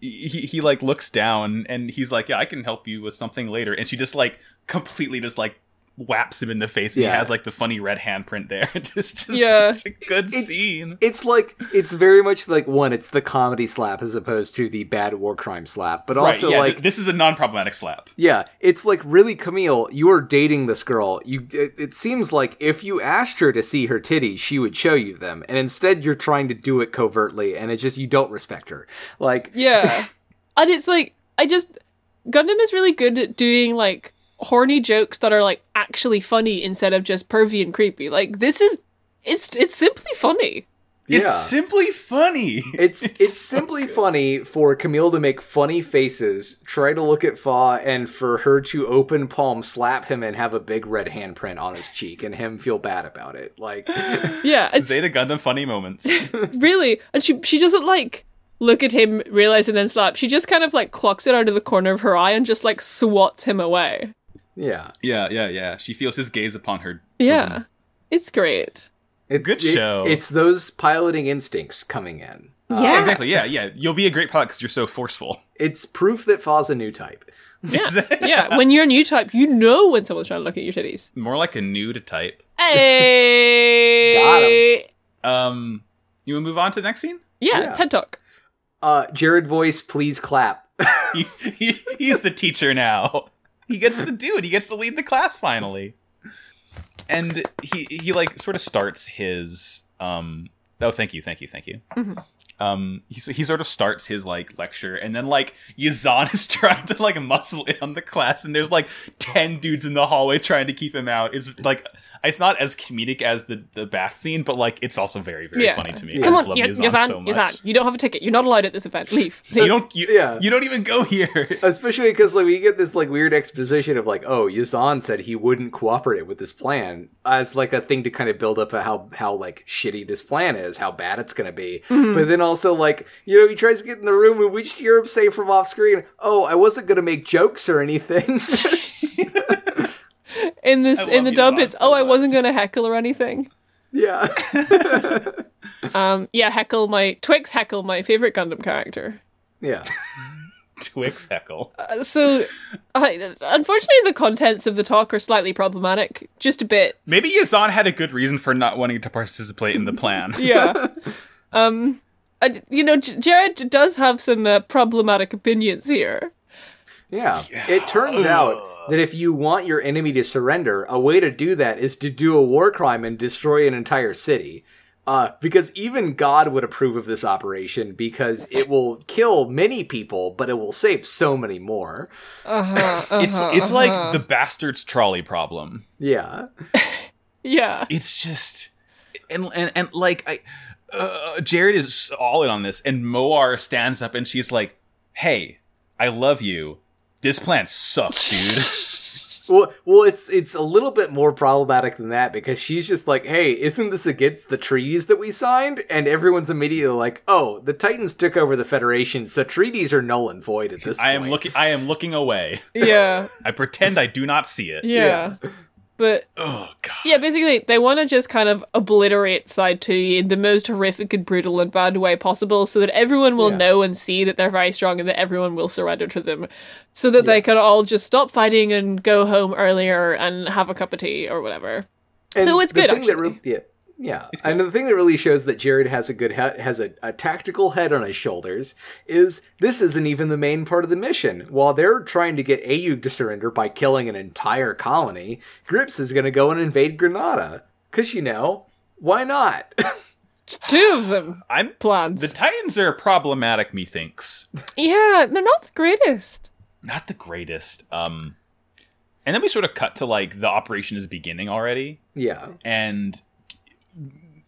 he he like looks down and he's like, "Yeah, I can help you with something later," and she just like completely just like whaps him in the face. and He
Yeah.
has like the funny red handprint there. *laughs* just just
Yeah.
such a good
It's-
scene.
it's like it's very much like one. It's the comedy slap as opposed to the bad war crime slap, but also
right, yeah,
like
th- this is a non-problematic slap.
Yeah, it's like really Camille, you are dating this girl. You it, it seems like if you asked her to see her titties, she would show you them. And instead you're trying to do it covertly and it's just you don't respect her. Like
Yeah. *laughs* and it's like I just Gundam is really good at doing like horny jokes that are like actually funny instead of just pervy and creepy. Like this is it's it's simply funny.
Yeah.
It's simply funny. *laughs*
it's it's,
so
simply
good.
funny for Camille to make funny faces, try to look at Fa and for her to open palm slap him and have a big red handprint on his cheek and him feel bad about it. Like
Yeah. And
Zeta Gundam funny *laughs* moments.
really and she she doesn't like look at him, realize and then slap. She just kind of like clocks it out of the corner of her eye and just like swats him away.
yeah.
yeah, yeah, yeah. She feels his gaze upon her.
Yeah. It's great.
It's
Good
it-
show.
it's those piloting instincts coming in. Uh,
Yeah.
Exactly. Yeah, yeah. You'll be a great pilot because you're so forceful.
it's proof that Fa's a new type.
Yeah. yeah. When you're a new type, you know when someone's trying to look at your titties.
*laughs* More like a nude type.
Hey.
Got
Um, you want to move on to the next scene?
Yeah,
Yeah.
TED Talk.
Uh, Jared voice, please clap. *laughs*
*laughs* He's he, he's the teacher now. He gets to do it. He gets to lead the class finally. And he he like sort of starts his um. Oh, thank you, thank you, thank you.
Mhm.
Um, he so he sort of starts his like lecture, and then like Yazan is *laughs* trying to like muscle in on the class, and there's like ten dudes in the hallway trying to keep him out. It's like it's not as comedic as the the bath scene, but like it's also very very
Yeah.
funny to me. I
Come
just
on,
love
Yazan, Yazan,
so much.
Yazan. You don't have a ticket. You're not allowed at this event. Leave.
*laughs* You
Leave.
don't. You,
Yeah.
you don't even go here. *laughs*
Especially because like we get this like weird exposition of like, oh, Yazan said he wouldn't cooperate with this plan as like a thing to kind of build up how how like shitty this plan is, how bad it's gonna be. But then also like, you know, he tries to get in the room and we just hear him say from off screen, "Oh, I wasn't gonna make jokes or anything." *laughs*
In this,
I
in
love
the
Yazan
dub, it's
so
oh, I
much."
wasn't gonna heckle or anything.
yeah, *laughs*
Um, yeah, heckle my Twix, heckle my favorite Gundam character.
yeah,
Twix heckle.
Uh, so, I, unfortunately, the contents of the talk are slightly problematic, just a
*laughs*
bit.
Maybe Yazan had a good reason for not wanting to participate in the *laughs* plan.
Yeah. um, I, you know, J- Jared does have some uh, problematic opinions here.
yeah. It turns out that if you want your enemy to surrender, a way to do that is to do a war crime and destroy an entire city. Uh, because even God would approve of this operation because it will kill many people, but it will save so many more.
*laughs*
it's
uh-huh,
it's like the bastards trolley problem.
Yeah.
yeah.
It's just and and and like I, uh, Jared is all in on this, and Moar stands up and she's like, "Hey, I love you. This plan sucks, dude."
Well, well, it's it's a little bit more problematic than that because she's just like, "Hey, isn't this against the treaties that we signed?" And everyone's immediately like, "Oh, the Titans took over the Federation, so treaties are null and void at
*laughs*
this
I
point."
am looking. I am looking away.
Yeah.
I pretend I do not see
*laughs*
it.
Yeah. But
Oh god.
yeah, basically they want to just kind of obliterate side 2 in the most horrific and brutal and bad way possible so that everyone will
Yeah.
know and see that they're very strong and that everyone will surrender to them so that they can all just stop fighting and go home earlier and have a cup of tea or whatever.
And
So it's
the
good,
thing that
actually.
re- yeah, yeah. And the thing that really shows that Jared has a good head, has a, a tactical head on his shoulders is this isn't even the main part of the mission. While they're trying to get Ayug to surrender by killing an entire colony, Grips is going to go and invade Granada because you know why not? *laughs*
Two of them
I'm.
plans.
The Titans are problematic, methinks.
yeah, they're not the greatest.
Not the greatest. Um, and then we sort of cut to like the operation is beginning already,
yeah. Oh,
and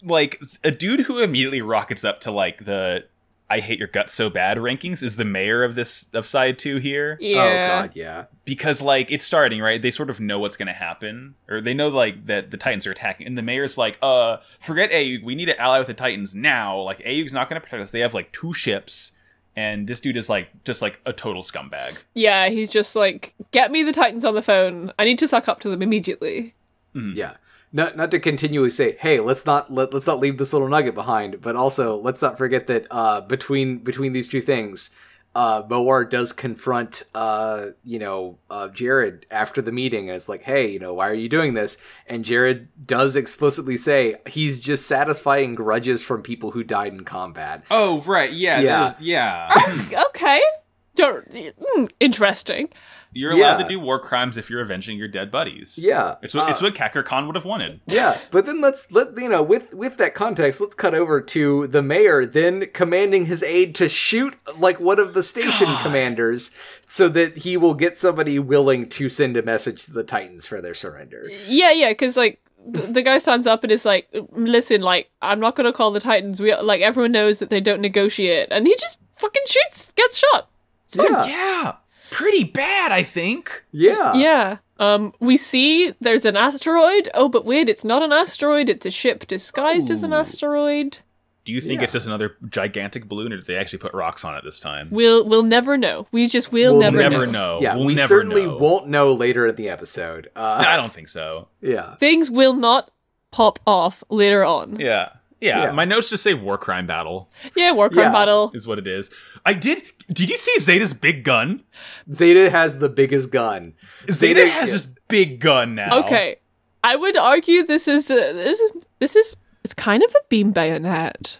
like a dude who immediately rockets up to like the "I hate your guts so bad" rankings is the mayor of this of side two here.
Yeah.
Oh god, yeah.
because like it's starting right they sort of know what's going to happen or they know like that the titans are attacking and the mayor's like uh forget ayug we need to ally with the titans now like ayug's not going to protect us they have like two ships and this dude is like just like a total scumbag
Yeah, he's just like, get me the Titans on the phone. I need to suck up to them immediately.
Yeah. Not not to continually say, hey, let's not let, let's not leave this little nugget behind, but also let's not forget that uh, between between these two things, uh, Moar does confront uh, you know uh, Jared after the meeting and it's like, hey, you know, why are you doing this? And Jared does explicitly say he's just satisfying grudges from people who died in combat.
oh right yeah
Yeah.
yeah, yeah. *coughs*
okay. Don't, mm, interesting.
you're allowed
Yeah.
to do war crimes if you're avenging your dead buddies
Yeah,
it's what,
uh,
it's what Kakar Khan would have wanted
yeah but then let's let you know with with that context let's cut over to the mayor then commanding his aide to shoot like one of the station commanders so that he will get somebody willing to send a message to the titans for their surrender
Yeah, yeah, because like th- the guy stands up and is like, listen, like I'm not gonna call the Titans. We like everyone knows that they don't negotiate, and he just fucking shoots, gets shot.
yeah
yeah pretty bad i think
yeah
yeah. Um, we see there's an asteroid. Oh, but weird, it's not an asteroid. It's a ship disguised as an
Ooh.
asteroid.
do you think
Yeah.
it's just another gigantic balloon or did they actually put rocks on it this time
We'll we'll never know. We just will
We'll
never,
never
know.
know.
yeah
We'll
we
never
certainly
know.
won't know later in the episode uh
i don't think so
yeah
Things will not pop off later on.
Yeah. Yeah.
Yeah.
My notes just say war crime battle
Yeah, war crime
Yeah.
battle.
is what it is. I did did you see Zeta's big gun?
zeta has the biggest gun
Zeta,
Zeta-
has this big gun now.
Okay, I would argue this is uh, this is- this is it's kind of a beam bayonet.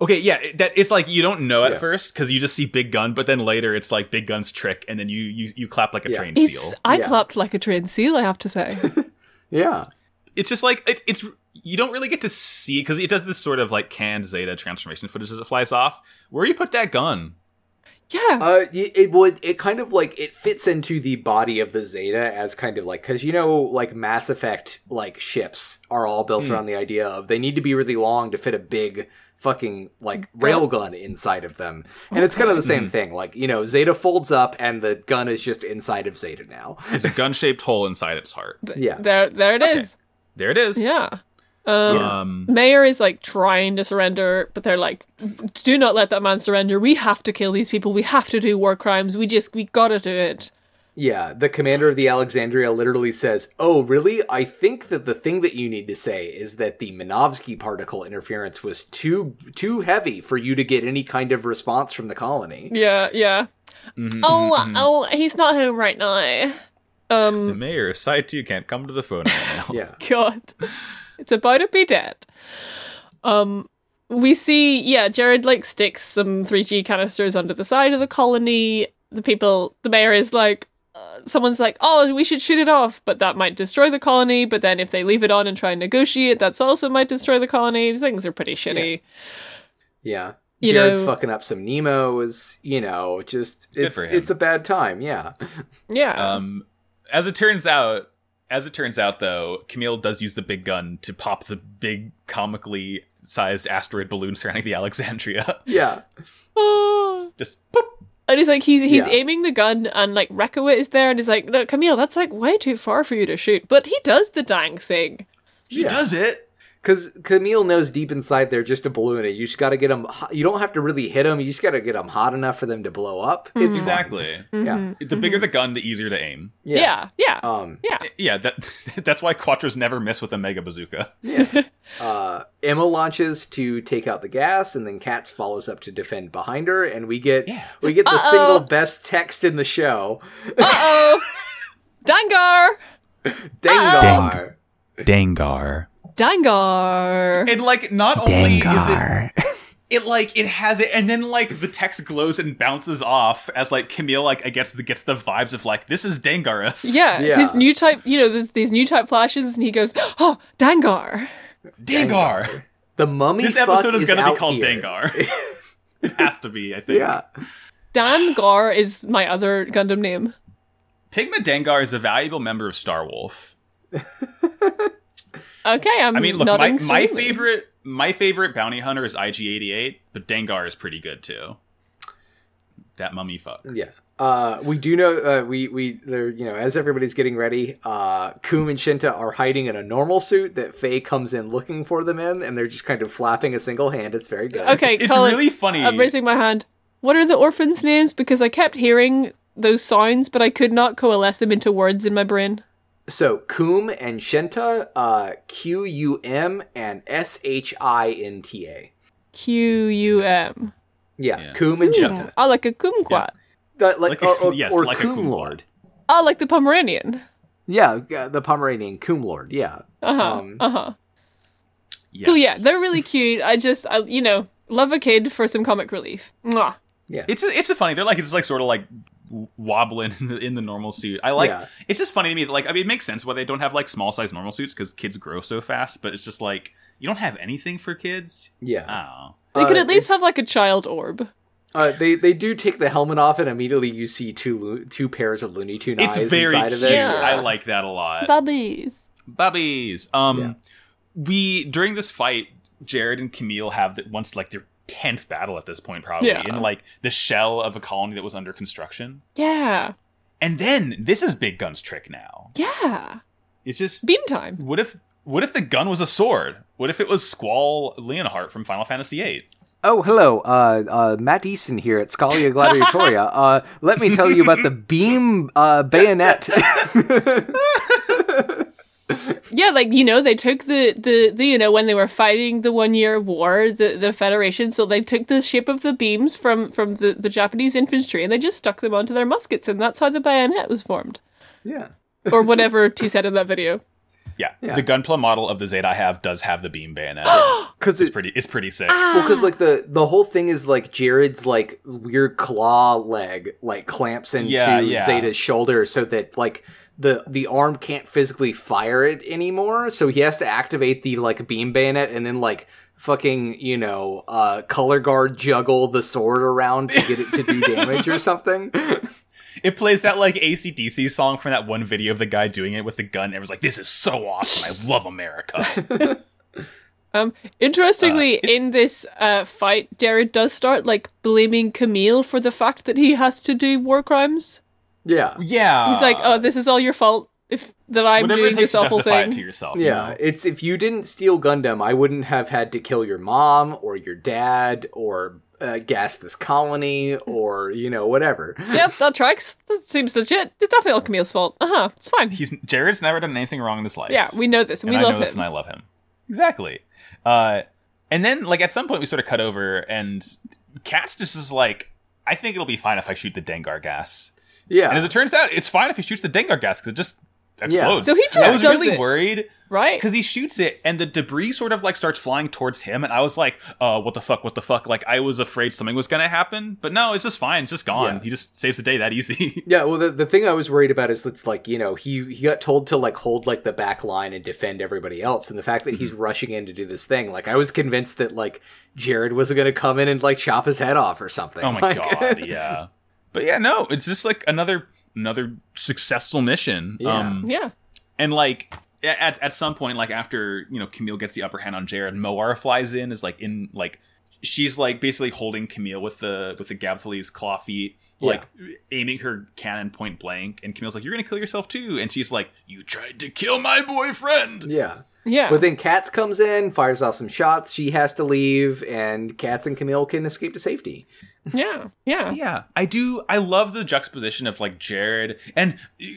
Okay, yeah, it- that it's like you don't know at
Yeah.
first cuz you just see big gun, but then later it's like big gun's trick and then you you you clap like a
Yeah.
trained
It's
seal.
I
Yeah.
clapped like a trained seal. I have to say.
*laughs* yeah
It's just like it, it's you don't really get to see cuz it does this sort of like canned Zeta transformation footage as it flies off. Where you put that gun?
Yeah,
Uh, y- it would. It kind of like it fits into the body of the Zeta as kind of like because you know like Mass Effect like ships are all built around the idea of they need to be really long to fit a big fucking like railgun inside of them, and it's kind of the same thing. Like you know Zeta folds up and the gun is just inside of Zeta now.
There's a gun-shaped hole inside its heart.
Yeah,
there there it is.
There it is.
Yeah. Um,
Um
Mayor is like trying to surrender, but they're like, "Do not let that man surrender. We have to kill these people. We have to do war crimes. We just we gotta do it."
yeah. The commander of the Alexandria literally says, "Oh, really? I think that the thing that you need to say is that the Minovsky particle interference was too too heavy for you to get any kind of response from the colony."
Yeah, yeah. Oh, oh, he's not home right now.
the
Um,
mayor of side 2 can't come to the phone right now.
Yeah.
God, it's about to be dead. Um, we see, yeah, Jared like sticks some 3G canisters under the side of the colony. The people, the mayor is like, uh, someone's like, "Oh, we should shoot it off," but that might destroy the colony. But then if they leave it on and try and negotiate, that's also might destroy the colony. Things are pretty shitty.
Yeah.
You
Jared's
know-
fucking up some Nemo's, you know, just it's
for him.
it's a bad time, yeah.
*laughs* Yeah,
Um, as it turns out, as it turns out, though, Camille does use the big gun to pop the big, comically sized asteroid balloon surrounding the Alexandria.
Yeah. *laughs*
Ah.
Just poof.
and he's like, he's he's
Yeah.
aiming the gun, and like Rekowit is there, and he's like, "No, Camille, that's like way too far for you to shoot." But he does the dang thing.
He
Yeah.
does it.
Cuz Camille knows deep inside they're just a balloon and you just got to get them you don't have to really hit them, you just got to get them hot enough for them to blow up. It's fine.
Mm-hmm. Exactly.
Yeah.
The bigger the gun, the easier to aim.
Yeah, Mm-hmm. yeah, yeah.
Um
Yeah, that *laughs* that's why Quattros never miss with a mega bazooka.
uh, Emma launches to take out the gas, and then Katz follows up to defend behind her, and we get we get the
Uh-oh.
single best text in the show.
uh oh, Dangar,
Dangar.
Dangar.
Dangar.
And like
Oh,
not only is it
Dangar.
it like it has it and then like the text glows and bounces off as like Camille like I guess the, gets the vibes of like this is Dangarus.
Yeah,
Yeah.
his new type. You know, there's these new type flashes, and he goes, "Oh, Dangar."
Dangar.
The mummy.
This episode
fuck
is going to
out
be called
here. *laughs*
Dangar. it has to be, I think.
Yeah,
Dan Gar is my other Gundam name.
Pigma Dangar is a valuable member of Starwolf.
Okay, I'm.
I mean, look, my,
nodding slowly.
my favorite my favorite bounty hunter is IG88, but Dangar is pretty good too. That mummy fuck.
yeah. Uh, we do know uh, we we there. You know, as everybody's getting ready, uh, Kum and Shinta are hiding in a normal suit that Faye comes in looking for them in, and they're just kind of flapping a single hand. It's very good.
Okay,
It's
Colin,
really funny.
I'm raising my hand. What are the orphans' names? Because I kept hearing those sounds, but I could not coalesce them into words in my brain.
So Kum and Shenta, uh, Q U M and S H I N T A.
Q U M.
Yeah,
Yeah.
Coom and Jenta.
I like a kumquat.
That- like,
Like a-
or, or,
yes,
or
like a
Coom
Coom
Lord.
I like the Pomeranian.
Yeah, yeah, the Pomeranian Coom Lord. Yeah.
Uh huh.
Um,
uh huh.
Yes.
Cool. Yeah, they're really cute. I just, I, you know, love a kid for some comic relief. Mwah.
It's a, it's a funny. They're like it's like sort of like w- wobbling *laughs* in the, in the normal suit. I like
Yeah.
it's just funny to me that like I mean it makes sense why they don't have like small size normal suits because kids grow so fast. But it's just like you don't have anything for kids.
Yeah.
Oh,
They could
Uh,
at least
it's-
have like a child orb.
Uh, they they do take the helmet off, and immediately you see two lo- two pairs of Looney Tune
it's
eyes
very
inside
cute.
of it.
Yeah.
I like that a
Uh,
lot.
Bubbies.
Bubbies. Um,
Yeah.
we during this fight, Jared and Camille have the, once like their tenth battle at this point, probably
Yeah.
in like the shell of a colony that was under construction.
Yeah.
And then this is Big Gun's trick. Now
Yeah.
it's just
Beam time.
What if what if the gun was a sword? What if it was Squall Leonhardt from Final Fantasy VIII?
Oh, hello, uh, uh, Matt Easton here at Scalia Gladiatoria. uh, let me tell you about *laughs* the beam uh, *laughs* bayonet.
Yeah, like you know, they took the, the the you know when they were fighting the one year war, the the Federation. So they took the shape of the beams from from the the Japanese infantry, and they just stuck them onto their muskets, and that's how the bayonet was formed,
yeah.
or whatever T said in that video.
Yeah.
Yeah.
The gunpla model of the Zeta I have does have the beam bayonet.
*gasps* Because
it's pretty it's pretty sick.
Well, because like the the whole thing is like Jared's like weird claw leg like clamps into
Yeah, yeah.
Zeta's shoulder so that like the the arm can't physically fire it anymore. So he has to activate the like beam bayonet and then like fucking you know uh color guard juggle the sword around to get it
*laughs*
to do damage or something.
It plays that like ACDC song from that one video of the guy doing it with the gun. Everyone's like, this is so awesome. I love America.
Um, interestingly, in this uh, fight, Jared does start like blaming Camille for the fact that he has to do war crimes.
Yeah.
yeah.
He's like, "Oh, this is all your fault if that I'm
Uh, Whatever
doing
it
this
takes to
awful
justify
thing."
it to yourself. you
Yeah,
know?
it's if you didn't steal Gundam, I wouldn't have had to kill your mom or your dad or uh, gas this colony or you know whatever.
yep, that tracks. That seems legit. It's definitely all Camille's fault. Uh huh. It's fine.
He's Jared's never done anything wrong in his life.
Yeah, we know this, and,
and
we
I
love
know this
him.
and I love him. Exactly. Uh, and then like at some point we sort of cut over and Katz just is like, I think it'll be fine if I shoot the Dengar gas.
Yeah,
And as it turns out, it's fine if he shoots the Dengar gas because it just explodes.
So he just
I was
does
really
it.
worried
right?
because he shoots it and the debris sort of like starts flying towards him, and I was like, "Uh, what the fuck? What the fuck?" Like I was afraid something was gonna happen, but no, it's just fine. It's just gone.
Yeah.
He just saves the day that easy. *laughs*
Yeah, well, the, the thing I was worried about is it's like you know he he got told to like hold like the back line and defend everybody else, and the fact that he's
Mm-hmm.
rushing in to do this thing, like I was convinced that like Jared was going to come in and like chop his head off or something.
oh my
Like-
god, yeah. But yeah, no, it's just like another another successful mission.
Yeah.
Um,
yeah.
and like a- at at some point, like after you know Camille gets the upper hand on Jared, Moara flies in is like in like she's like basically holding Camille with the with the Gabthalie's claw feet, like aiming her cannon point blank, and Camille's like, "You're gonna kill yourself too," and she's like, "You tried to kill my boyfriend."
*laughs* yeah.
Yeah.
But then Katz comes in, fires off some shots. She has to leave, and Katz and Camille can escape to safety.
yeah. Yeah.
Yeah, I do. I love the juxtaposition of like Jared, and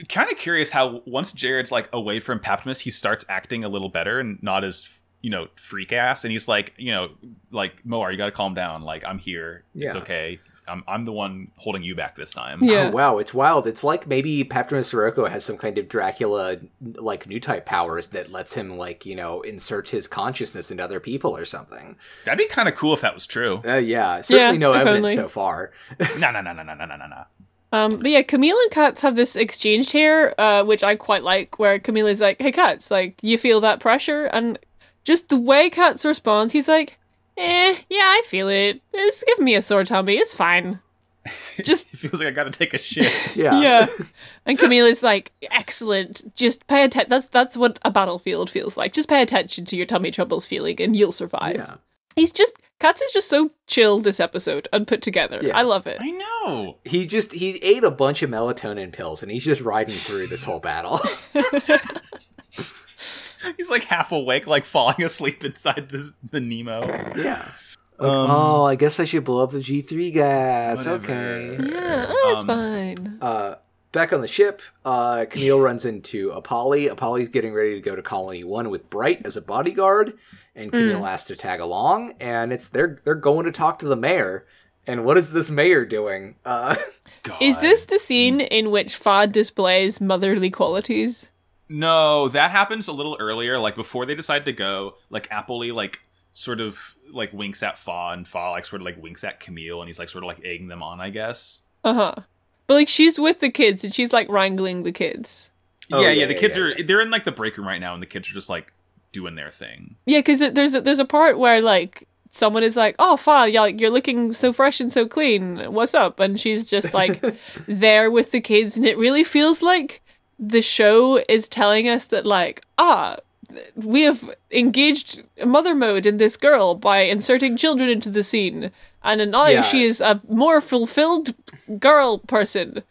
kind of curious how once Jared's like away from Paptimus, he starts acting a little better and not as you know freak ass, and he's like, you know, like Moar, you got to calm down. Like I'm here. It's
Yeah.
okay. I'm I'm the one holding you back this time.
Yeah.
Oh, wow, it's wild. It's like maybe Paptimus Sirocco has some kind of Dracula like new type powers that lets him like, you know, insert his consciousness into other people or something.
That'd be kind of cool if that was
*laughs*
true. *laughs*
Uh, yeah, certainly no
if
evidence
only.
so far.
No, no, no, no, no, no, no, no.
Um, but yeah, Camille and Katz have this exchange here, uh, which I quite like, where Camille is like, "Hey, Katz, like you feel that pressure?" And just the way Katz responds, he's like, "Eh, yeah, I feel it. It's giving me a sore tummy. It's
*laughs*
fine." Just
It feels like I got to take a shit.
Yeah.
yeah. And Camille is like, "Excellent. Just pay attention. That's that's what a battlefield feels like. Just pay attention to your tummy troubles feeling, and you'll survive."
Yeah.
He's just Katz is just so chill this episode and put together.
Yeah.
I love it.
I know.
He just he ate a bunch of melatonin pills and he's just riding through this whole battle. *laughs*
He's like half awake, like falling *laughs* asleep inside this the Nemo.
yeah. Like,
Um,
oh, I guess I should blow up the G3 gas.
Whatever.
Okay.
Yeah, oh, it's
Um,
fine.
Uh, back on the ship, uh, Camille runs into Apolly. Apolly's getting ready to go to Colony One with Bright as a bodyguard, and Camille has to tag along. And it's they're they're going to talk to the mayor. And what is this mayor doing? Uh,
God.
Is this the scene in which Fad displays motherly qualities?
No, that happens a little earlier, like before they decide to go. Like Appley, like sort of like winks at Fa, and Fa like sort of like winks at Camille, and he's like sort of like egging them on, I guess.
Uh huh. But like she's with the kids and she's like wrangling the kids.
Oh,
yeah, yeah,
yeah,
The
yeah,
kids
yeah,
are they're in like the break room right now, and the kids are just like doing their thing.
Yeah, because there's a, there's a part where like someone is like, "Oh, Fad, you're, like, you're looking so fresh and so clean. What's up?" And she's just like there with the kids, and it really feels like the show is telling us that like ah. th- We have engaged mother mode in this girl by inserting children into the scene, and now
Yeah.
she is a more fulfilled girl person.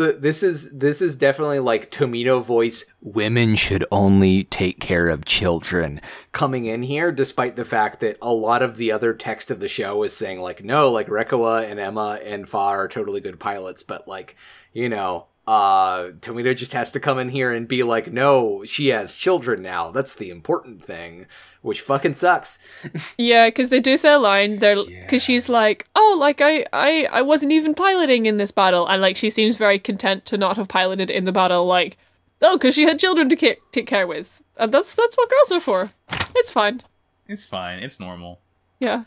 uh, this is this is definitely like Tomino voice
Women should only take care of children.
coming in here, despite the fact that a lot of the other text of the show is saying like, no, like Rekawa and Emma and Fa are totally good pilots, but like, you know, uh, Tomito just has to come in here and be like, no, she has children now. That's the important thing, which fucking sucks. *sighs*
Yeah, because they do say a line there, because she's like, "Oh, like I, I, I wasn't even piloting in this battle," and like she seems very content to not have piloted in the battle, like, oh, because she had children to ca- take care with, and that's that's what girls are for. It's fine.
It's fine. It's normal.
Yeah.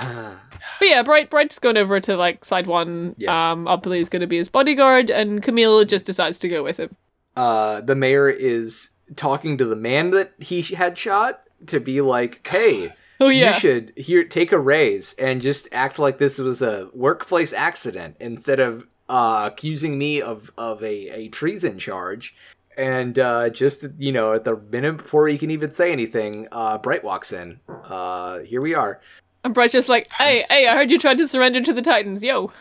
but yeah, Bright Bright's going over to like side one.
Yeah.
Um, Uppily is going to be his bodyguard, and Camille just decides to go with him.
Uh, the mayor is talking to the man that he had shot to be like, hey,
Oh yeah.
You should here take a raise and just act like this was a workplace accident instead of uh, accusing me of of a, a treason charge. And uh, just you know, at the minute before he can even say anything, uh, Bright walks in. Uh, here we are.
and Bright's just like, "Hey, hey, I heard you tried to surrender to the Titans, yo."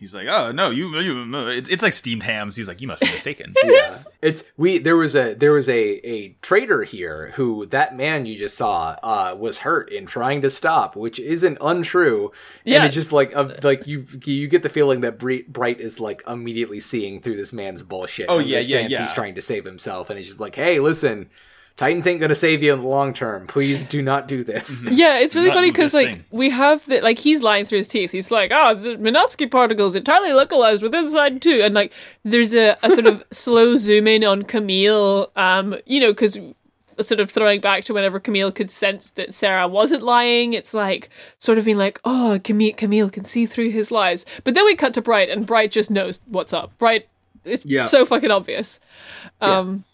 He's like, oh no, you, you, no," it's, it's like steamed hams. He's like, you must be
*laughs*
mistaken.
Yeah. *laughs* It's we there was a there was a a traitor here who that man you just saw uh was hurt in trying to stop, which isn't untrue.
Yeah.
And it's just like of like you you get the feeling that Bre- Bright is like immediately seeing through this man's bullshit.
Oh,
and
yeah, yeah,
understands
yeah.
He's trying to save himself, and he's just like, hey, listen. Titans ain't gonna save you in the long term. Please do not do this.
Mm-hmm.
Yeah, it's really
Not
funny
move
because
this
like
thing.
we have the like he's lying through his teeth. He's like, ah, the Minovsky particles entirely localized within side two, and like there's a, a
*laughs*
sort of slow zoom in on Camille, um, you know, because sort of throwing back to whenever Camille could sense that Sarah wasn't lying. It's like sort of being like, oh, Camille, Camille can see through his lies. But then we cut to Bright, and Bright just knows what's up. Bright, it's
Yeah.
so fucking obvious. Um,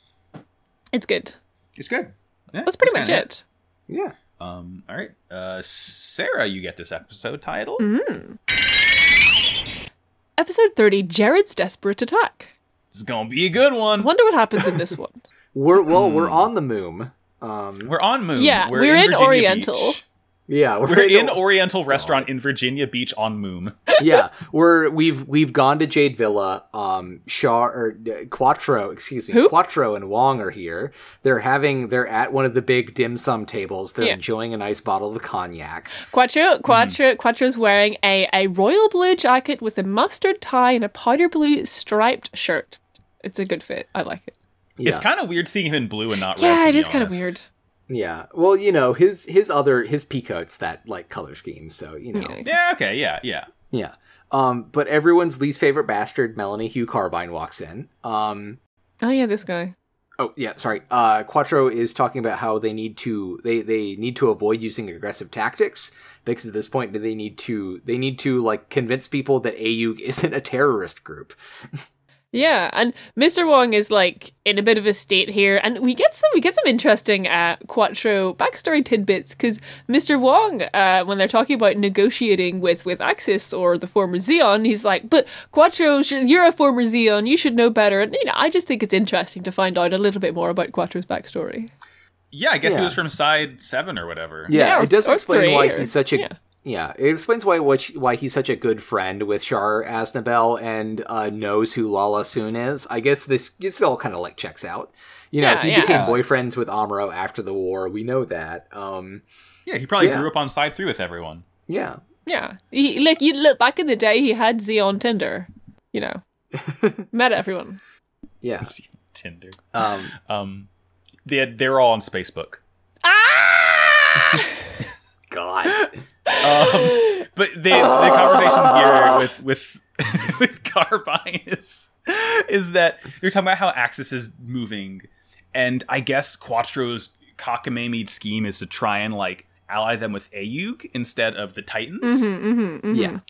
it's good.
It's good. Yeah,
That's pretty much
kinda
it.
*laughs* yeah.
Um, all right, uh, Sarah, you get this episode title.
Mm-hmm. Episode 30 Jared's Desperate Attack.
It's gonna be a good
I
one.
wonder what happens in this one.
We're well, we're
Hmm.
on the moon. Um,
We're on Moon.
Yeah,
we're,
we're in
Virginia
Oriental.
Beach.
yeah,
We're in Oriental Restaurant in Virginia Beach on Moon.
yeah, we're we've we've gone to Jade Villa. Um, Shaw or uh, Quattro, excuse me,
Who?
Quattro and Wong are here. They're having they're at one of the big dim sum tables. They're
Yeah.
enjoying a nice bottle of cognac.
*laughs* Quattro, Quattro, Quattro's wearing a, a royal blue jacket with a mustard tie and a powder blue striped shirt. It's a good fit. I like it.
It's kind of weird seeing him in blue and not red.
yeah,
to
it
be
is kind of
honest.
weird.
Yeah, well, you know his his other his peacoat's that like color scheme, so you know
Yeah.
Yeah. Okay. Yeah. Yeah.
Yeah. Um, but everyone's least favorite bastard, Melanie Hugh Carbine, walks in. Um,
Oh yeah, this guy.
oh yeah, sorry. Uh, Quattro is talking about how they need to they they need to avoid using aggressive tactics because at this point they need to they need to like convince people that AU *laughs* isn't a terrorist group.
Yeah, and Mr. Wong is like in a bit of a state here, and we get some we get some interesting uh, Quattro backstory tidbits because Mr. Wong, uh, when they're talking about negotiating with with Axis or the former Xeon, he's like, "But Quattro, sh- you're a former Xeon, you should know better." And you know, I just think it's interesting to find out a little bit more about Quattro's backstory.
Yeah. I guess
Yeah.
he was from side seven or whatever.
Yeah,
Yeah, or-
it does
or
explain
three,
why
or-
he's such a
yeah.
yeah. it explains why what she- why he's such a good friend with Shar Asnabel and uh, knows who Lala Soon is. I guess this this all kind of like checks out. You know,
Yeah,
he
yeah.
became
Yeah.
boyfriends with Amuro after the war. We know that. Um,
Yeah. He probably
Yeah.
grew up on side three with everyone.
yeah,
Yeah, he, like you look back in the day, he had Xeon Tinder, you know, met everyone.
yeah.
Tinder.
Um,
Um, they they're all on Spacebook.
Ah!
God,
Um, but the the conversation here with *laughs* with with Carbine is is that you're talking about how Axis is moving, and I guess Quattro's cockamamie scheme is to try and like ally them with Ayug instead of the Titans.
Mm-hmm.
yeah,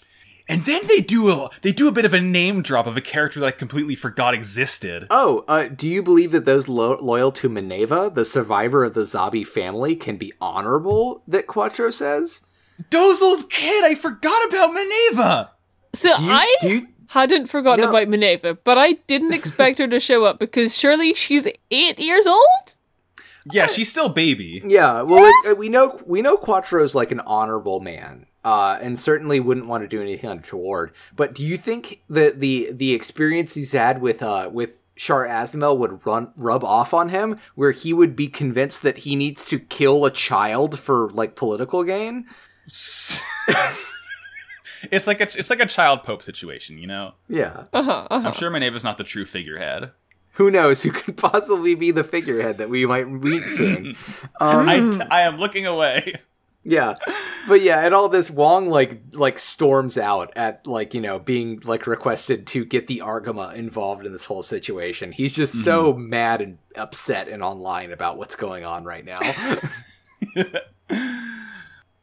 And then they do a they do a bit of a name drop of a character that I completely forgot existed.
Oh, uh, do you believe that those lo- loyal to Minerva, the survivor of the Zabi family, can be honorable? That Quattro says.
Dozel's kid, I forgot about Minerva.
So
Do you,
I
do you
hadn't forgotten
No.
about Minerva, but I didn't expect her to show up because surely she's eight years old.
Yeah, she's still
*laughs*
baby. *laughs*
Yeah, well, it, uh, we know we know Quattro's like an honorable man, uh, and certainly wouldn't want to do anything untoward. But do you think that the the experience he's had with uh with Shar Azmel would run rub off on him, where he would be convinced that he needs to kill a child for like political gain?
It's like a it's like a child pope situation, you know.
Yeah,
Uh huh. Uh huh.
I'm sure Minerva's not the true figurehead.
who knows who could possibly be the figurehead that we might
*laughs*
meet soon?
Mm.
Um,
I, t- I am looking away. *laughs*
Yeah. But yeah, and all this Wong like like storms out at like, you know, being like requested to get the Argama involved in this whole situation. He's just so
Mm-hmm.
mad and upset and online about what's going on right now. *laughs*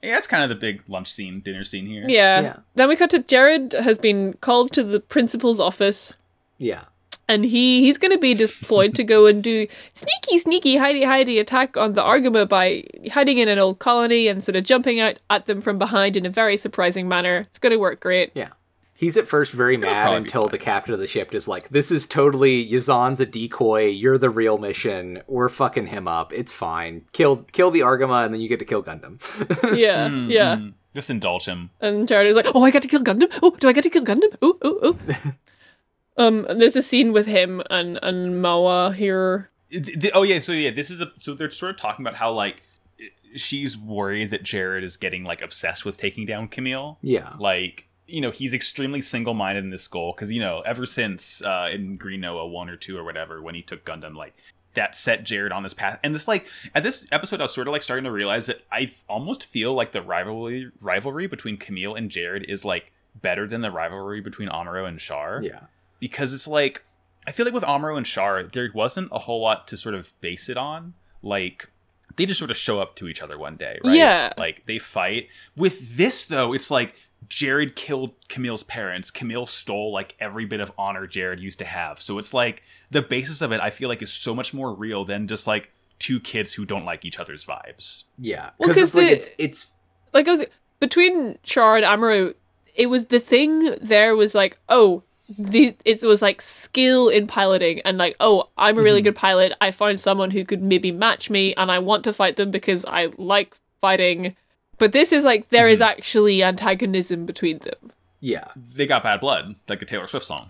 Yeah, that's kind of the big lunch scene, dinner scene here.
Yeah.
Yeah.
Then we cut to Jared has been called to the principal's office,
yeah.
and he he's going to be deployed to go and do sneaky, sneaky, hidey, hidey attack on the Argama by hiding in an old colony and sort of jumping out at them from behind in a very surprising manner. It's going to work great.
Yeah. He's at first very mad
probably be
until the captain of the ship is like, This is totally Yazan's a decoy, you're the real mission, we're fucking him up, it's fine. Kill kill the Argama and then you get to kill Gundam.
*laughs*
Yeah, yeah.
Mm, Just indulge him.
And Jared is like, "Oh, I got to kill Gundam. Oh, do I get to kill Gundam? Oh, oh, oh." um, and there's a scene with him and and Mawa here.
Th- th- oh yeah, so yeah, this is the so they're sort of talking about how like she's worried that Jared is getting like obsessed with taking down Camille.
yeah.
Like you know he's extremely single-minded in this goal because you know ever since uh, in Green Noah one or two or whatever when he took Gundam like that set Jared on this path. And it's like at this episode, I was sort of like starting to realize that I f- almost feel like the rivalry rivalry between Camille and Jared is like better than the rivalry between Amuro and Shar
Yeah.
because it's like I feel like with Amuro and Shar, there wasn't a whole lot to sort of base it on. Like they just sort of show up to each other one day, right?
Yeah.
Like they fight. With this though, it's like Jared killed Camille's parents. Camille stole like every bit of honor Jared used to have. So it's like the basis of it I feel like is so much more real than just like two kids who don't like each other's vibes.
Yeah.
Well,
Because
'cause
it's like
the-
it's it's
like I was between Char and Amuro, it was the thing there was like, oh, the it was like skill in piloting and like, oh, I'm a really good pilot. I find someone who could maybe match me and I want to fight them because I like fighting. But this is like there is actually antagonism between them.
yeah.
They got bad blood, like the Taylor
*laughs*
Swift song.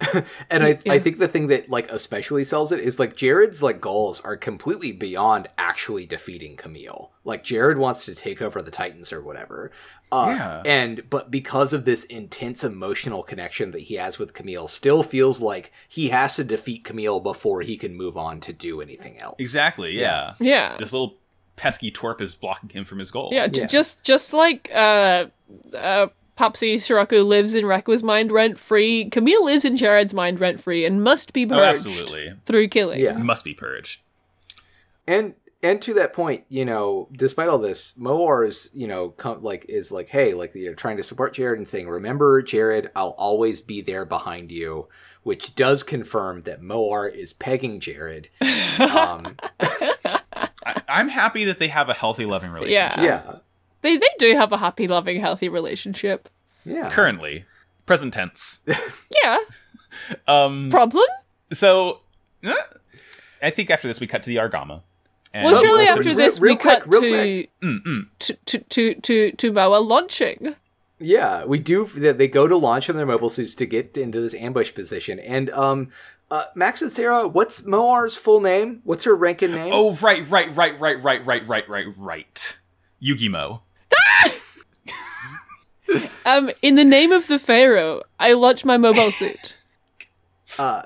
And I, I
Yeah.
think the thing that like especially sells it is like Jared's like goals are completely beyond actually defeating Camille. Like Jared wants to take over the Titans or whatever. Uh,
Yeah.
And but because of this intense emotional connection that he has with Camille, still feels like he has to defeat Camille before he can move on to do anything else.
exactly, yeah.
Yeah.
This little pesky twerp is blocking him from his goal.
Yeah, j-
Yeah.
just just like uh uh Popsy Scirocco lives in Rekwa's mind rent free. Camille lives in Jared's mind rent free and must be
Oh,
purged
absolutely.
through killing.
Yeah.
must be purged.
and and to that point you know despite all this moar is you know come like is like hey like you know trying to support jared and saying remember jared i'll always be there behind you which does confirm that moar is pegging jared um,
I, I'm happy that they have a healthy, loving relationship.
Yeah.
yeah
They they do have a happy, loving, healthy relationship.
yeah
Currently, present tense.
Yeah.
Um,
Problem?
so, eh, I think after this we cut to the Argama. And
Well,
Well,
surely
well,
after
real-
this
real
we cut
quick, real
to,
Mm, mm.
to to to to to Moa launching.
Yeah, we do. That they go to launch in their mobile suits to get into this ambush position. And um, uh, Max and Sarah, what's Moar's full name? What's her rank and name?
Oh, right, right, right, right, right, right, right, right, right. Yugimo.
Um, in the name of the Pharaoh, I launch my mobile suit.
uh,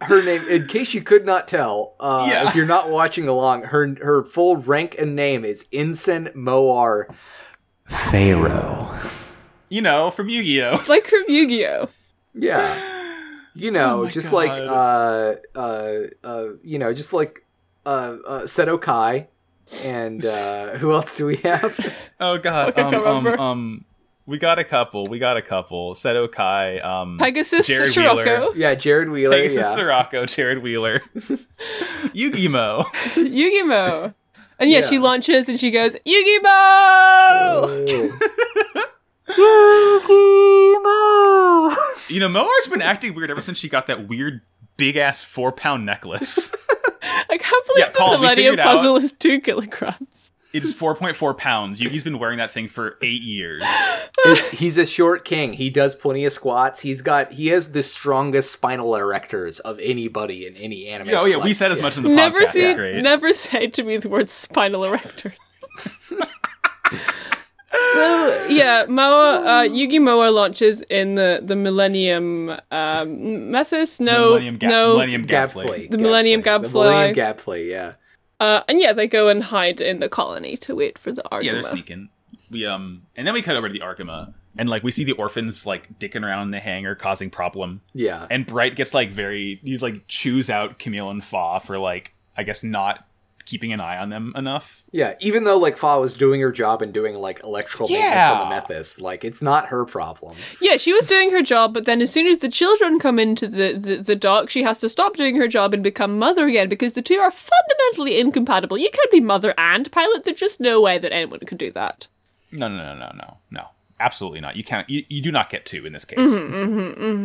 her name. In case you could not tell, uh,
Yeah.
if you're not watching along, her her full rank and name is Insen Moar.
Pharaoh.
You know, from Yu Gi Oh!
like from Yu-Gi-Oh!
Yeah, you know,
Oh my
just
God.
like uh, uh, uh, you know, just like uh, uh Seto Kai.
*laughs*
And uh, who else do we have?
*laughs* Oh, God.
Okay, I
Um,
can't
um,
remember.
um, we got a couple. We got a couple. Seto Kai. Um,
Pegasus
Jared
Scirocco.
yeah, Jared Wheeler.
Pegasus
yeah.
Sirocco,
*laughs*
Jared Wheeler, Yugimo.
Yugimo. And yeah,
Yeah.
she launches and she goes, Yugimo!
*laughs*
Yukimo!
You know, Moar's been acting weird ever since she got that weird big ass four pound necklace.
I can't believe
Uh, Yeah, Paul, we
the Millennium
figured out-
Puzzle is two kilograms.
It's 4.4 pounds. Yugi's been wearing that thing for eight years.
It's, he's a short king. He does plenty of squats. He's got he has the strongest spinal erectors of anybody in any anime.
Yeah, oh, yeah, we
Like,
said as
yeah.
much in the
Never
podcast. It's
say,
great.
never say to me the word spinal
*laughs*
erector. so yeah, Moa uh, Yugi Moa launches in the the Millennium um, Methus. No,
Millennium Gap.
no,
Millennium Gap.
Gapfly.
Flake.
The Millennium
The
Gapfly.
Millennium Gapfly, yeah.
Uh, and yeah, they go and hide in the colony to wait for the Argama.
Yeah, they're sneaking. We um, and then we cut over to the Arkema, and like we see the orphans like dicking around in the hangar, causing problem.
Yeah.
And Bright gets like very he's like chews out Camille and Fa for like I guess not keeping an eye on them enough.
Yeah. Even though like Fa was doing her job and doing like electrical
Yeah.
maintenance on the Methus, like it's not her problem.
Yeah, she was doing her job, but then as soon as the children come into the, the, the dock, she has to stop doing her job and become mother again because the two are fundamentally incompatible. You can't be mother and pilot. There's just no way that anyone can do that.
No, no, no, no, no, no. Absolutely not. You can't. You, you do not get two in this case.
Mm-hmm.
mm-hmm,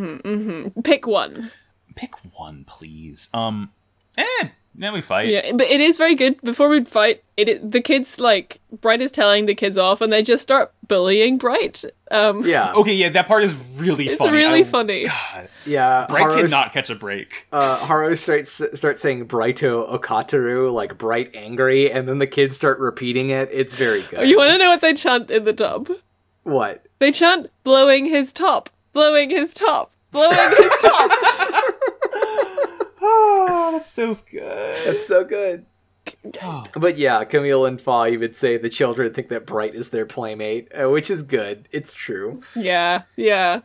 Pick one.
Pick one, please. Um, eh. Then we fight.
Yeah, but it is very good. Before we fight, it, it the kids like Bright is telling the kids off, and they just start bullying Bright. Um,
Yeah.
Okay, yeah, that part is really
*laughs* it's
funny.
really
I-
funny.
God,
Yeah.
Bright
Haru's-
cannot catch a break.
uh, Haro starts starts saying "Brighto Okataru" like bright angry, and then the kids start repeating it. It's very good.
You want to know what they chant in the dub?
what?
They chant blowing his
*laughs*
top, blowing his top, blowing his top.
Oh that's so good.
That's so good. But yeah, Camille and Fa even say the children think that Bright is their playmate, uh, which is good. It's true.
Yeah, yeah.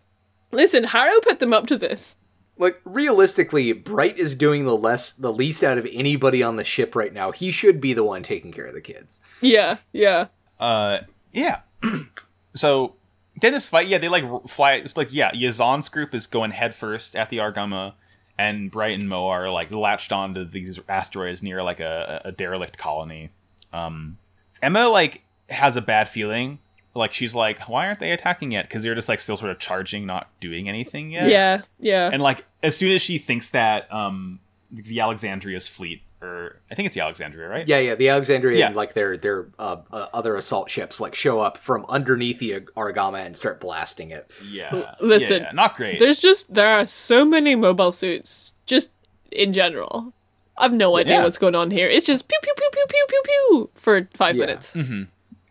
Listen, Harrow put them up to this.
Like realistically, Bright is doing the less the least out of anybody on the ship right now. He should be the one taking care of the kids.
Yeah, yeah.
Uh, yeah. *clears throat* so then this fight, yeah, they like r- fly. It's like yeah, Yazan's group is going headfirst at the Argama, and Bright and Mo are like latched onto these asteroids near like a, a derelict colony. Um, Emma like has a bad feeling. Like she's like, why aren't they attacking yet? Because they're just like still sort of charging, not doing anything yet.
Yeah, yeah.
And like as soon as she thinks that um the Alexandria's fleet, or I think it's the Alexandria, right?
Yeah, yeah. The Alexandria
Yeah.
and like their their uh, uh, other assault ships like show up from underneath the Argama and start blasting it.
Yeah.
listen,
Yeah, not great.
There's just there are so many mobile suits just in general. I've no idea
Yeah.
what's going on here. It's just pew pew pew pew pew pew pew for five
Yeah.
minutes.
hmm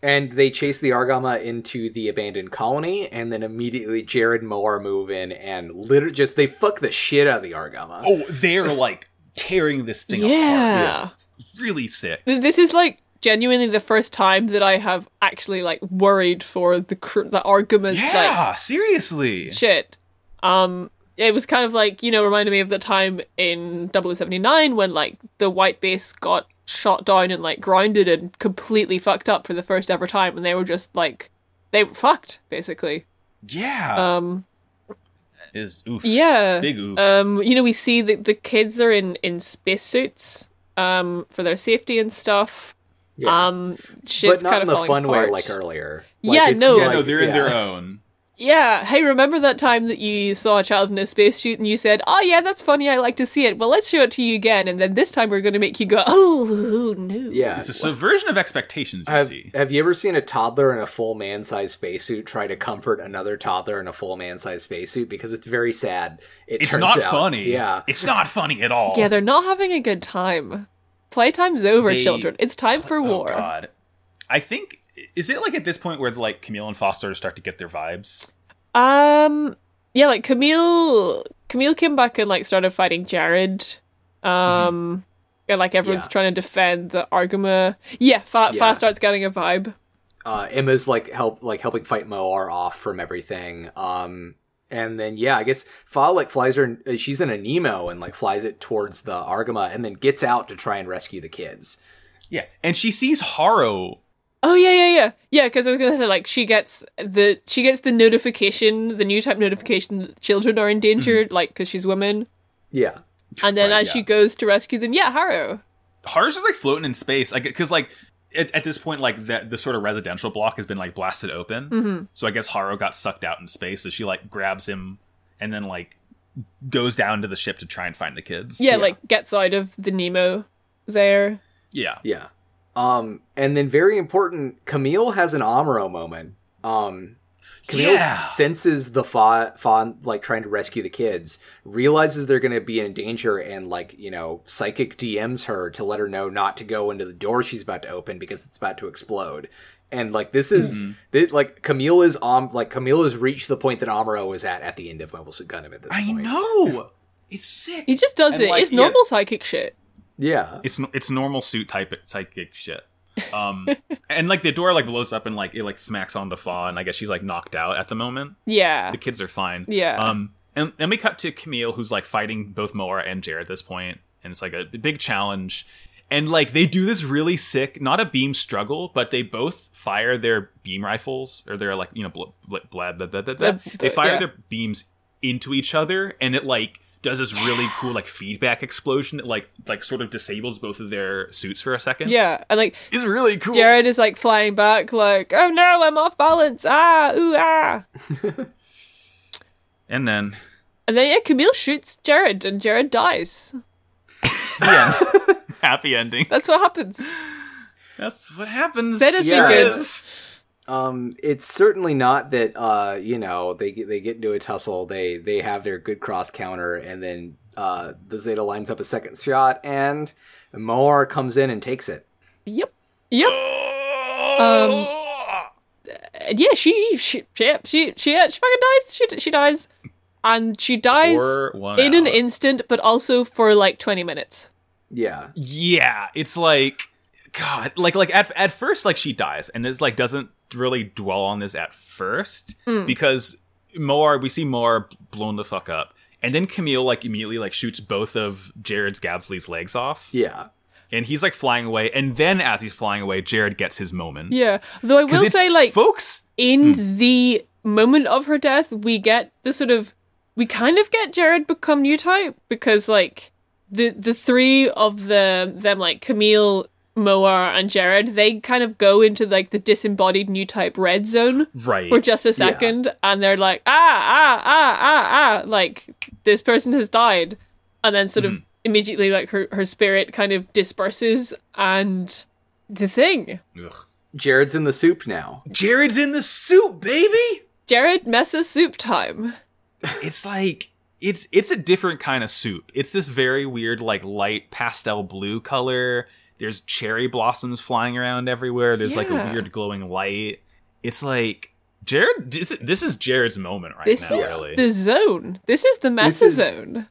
And they chase the Argama into the abandoned colony, and then immediately Jared and Moar move in and literally just they fuck the shit out of the Argama.
Oh, they're like tearing this thing
Yeah.
apart. It's really sick.
Th- This is like genuinely the first time that I have actually like worried for the cr- the arguments
Yeah, seriously.
like shit. Um it was kind of like, you know, reminded me of the time in 0079 when like the white base got shot down and like grounded and completely fucked up for the first ever time and they were just like they were fucked basically.
Yeah,
Um
is oof.
yeah.
big oof.
Um, you know, we see that the kids are in in spacesuits um, for their safety and stuff.
Yeah.
Um,
but
shit's
not
kind
in
of
the
falling
fun
apart.
way like earlier.
Yeah,
Like, it's
no.
yeah, no,
like-
they're in their uh,
yeah.
own.
Yeah. Hey, remember that time that you saw a child in a spacesuit and you said, "Oh yeah, that's funny. I like to see it." Well, let's show it to you again, and then this time we're going to make you go, "Oh no."
Yeah.
It's a subversion of expectations. You
Have,
see,
have you ever seen a toddler in a full man size spacesuit try to comfort another toddler in a full man size spacesuit? Because it's very sad. It
it's
turns
not
out.
funny.
Yeah.
it's not funny at all.
Yeah, they're not having a good time. Playtime's over,
They-
children. It's time for
oh
war.
god. I think is it like at this point where like Camille and Foster start to get their vibes.
Um yeah, like Camille Camille came back and like started fighting Jared. Um and like everyone's
Mm-hmm. Yeah.
trying to defend the Argama. Yeah, Fa,
Yeah.
Fa starts getting a vibe.
uh, Emma's like help like helping fight Moar off from everything. Um, and then yeah, I guess Fa like flies her. uh, She's in a Nemo and like flies it towards the Argama, and then gets out to try and rescue the kids.
Yeah, and she sees Haro.
Oh yeah, yeah, yeah. Yeah, cuz I was going to say like she gets the she gets the notification, the new type notification that children are endangered like cuz she's woman.
Yeah,
And then
Mm-hmm. Right,
as she
yeah.
goes to rescue them, yeah, Harrow.
Haro's just like floating in space, like because like at, at this point, like that the sort of residential block has been like blasted open.
Mhm.
So I guess Haro got sucked out in space. So she like grabs him and then like goes down to the ship to try and find the kids.
Yeah, like gets out of the Nemo there.
yeah.
yeah. Um, and then very important, Camille has an Amuro moment. Um, Camille
Yeah.
senses the Fa Fa like trying to rescue the kids, realizes they're going to be in danger, and like you know, psychic DMs her to let her know not to go into the door she's about to open because it's about to explode. And like this is
Mhm.
this, like Camille is um like Camille has reached the point that Amuro was at at the end of Mobile Suit Gundam at this
I
point.
*laughs*
know. It's sick.
He just does
And,
it.
like,
it's
yeah.
normal psychic shit.
Yeah,
It's n- it's normal suit type
*laughs*
psychic shit. Um, and like the door like blows up and like it like smacks onto Fa, and I guess she's like knocked out at the moment.
Yeah.
The kids are fine.
Yeah.
Um, and then we cut to Camille, who's like fighting both Moira and Jared at this point, and it's like a big challenge. And like they do this really sick, not a beam struggle, but they both fire their beam rifles or they're like you know blah blah blah blah blah. blah, blah.
Uh,
They fire
yeah.
their beams into each other, and it like does this really cool like feedback explosion that like like sort of disables both of their suits for a second.
Yeah, and like
it's really cool.
Jared is like flying back, like, oh no, I'm off balance, ah, ooh ah.
and then
And then yeah, Camille shoots Jared, and Jared dies.
the end,
*laughs*
happy ending.
That's what happens.
That's what happens.
That is
Yeah.
good.
Um, it's certainly not that uh, you know, they get- they get into a tussle, they they have their good cross counter, and then uh, the Zeta lines up a second shot, and Moar comes in and takes it.
Yep, yep.
*laughs*
Um, and yeah, she, she, she, she, she, she fucking dies. She, she dies. and she dies
For one
in an
hour.
instant, but also for like 20 minutes.
Yeah.
Yeah, it's like God, like like at at first like she dies, and it's like doesn't really dwell on this at first
Mm.
because Moar we see Moar blown the fuck up, and then Camille like immediately like shoots both of Jared's Gavsley's legs off,
Yeah.
and he's like flying away, and then as he's flying away, Jared gets his moment.
Yeah. Though I
'Cause
will
it's- Hmm.
say, like,
folks,
in the moment of her death, we get the sort of we kind of get Jared become new type because like the the three of the them like Camille, Moar, and Jared, they kind of go into like the disembodied new type red zone
right?
for just a second, and they're like ah ah ah ah ah like this person has died, and then sort
Mm.
of immediately like her her spirit kind of disperses and the thing
Ugh.
Jared's in the soup now.
Jared's in the soup, baby.
Jared messes soup time.
it's like it's it's a different kind of soup. It's this very weird like light pastel blue color. There's cherry blossoms flying around everywhere. There's like a
Yeah.
weird glowing light. It's like Jared this, this is Jared's moment right
This
now
is
really.
the zone. This is the meta
is-
zone.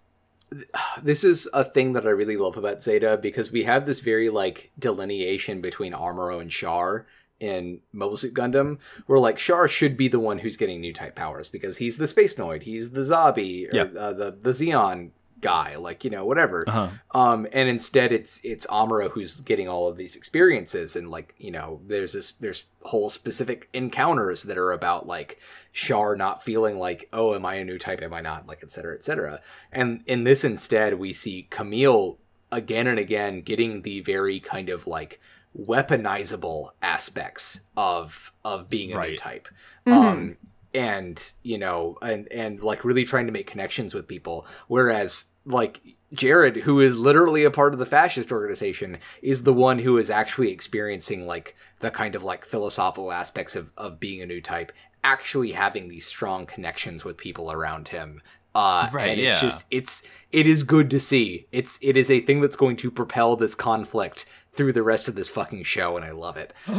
This is a thing that I really love about Zeta because we have this very like delineation between Armoro and Char in Mobile Suit Gundam, where like Char should be the one who's getting new type powers because he's the space noid, he's the Zabi, or
Yeah.
uh, the the Xeon guy, like you know whatever.
uh-huh.
um and instead it's it's amuro who's getting all of these experiences and like you know there's this there's whole specific encounters that are about like shar not feeling like oh am i a new type am i not like et cetera et cetera and in this instead we see camille again and again getting the very kind of like weaponizable aspects of of being a new
Right.
type
Mhm.
Mm-hmm.
um and you know and and like really trying to make connections with people whereas like jared who is literally a part of the fascist organization is the one who is actually experiencing like the kind of like philosophical aspects of of being a new type actually having these strong connections with people around him uh
Right,
and
yeah.
it's just it's it is good to see it's it is a thing that's going to propel this conflict through the rest of this fucking show and i love it uh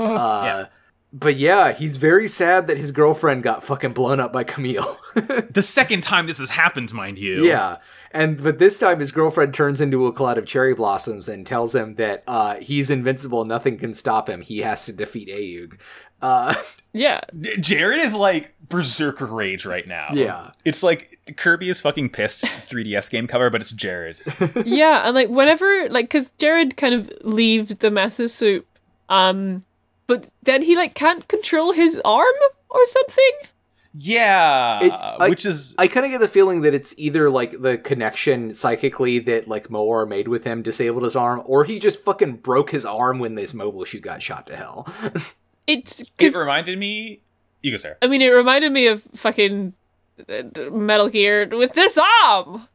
Yeah.
but yeah, he's very sad that his girlfriend got fucking blown up by Camille. *laughs*
The second time this has happened, mind you.
yeah. And but this time his girlfriend turns into a cloud of cherry blossoms and tells him that uh, he's invincible, nothing can stop him. He has to defeat Ayug. Uh, *laughs*
*laughs*
Yeah.
D- Jared is like berserker rage right now.
Yeah.
It's like Kirby is fucking
*laughs*
pissed 3DS game cover, but it's Jared.
yeah. And like, whenever, like, because Jared kind of leaves the meta soup, um, but then he, like, can't control his arm or something.
Yeah.
It- I-
which is
I kind of get the feeling that it's either like the connection psychically that like Moar made with him disabled his arm, or he just fucking broke his arm when this mobile shoot got shot to hell.
It's,
it
'cause-
reminded me you go, Sarah.
I mean, it reminded me of fucking uh, d- Metal Gear with this arm.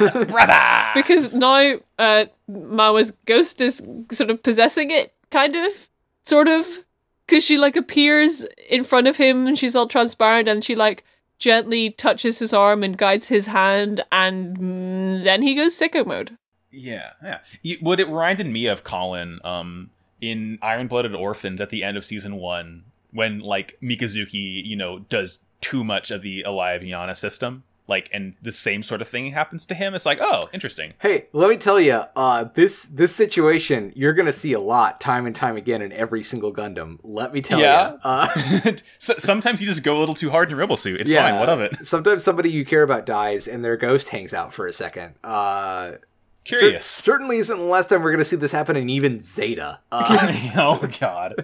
Brother!
Because now, uh, Mawa's ghost is sort of possessing it, kind of, sort of, because she like appears in front of him and she's all transparent and she like gently touches his arm and guides his hand and mm, then he goes sicko mode.
Yeah, yeah. You, what it reminded me of, Colin, um, in Iron Blooded Orphans at the end of season one, when like Mikazuki, you know, does too much of the alive Yana system, like, and the same sort of thing happens to him. It's like, oh, interesting. *laughs*
Hey, let me tell you, uh, this this situation you're gonna see a lot, time and time again, in every single Gundam. Let me tell
Yeah.
you. Uh,
so, sometimes you just go a little too hard in Rebel Suit. *laughs* It's
Yeah.
fine. What of it?
sometimes somebody you care about dies, and their ghost hangs out for a second. Uh, cer-
Curious.
certainly isn't the last time we're gonna see this happen in even Zeta. Uh,
*laughs* oh god.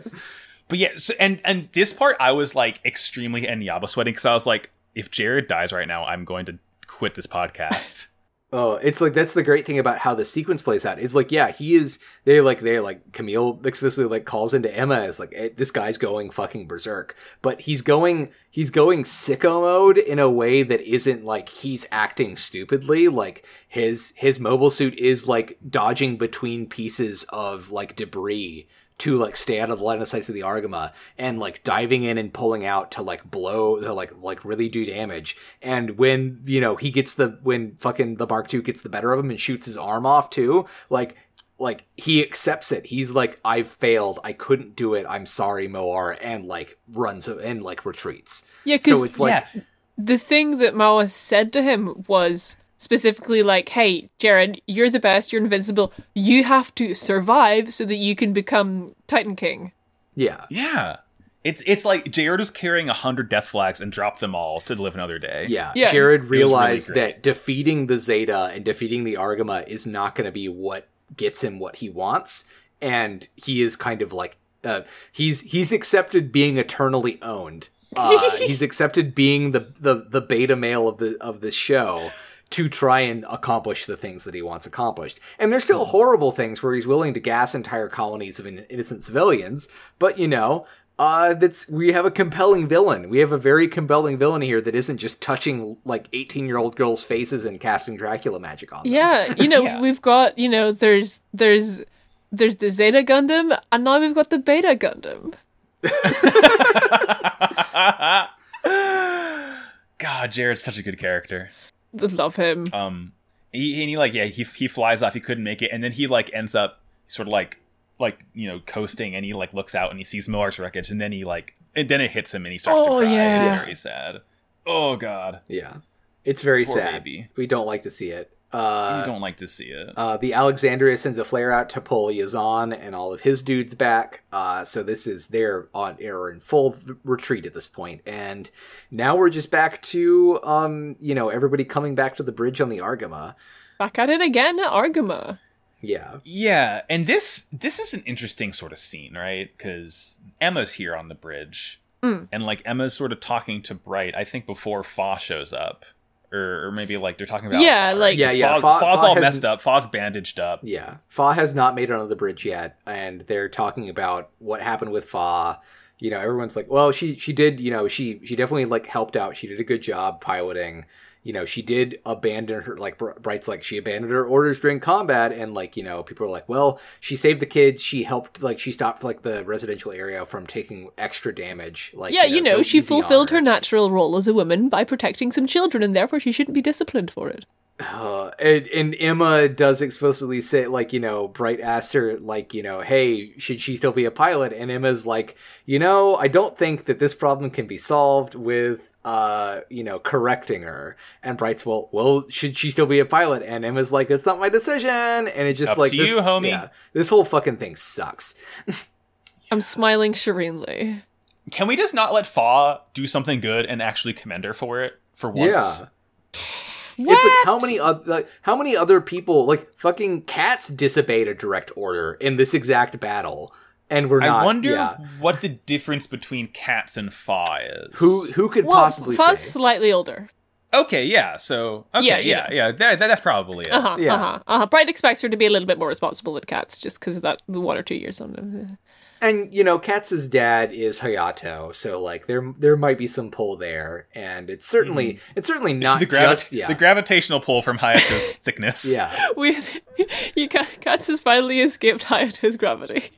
But yeah, so, and and this part I was like extremely Enyaba sweating because I was like, if Jared dies right now, I'm going to quit this podcast.
Oh, it's like that's the great thing about how the sequence plays out. It's like, yeah, he is. They like they like Camille explicitly like calls into Emma as like eh, this guy's going fucking berserk, but he's going he's going sicko mode in a way that isn't like he's acting stupidly. Like his his mobile suit is like dodging between pieces of like debris to like stay out of the line of sight of the Argama and like diving in and pulling out to like blow to like like really do damage. And when you know he gets the when fucking the Mark II gets the better of him and shoots his arm off too, like like he accepts it. He's like, I failed. I couldn't do it. I'm sorry, Moar, and like runs and like retreats.
Yeah,
So
because
it's like
yeah.
the thing that Mara said to him was specifically like, "Hey, Jaren, you're the best. You're invincible. You have to survive so that you can become Titan King."
Yeah.
Yeah. It's it's like Jared was carrying a hundred death flags and dropped them all to live another day.
Yeah.
Yeah.
Jared realized
really great.
that defeating the Zeta and defeating the Argama is not going to be what gets him what he wants. And he is kind of like, uh, he's he's accepted being eternally owned.
*laughs*
Uh, he's accepted being the, the the beta male of the of the show to try and accomplish the things that he wants accomplished. And there's
Mm-hmm.
still horrible things where he's willing to gas entire colonies of in- innocent civilians, but you know, uh, that's we have a compelling villain. We have a very compelling villain here that isn't just touching like 18 year old girls' faces and casting Dracula magic on them.
Yeah, you
*laughs*
know,
Yeah.
we've got you know, there's there's there's the Zeta Gundam, and now we've got the Beta Gundam.
*laughs* God, Jared's such a good character.
Love him.
Um, he, and he like yeah he he flies off. He couldn't make it, and then he like ends up sort of like like you know coasting, and he like looks out and he sees Millar's wreckage, and then he like and then it hits him, and he starts
Oh,
to cry.
yeah.
It's very sad. Oh God,
Yeah. It's very
Poor
sad.
baby.
We don't like to see it.
I
Uh,
don't like to see it.
Uh, the Alexandria sends a flare out to pull Yazan and all of his dudes back. Uh, so this is their on air in full v- retreat at this point. And now we're just back to, um, you know, everybody coming back to the bridge on the Argama.
Back at it again at Argama.
Yeah.
Yeah, and this this is an interesting sort of scene, right? Because Emma's here on the bridge,
Mm.
and like Emma's sort of talking to Bright. I think before Fa shows up, or, or maybe like they're talking about
Yeah,
Fa,
like-
right?
Yeah, yeah,
Fa,
Fa-
Fa's
Fa
all
has-
messed up. Fa's bandaged up.
Yeah. Fa has not made it onto the bridge yet. And they're talking about what happened with Fa. You know, everyone's like, well, she, she did, you know, she, she definitely like helped out. She did a good job piloting. you know, she did abandon her, like, Br- Bright's like, she abandoned her orders during combat. And, like, you know, people are like, well, she saved the kids. She helped, like, she stopped, like, the residential area from taking extra damage. Like,
yeah, you know,
go
she
easy on
fulfilled her natural role as a woman by protecting some children, and therefore she shouldn't be disciplined for it.
Uh, *sighs* and, and Emma does explicitly say, like, you know, Bright asks her, like, you know, hey, should she still be a pilot? And Emma's like, you know, I don't think that this problem can be solved with, uh, you know, correcting her. And Bright's, well, well, should she still be a pilot? And Emma's like, that's not my decision. And it just
Up
like,
to
this,
you, homie.
yeah, this whole fucking thing sucks.
I'm smiling serenely.
Can we just not let Fa do something good and actually commend her for it for once?
Yeah. It's like how many other like, how many other people like fucking cats disobeyed a direct order in this exact battle, and we're not.
I wonder
yeah.
what the difference between cats and Fa is.
who who could
Well,
possibly
Fa's
say?
slightly older.
Okay, yeah. So okay,
Yeah,
yeah,
you
yeah, that, that- that's probably it.
Uh huh.
Yeah.
Uh huh. Uh-huh. Bright expects her to be a little bit more responsible than cats, just because of that the one or two years on them.
And you know, Katz's dad is Hayato, so like there there might be some pull there, and it's certainly it's certainly not
The, gravi-
just yeah
the gravitational pull
*laughs*
from Hayato's thickness.
yeah
*laughs* We, *laughs* you ca- cats has finally escaped Hayato's gravity.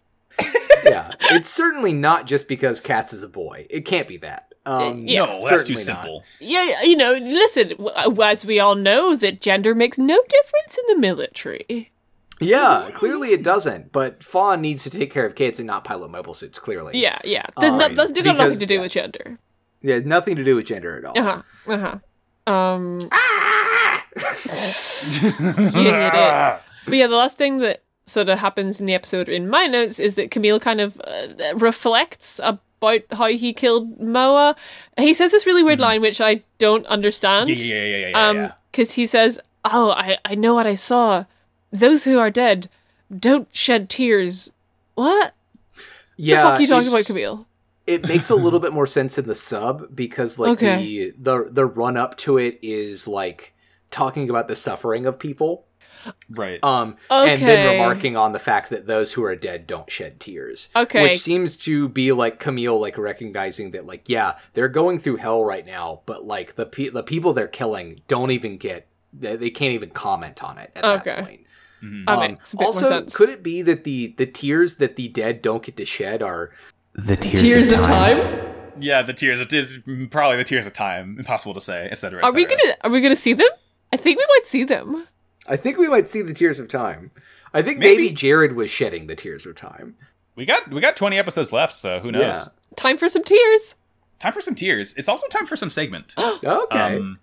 yeah. it's certainly not just because Katz is a boy. It can't be that. Um,
yeah.
No, that's too
certainly not.
simple.
Yeah, you know, listen, w- uh, as we all know, that gender makes no difference in the military.
Yeah, clearly it doesn't. But Fawn needs to take care of kids and not pilot mobile suits. Clearly,
Yeah, yeah. There's no,
Alright,
that's got
because-
nothing to do
yeah.
with gender.
yeah, nothing to do with gender at all. Ah!
Uh huh. Uh huh. Um. *laughs* you
*laughs*
idiot. But yeah, the last thing that sort of happens in the episode in my notes is that Camille kind of uh, reflects about how he killed Moa. He says this really weird line, which I don't understand.
Yeah, yeah, yeah, yeah, yeah,
um,
yeah.
Because he says, Oh, I, I know what I saw. Those who are dead don't shed tears. What
yeah.
the fuck are you talking
it's-
about, Camille?
it makes
*laughs*
a little bit more sense in the sub because like
Okay.
the the the run up to it is like talking about the suffering of people
Right.
um and then
Okay.
remarking on the fact that those who are dead don't shed tears
Okay.
which seems to be like Camille like recognizing that like yeah they're going through hell right now but like the pe- the people they're killing don't even get they, they can't even comment on it at
Okay.
that point
Mhm.
That
Um,
makes a bit more
also
sense.
could it be that the the tears that the dead don't get to shed are
The tears,
Tears
of,
of
time.
time?
yeah, the tears. It is probably the tears of time. Impossible to say, etc. Et
Are we
cetera.
gonna are we gonna see them? I think we might see them.
I think we might see the tears of time. I think maybe,
Maybe.
Jared was shedding the tears of time.
We got we got twenty episodes left, so who knows?
Time for some tears.
time for some tears. It's also time for some segment.
*gasps* Okay.
Um,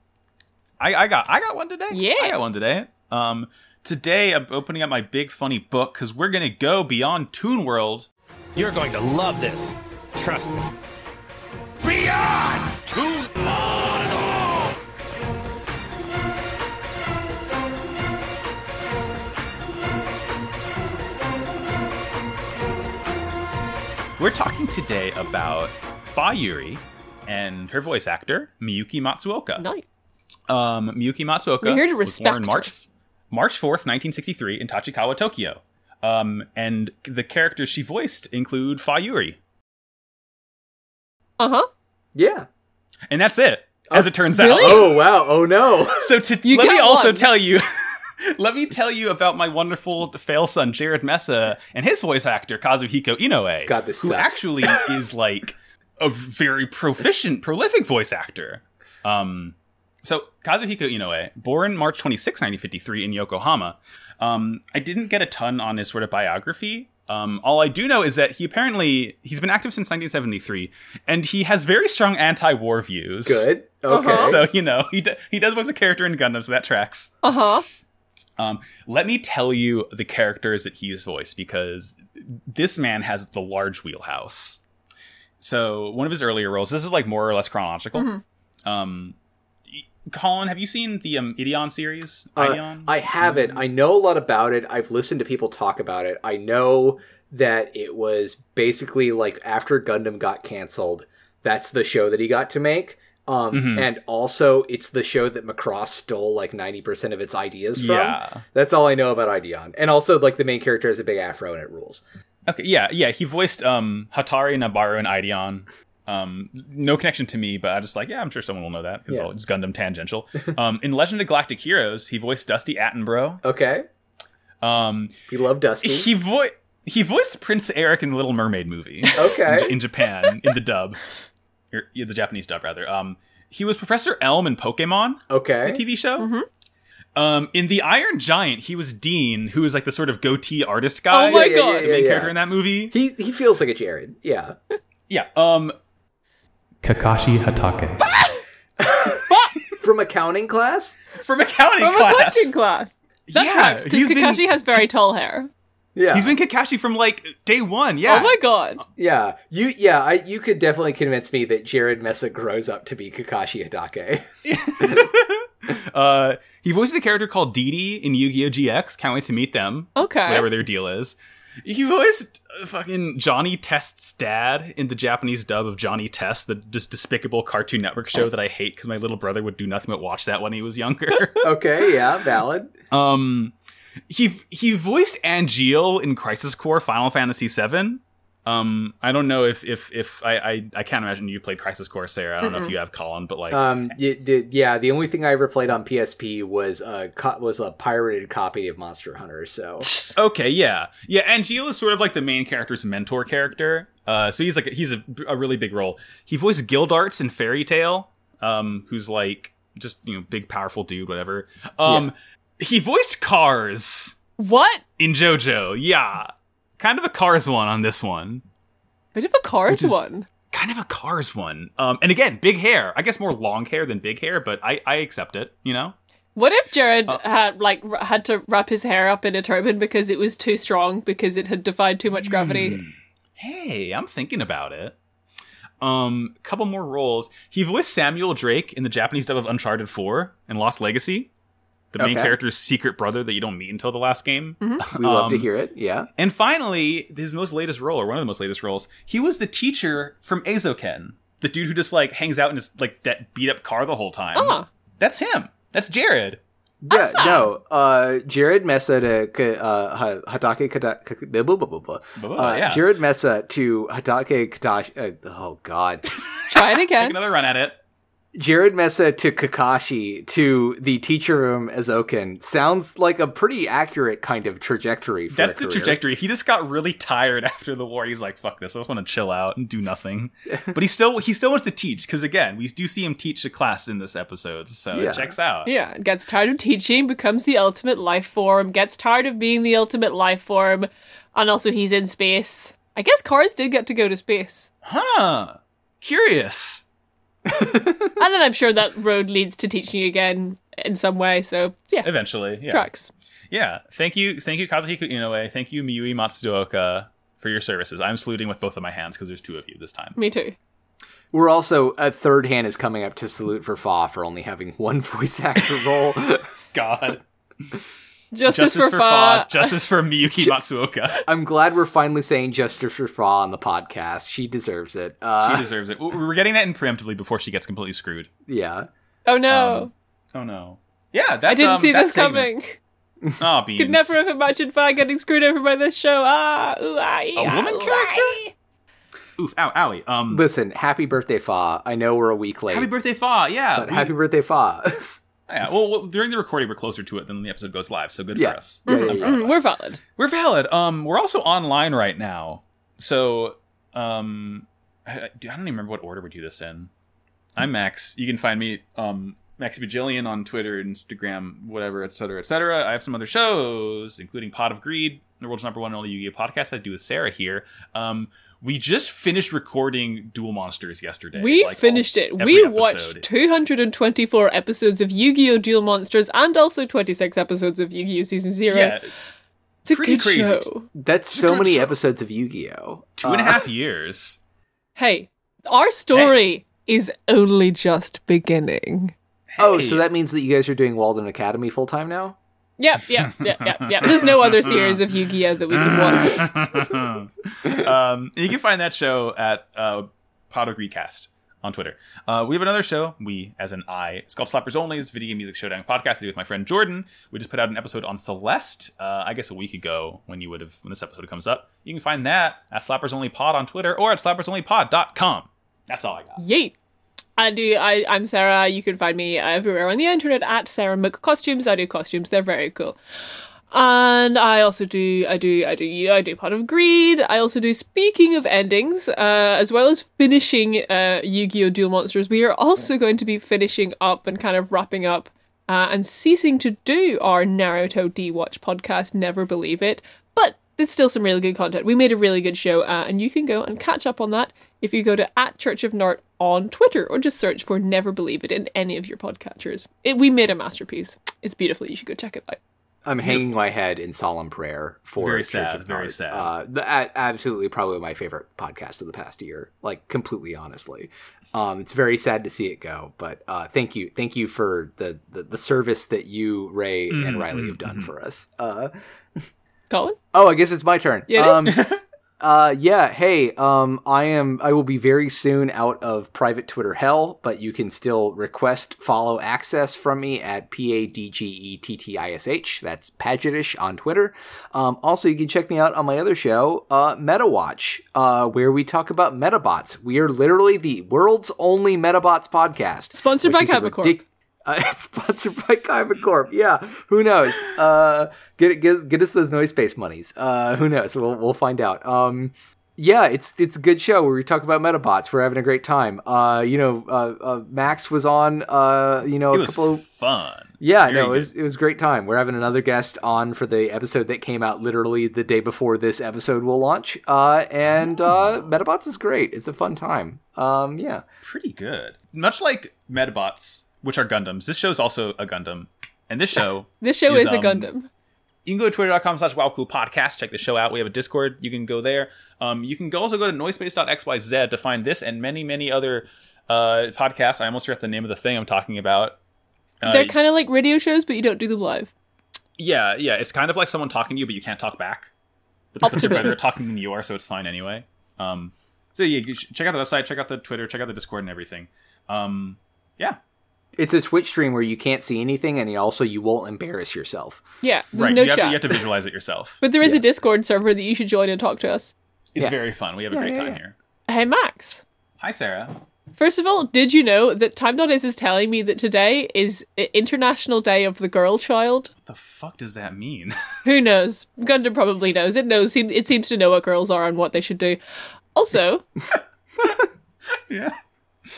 I, I got I got one today.
Yeah.
I got one today. Um, today I'm opening up my big funny book because we're gonna go beyond Toon World.
You're going to love this. Trust me. Beyond Toon World!
We're talking today about Fa Yuri and her voice actor Miyuki Matsuoka.
Nice.
Um, Miyuki Matsuoka
We're here to
was born
respect
March
her.
March fourth, nineteen sixty three, in Tachikawa, Tokyo. Um, and the characters she voiced include Fa Yuri,
Uh huh.
yeah.
and that's it. As it turns out,
really?
Oh wow. Oh *laughs* no.
So to,
You
let me
got
also
one.
tell you, *laughs* let me tell you about my wonderful fail son Jared Mesa and his voice actor Kazuhiko Inoue,
God, this
who
sucks.
actually is like a very proficient, prolific voice actor. Um, so Kazuhiko Inoue, born March 26, 1953, in Yokohama. Um, I didn't get a ton on his sort of biography. Um, all I do know is that he apparently he's been active since 1973, and he has very strong anti-war views.
Good. Okay.
Uh-huh.
So you know he d- he does voice a character in Gundam, so that tracks.
Uh huh.
Um, let me tell you the characters that he's voiced because this man has the large wheelhouse. So one of his earlier roles, this is like more or less chronological. Um, y- Colin, have you seen the um, Ideon series?
Uh,
Ideon?
I haven't. I know a lot about it. I've listened to people talk about it. I know that it was basically like after Gundam got canceled, that's the show that he got to make. Um,
Mhm.
And also, it's the show that Macross stole like 90% of its ideas from.
yeah.
That's all I know about Ideon. And also, like, the main character has a big afro and it rules.
Okay. Yeah. Yeah. He voiced um, Hatari, Nabaru, and Ideon. Um, no connection to me, but I just like, yeah, I'm sure someone will know that because
Yeah.
it's Gundam tangential. *laughs* um, in Legend of Galactic Heroes, he voiced Dusty Attenborough.
Okay.
Um,
We love Dusty.
he vo- he voiced Prince Eric in the Little Mermaid movie *laughs* in,
*laughs* okay.
in Japan in the dub, or yeah, the Japanese dub rather. Um, he was Professor Elm in Pokemon, the
Okay. Mm-hmm.
TV show. Um, in the Iron Giant, he was Dean, who was like the sort of goatee artist guy,
Oh my
yeah, yeah,
god.
yeah,
the main
yeah.
character in that movie.
He, he feels like a Jared. Yeah.
Yeah. Um, Kakashi Hatake
From accounting class?
*laughs* from accounting
From a
class.
cooking class. That
yeah,
tracks because
he's been-
Kakashi has very tall hair.
Yeah.
He's been Kakashi from like day one. Yeah.
Oh my god.
Yeah, you yeah, I you could definitely convince me that Jared Mesa grows up to be Kakashi Hidake. *laughs*
*laughs* uh, he voices a character called Dee Dee in Yu-Gi-Oh! GX. Can't wait to meet them.
Okay.
whatever their deal is. He voiced uh, fucking Johnny Test's dad in the Japanese dub of Johnny Test, the dis- despicable Cartoon Network show that I hate because my little brother would do nothing but watch that when he was younger.
okay, yeah, valid.
*laughs* um, he he voiced Angeal in Crisis Core Final Fantasy VII. Um, I don't know if if if I I, I can't imagine you played Crisis Core, Sarah. I don't know if you have Colin, but like
Um, y- d- yeah, the only thing I ever played on PSP was a co- was a pirated copy of Monster Hunter. So
Okay, yeah, yeah. And Gio is sort of like the main character's mentor character. Uh, so he's like he's a, a really big role. He voiced Gildarts in Fairy Tale, um, who's like just you know big powerful dude, whatever. Um, he voiced Cars
What?
in JoJo. Yeah, kind of a Cars one on this one.
Bit of a cars
Which is-
one.
Kind of a Cars one. Um, and again, big hair. I guess more long hair than big hair, but I I accept it. You know.
What if Jared
Uh.
had like r- had to wrap his hair up in a turban because it was too strong because it had defied too much gravity?
Hmm. hey, I'm thinking about it. Um, couple more roles. He voiced Samuel Drake in the Japanese dub of Uncharted 4 and Lost Legacy, the main
Okay.
character's secret brother that you don't meet until the last game.
we love to
Um,
hear it. Yeah.
And finally, his most latest role, or one of the most latest roles, he was the teacher from Azoken, the dude who just like hangs out in his like that beat up car the whole time.
Ah.
That's him. That's Jared.
Yeah, no. Uh, Jared Mesa to K- uh, Ha- Hatake Kada- K- K- blah, blah, blah,
Blah,
blah,
blah,
blah.
blah,
Uh,
yeah.
Jared Mesa to Hatake Kadashi. Uh, oh God,
Try it
Take
again.
another run at it.
Jared Mesa to Kakashi to the teacher room as Oken sounds like a pretty accurate kind of trajectory. For
That's
a
the
career.
trajectory. He just got really tired *laughs* after the war. He's like, "Fuck this! I just want to chill out and do nothing." but he still he still wants to teach because again, we do see him teach a class in this episode, so
Yeah.
it checks out.
Yeah, gets tired of teaching, becomes the ultimate life form, gets tired of being the ultimate life form, and also he's in space. I guess cars did get to go to space.
Huh? Curious.
and then I'm sure that road leads to teaching you again in some way. So yeah,
Eventually, yeah.
trucks.
Yeah. Thank you, thank you, Kazuhiko Inoue. Thank you, Miyui Matsudoka, for your services. I'm saluting with both of my hands because there's two of you this time.
Me too.
We're also a third hand is coming up to salute for Fa for only having one *laughs* voice actor
*laughs*
role.
God,
*laughs* Justice,
justice
for,
for
Fa.
Fa, justice for Miyuki Matsuoka.
I'm glad we're finally saying justice for Fa on the podcast. She deserves it.
She
Uh,
deserves it. We- We're getting that in preemptively before she gets completely screwed.
yeah.
oh no,
Um, Oh no. Yeah, that's
I didn't
um,
see
that
this coming.
segment. *laughs* Oh, beans.
Could never have imagined Fa getting screwed over by this show. Ah, ooh, ah,
A woman character? Oof, ow, owie. Um,
Listen, happy birthday, Fa. I know we're a week late,
happy birthday, Fa. Yeah.
but
we-
happy birthday, Fa. *laughs*
yeah. Well, well, during the recording, we're closer to it than the episode goes live, so good
Yeah.
for us.
Yeah, yeah,
I'm
yeah.
proud of us.
Mm-hmm. Mm, We're valid.
We're valid. Um, we're also online right now. So, um, I, I dude, I don't even remember what order we do this in. I'm Max. You can find me, um, Maxi Bajillion on Twitter, Instagram, whatever, et cetera, et cetera. I have some other shows, including Pot of Greed, the world's number one and only Yu-Gi-Oh podcast I do with Sarah here. Um, we just finished recording Duel Monsters yesterday.
We
like, oh, all-
finished it. We
every
watched
episode.
224 episodes of Yu-Gi-Oh! Duel Monsters and also 26 episodes of Yu-Gi-Oh! Season Zero.
Yeah,
it's a
pretty
good
crazy.
show.
That's
It's a
so
good
many
show.
episodes of Yu-Gi-Oh.
two and a
Uh,
half years.
Hey, our story is only just beginning.
Oh,
Hey.
so that means that you guys are doing Walden Academy full time now?
Yep, yep, yep, yep, yep. There's no other series of Yu-Gi-Oh! that we can watch.
*laughs* um, you can find that show at uh, Pod of Greedcast on Twitter. Uh, we have another show, we as an I, Sculpt Slappers Only, is a video game music showdown podcast I do with my friend Jordan. We just put out an episode on Celeste, uh, I guess a week ago when you would have when this episode comes up. You can find that at Slappers Only Pod on Twitter or at slappersonlypod.com. That's all I got.
Yeet. I do. I, I'm Sarah. You can find me everywhere on the internet at Sarah McCostumes. I do costumes; they're very cool. And I also do. I do. I do. I do part of greed. I also do. Speaking of endings, uh, as well as finishing uh, Yu-Gi-Oh! Duel Monsters, we are also going to be finishing up and kind of wrapping up uh, and ceasing to do our Naruto D Watch podcast. Never believe it, but there's still some really good content. We made a really good show, uh, and you can go and catch up on that if you go to at Church of Nart on Twitter or just search for Never Believe It in any of your podcatchers. It, we made a masterpiece. It's beautiful. You should go check it out.
I'm hanging my head in solemn prayer for
Very
Church
sad,
of
very
Nart.
sad.
Uh, the, a- absolutely, probably my favorite podcast of the past year. Like completely, honestly, um, it's very sad to see it go. But uh, thank you, thank you for the the, the service that you, Ray,
Mm,
and Riley have
mm-hmm.
done for us. Uh,
Colin?
Oh, I guess it's my turn.
Yeah, it
um,
*laughs*
uh, yeah. Hey, um, I am. I will be very soon out of private Twitter hell, but you can still request follow access from me at p a d g e t t i s h. That's Pagetish on Twitter. Um, also, you can check me out on my other show, uh, MetaWatch, uh, where we talk about Metabots. We are literally the world's only Metabots podcast,
Sponsored
which
by
is a
Capricorp.
ridic- uh, *laughs* it's sponsored by Kyber Corp. Yeah, who knows? Uh, get get get us those noise space monies. Uh, who knows? We'll we'll find out. Um, yeah, it's it's a good show where we talk about Metabots. We're having a great time. Uh, you know, uh, uh, Max was on. Uh, you know,
It
a
was
couple. Of,
fun.
yeah,
Very
no, it was it was a great time. We're having another guest on for the episode that came out literally the day before this episode will launch. Uh, and uh, Metabots is great. It's a fun time. Um, yeah.
pretty good. Much like Metabots, which are Gundams, this show is also a Gundam. And this show,
This show
Is,
is, a
um,
Gundam.
you can go to twitter.com slash wowcoolpodcast. Check the show out. We have a Discord. You can go there. Um, you can go- also go to noisepace.xyz to find this and many, many other uh, podcasts. I almost forgot the name of the thing I'm talking about. Uh,
they're kind of like radio shows, but you don't do them live.
yeah, yeah. It's kind of like someone talking to you, but you can't talk back.
Up
But
to
*laughs* they're better
me.
at talking than you are, so it's fine anyway. Um, so yeah, you should check out the website, check out the Twitter, check out the Discord and everything. Um, yeah.
It's a Twitch stream where you can't see anything, and you also you won't embarrass yourself.
Yeah, there's
right.
no
you, have to,
chat.
you have to visualize it
*laughs*
yourself.
but there is a Discord server that you should join and talk to us.
It's
Yeah.
very fun. We have a great
yeah,
time
yeah.
here.
Hey, Max.
Hi, Sarah.
First of all, did you know that Time Not Is is telling me that today is I- International Day of the Girl Child?
What the fuck does that mean? *laughs*
Who knows? Gundam probably knows. It knows. It seems to know what girls are and what they should do. Also,
yeah.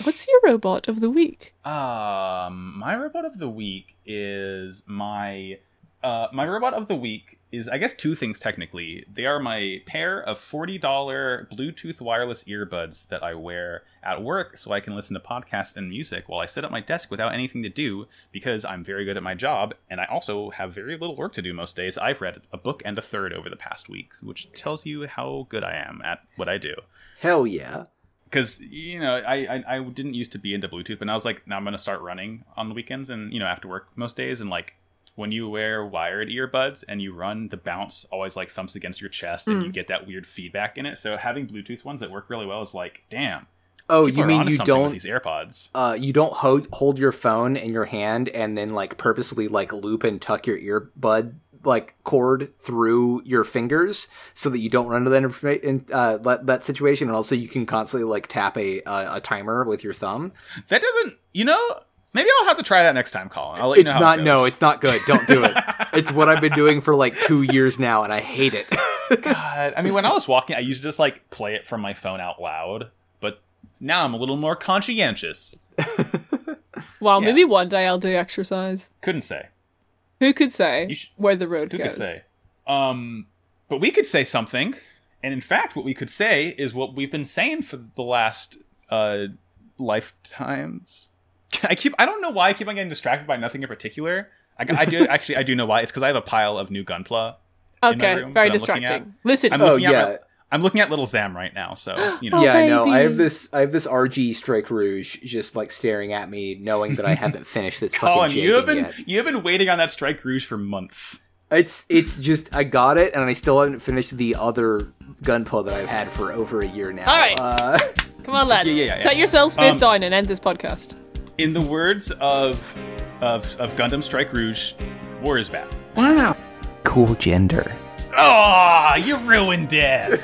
what's your robot of the week?
Um, my robot of the week is my uh my robot of the week is I guess two things technically. They are my pair of $40 Bluetooth wireless earbuds that I wear at work so I can listen to podcasts and music while I sit at my desk without anything to do because I'm very good at my job and I also have very little work to do most days. I've read a book and a third over the past week, which tells you how good I am at what I do
Hell yeah.
because you know I, I i didn't used to be into bluetooth and i was like now i'm gonna start running on the weekends and you know after work most days and like when you wear wired earbuds and you run the bounce always like thumps against your chest
Mm.
and you get that weird feedback in it so having bluetooth ones that work really well is like damn
Oh,
people
you
are
mean
onto
you
something with
don't
these airpods
uh, you don't hold hold your phone in your hand and then like purposely like loop and tuck your earbud like cord through your fingers so that you don't run into that information uh, that, that situation and also you can constantly like tap a uh, a timer with your thumb
that doesn't you know maybe i'll have to try that next time colin i'll let you
it's
know how
not
it
no
goes.
it's not good don't
*laughs*
do it it's what i've been doing for like two years now and i hate it
God, I mean, when I was walking, I used to just like play it from my phone out loud, but now I'm a little more conscientious.
Wow,
Yeah.
maybe one day I'll do exercise.
Couldn't say.
Who could say
You sh-
where the road
Who
goes?
could say? Um, but we could say something, and in fact, what we could say is what we've been saying for the last uh, lifetimes. *laughs* I keep. I don't know why I keep on getting distracted by nothing in particular. I, I do actually. I do know why. It's because I have a pile of new gunpla. in my
Okay,
room
very
that I'm looking at.
distracting. Listen,
I'm
Oh,
looking at.
yeah.
My, I'm looking at little Zam right now, so you know.
yeah, I know. I
Oh, baby.
have this. I have this RG Strike Rouge just like staring at me, knowing that I haven't
*laughs*
finished this
Colin,
fucking
you have
jig
been
yet.
you have been waiting on that strike rouge for months.
It's it's just I got it, and I still haven't finished the other gun pull that I've had for over a year now.
All right.
Uh, *laughs*
come on, lads.
Yeah, yeah, yeah,
Set
yeah.
yourselves face
Um,
down and end this podcast.
In the words of of of Gundam Strike Rouge, war is back.
Cool gender.
Oh, you ruined it.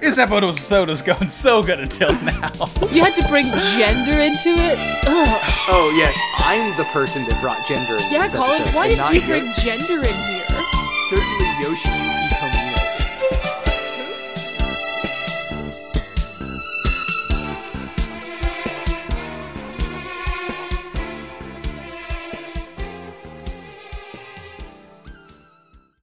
this episode is going so good until now.
You had to bring gender into it. Ugh.
oh yes, I'm the person that brought gender. Into
Yeah,
this
Colin,
episode,
why
and
did
not
you
Yo-
bring gender in here?
certainly Yoshiyuki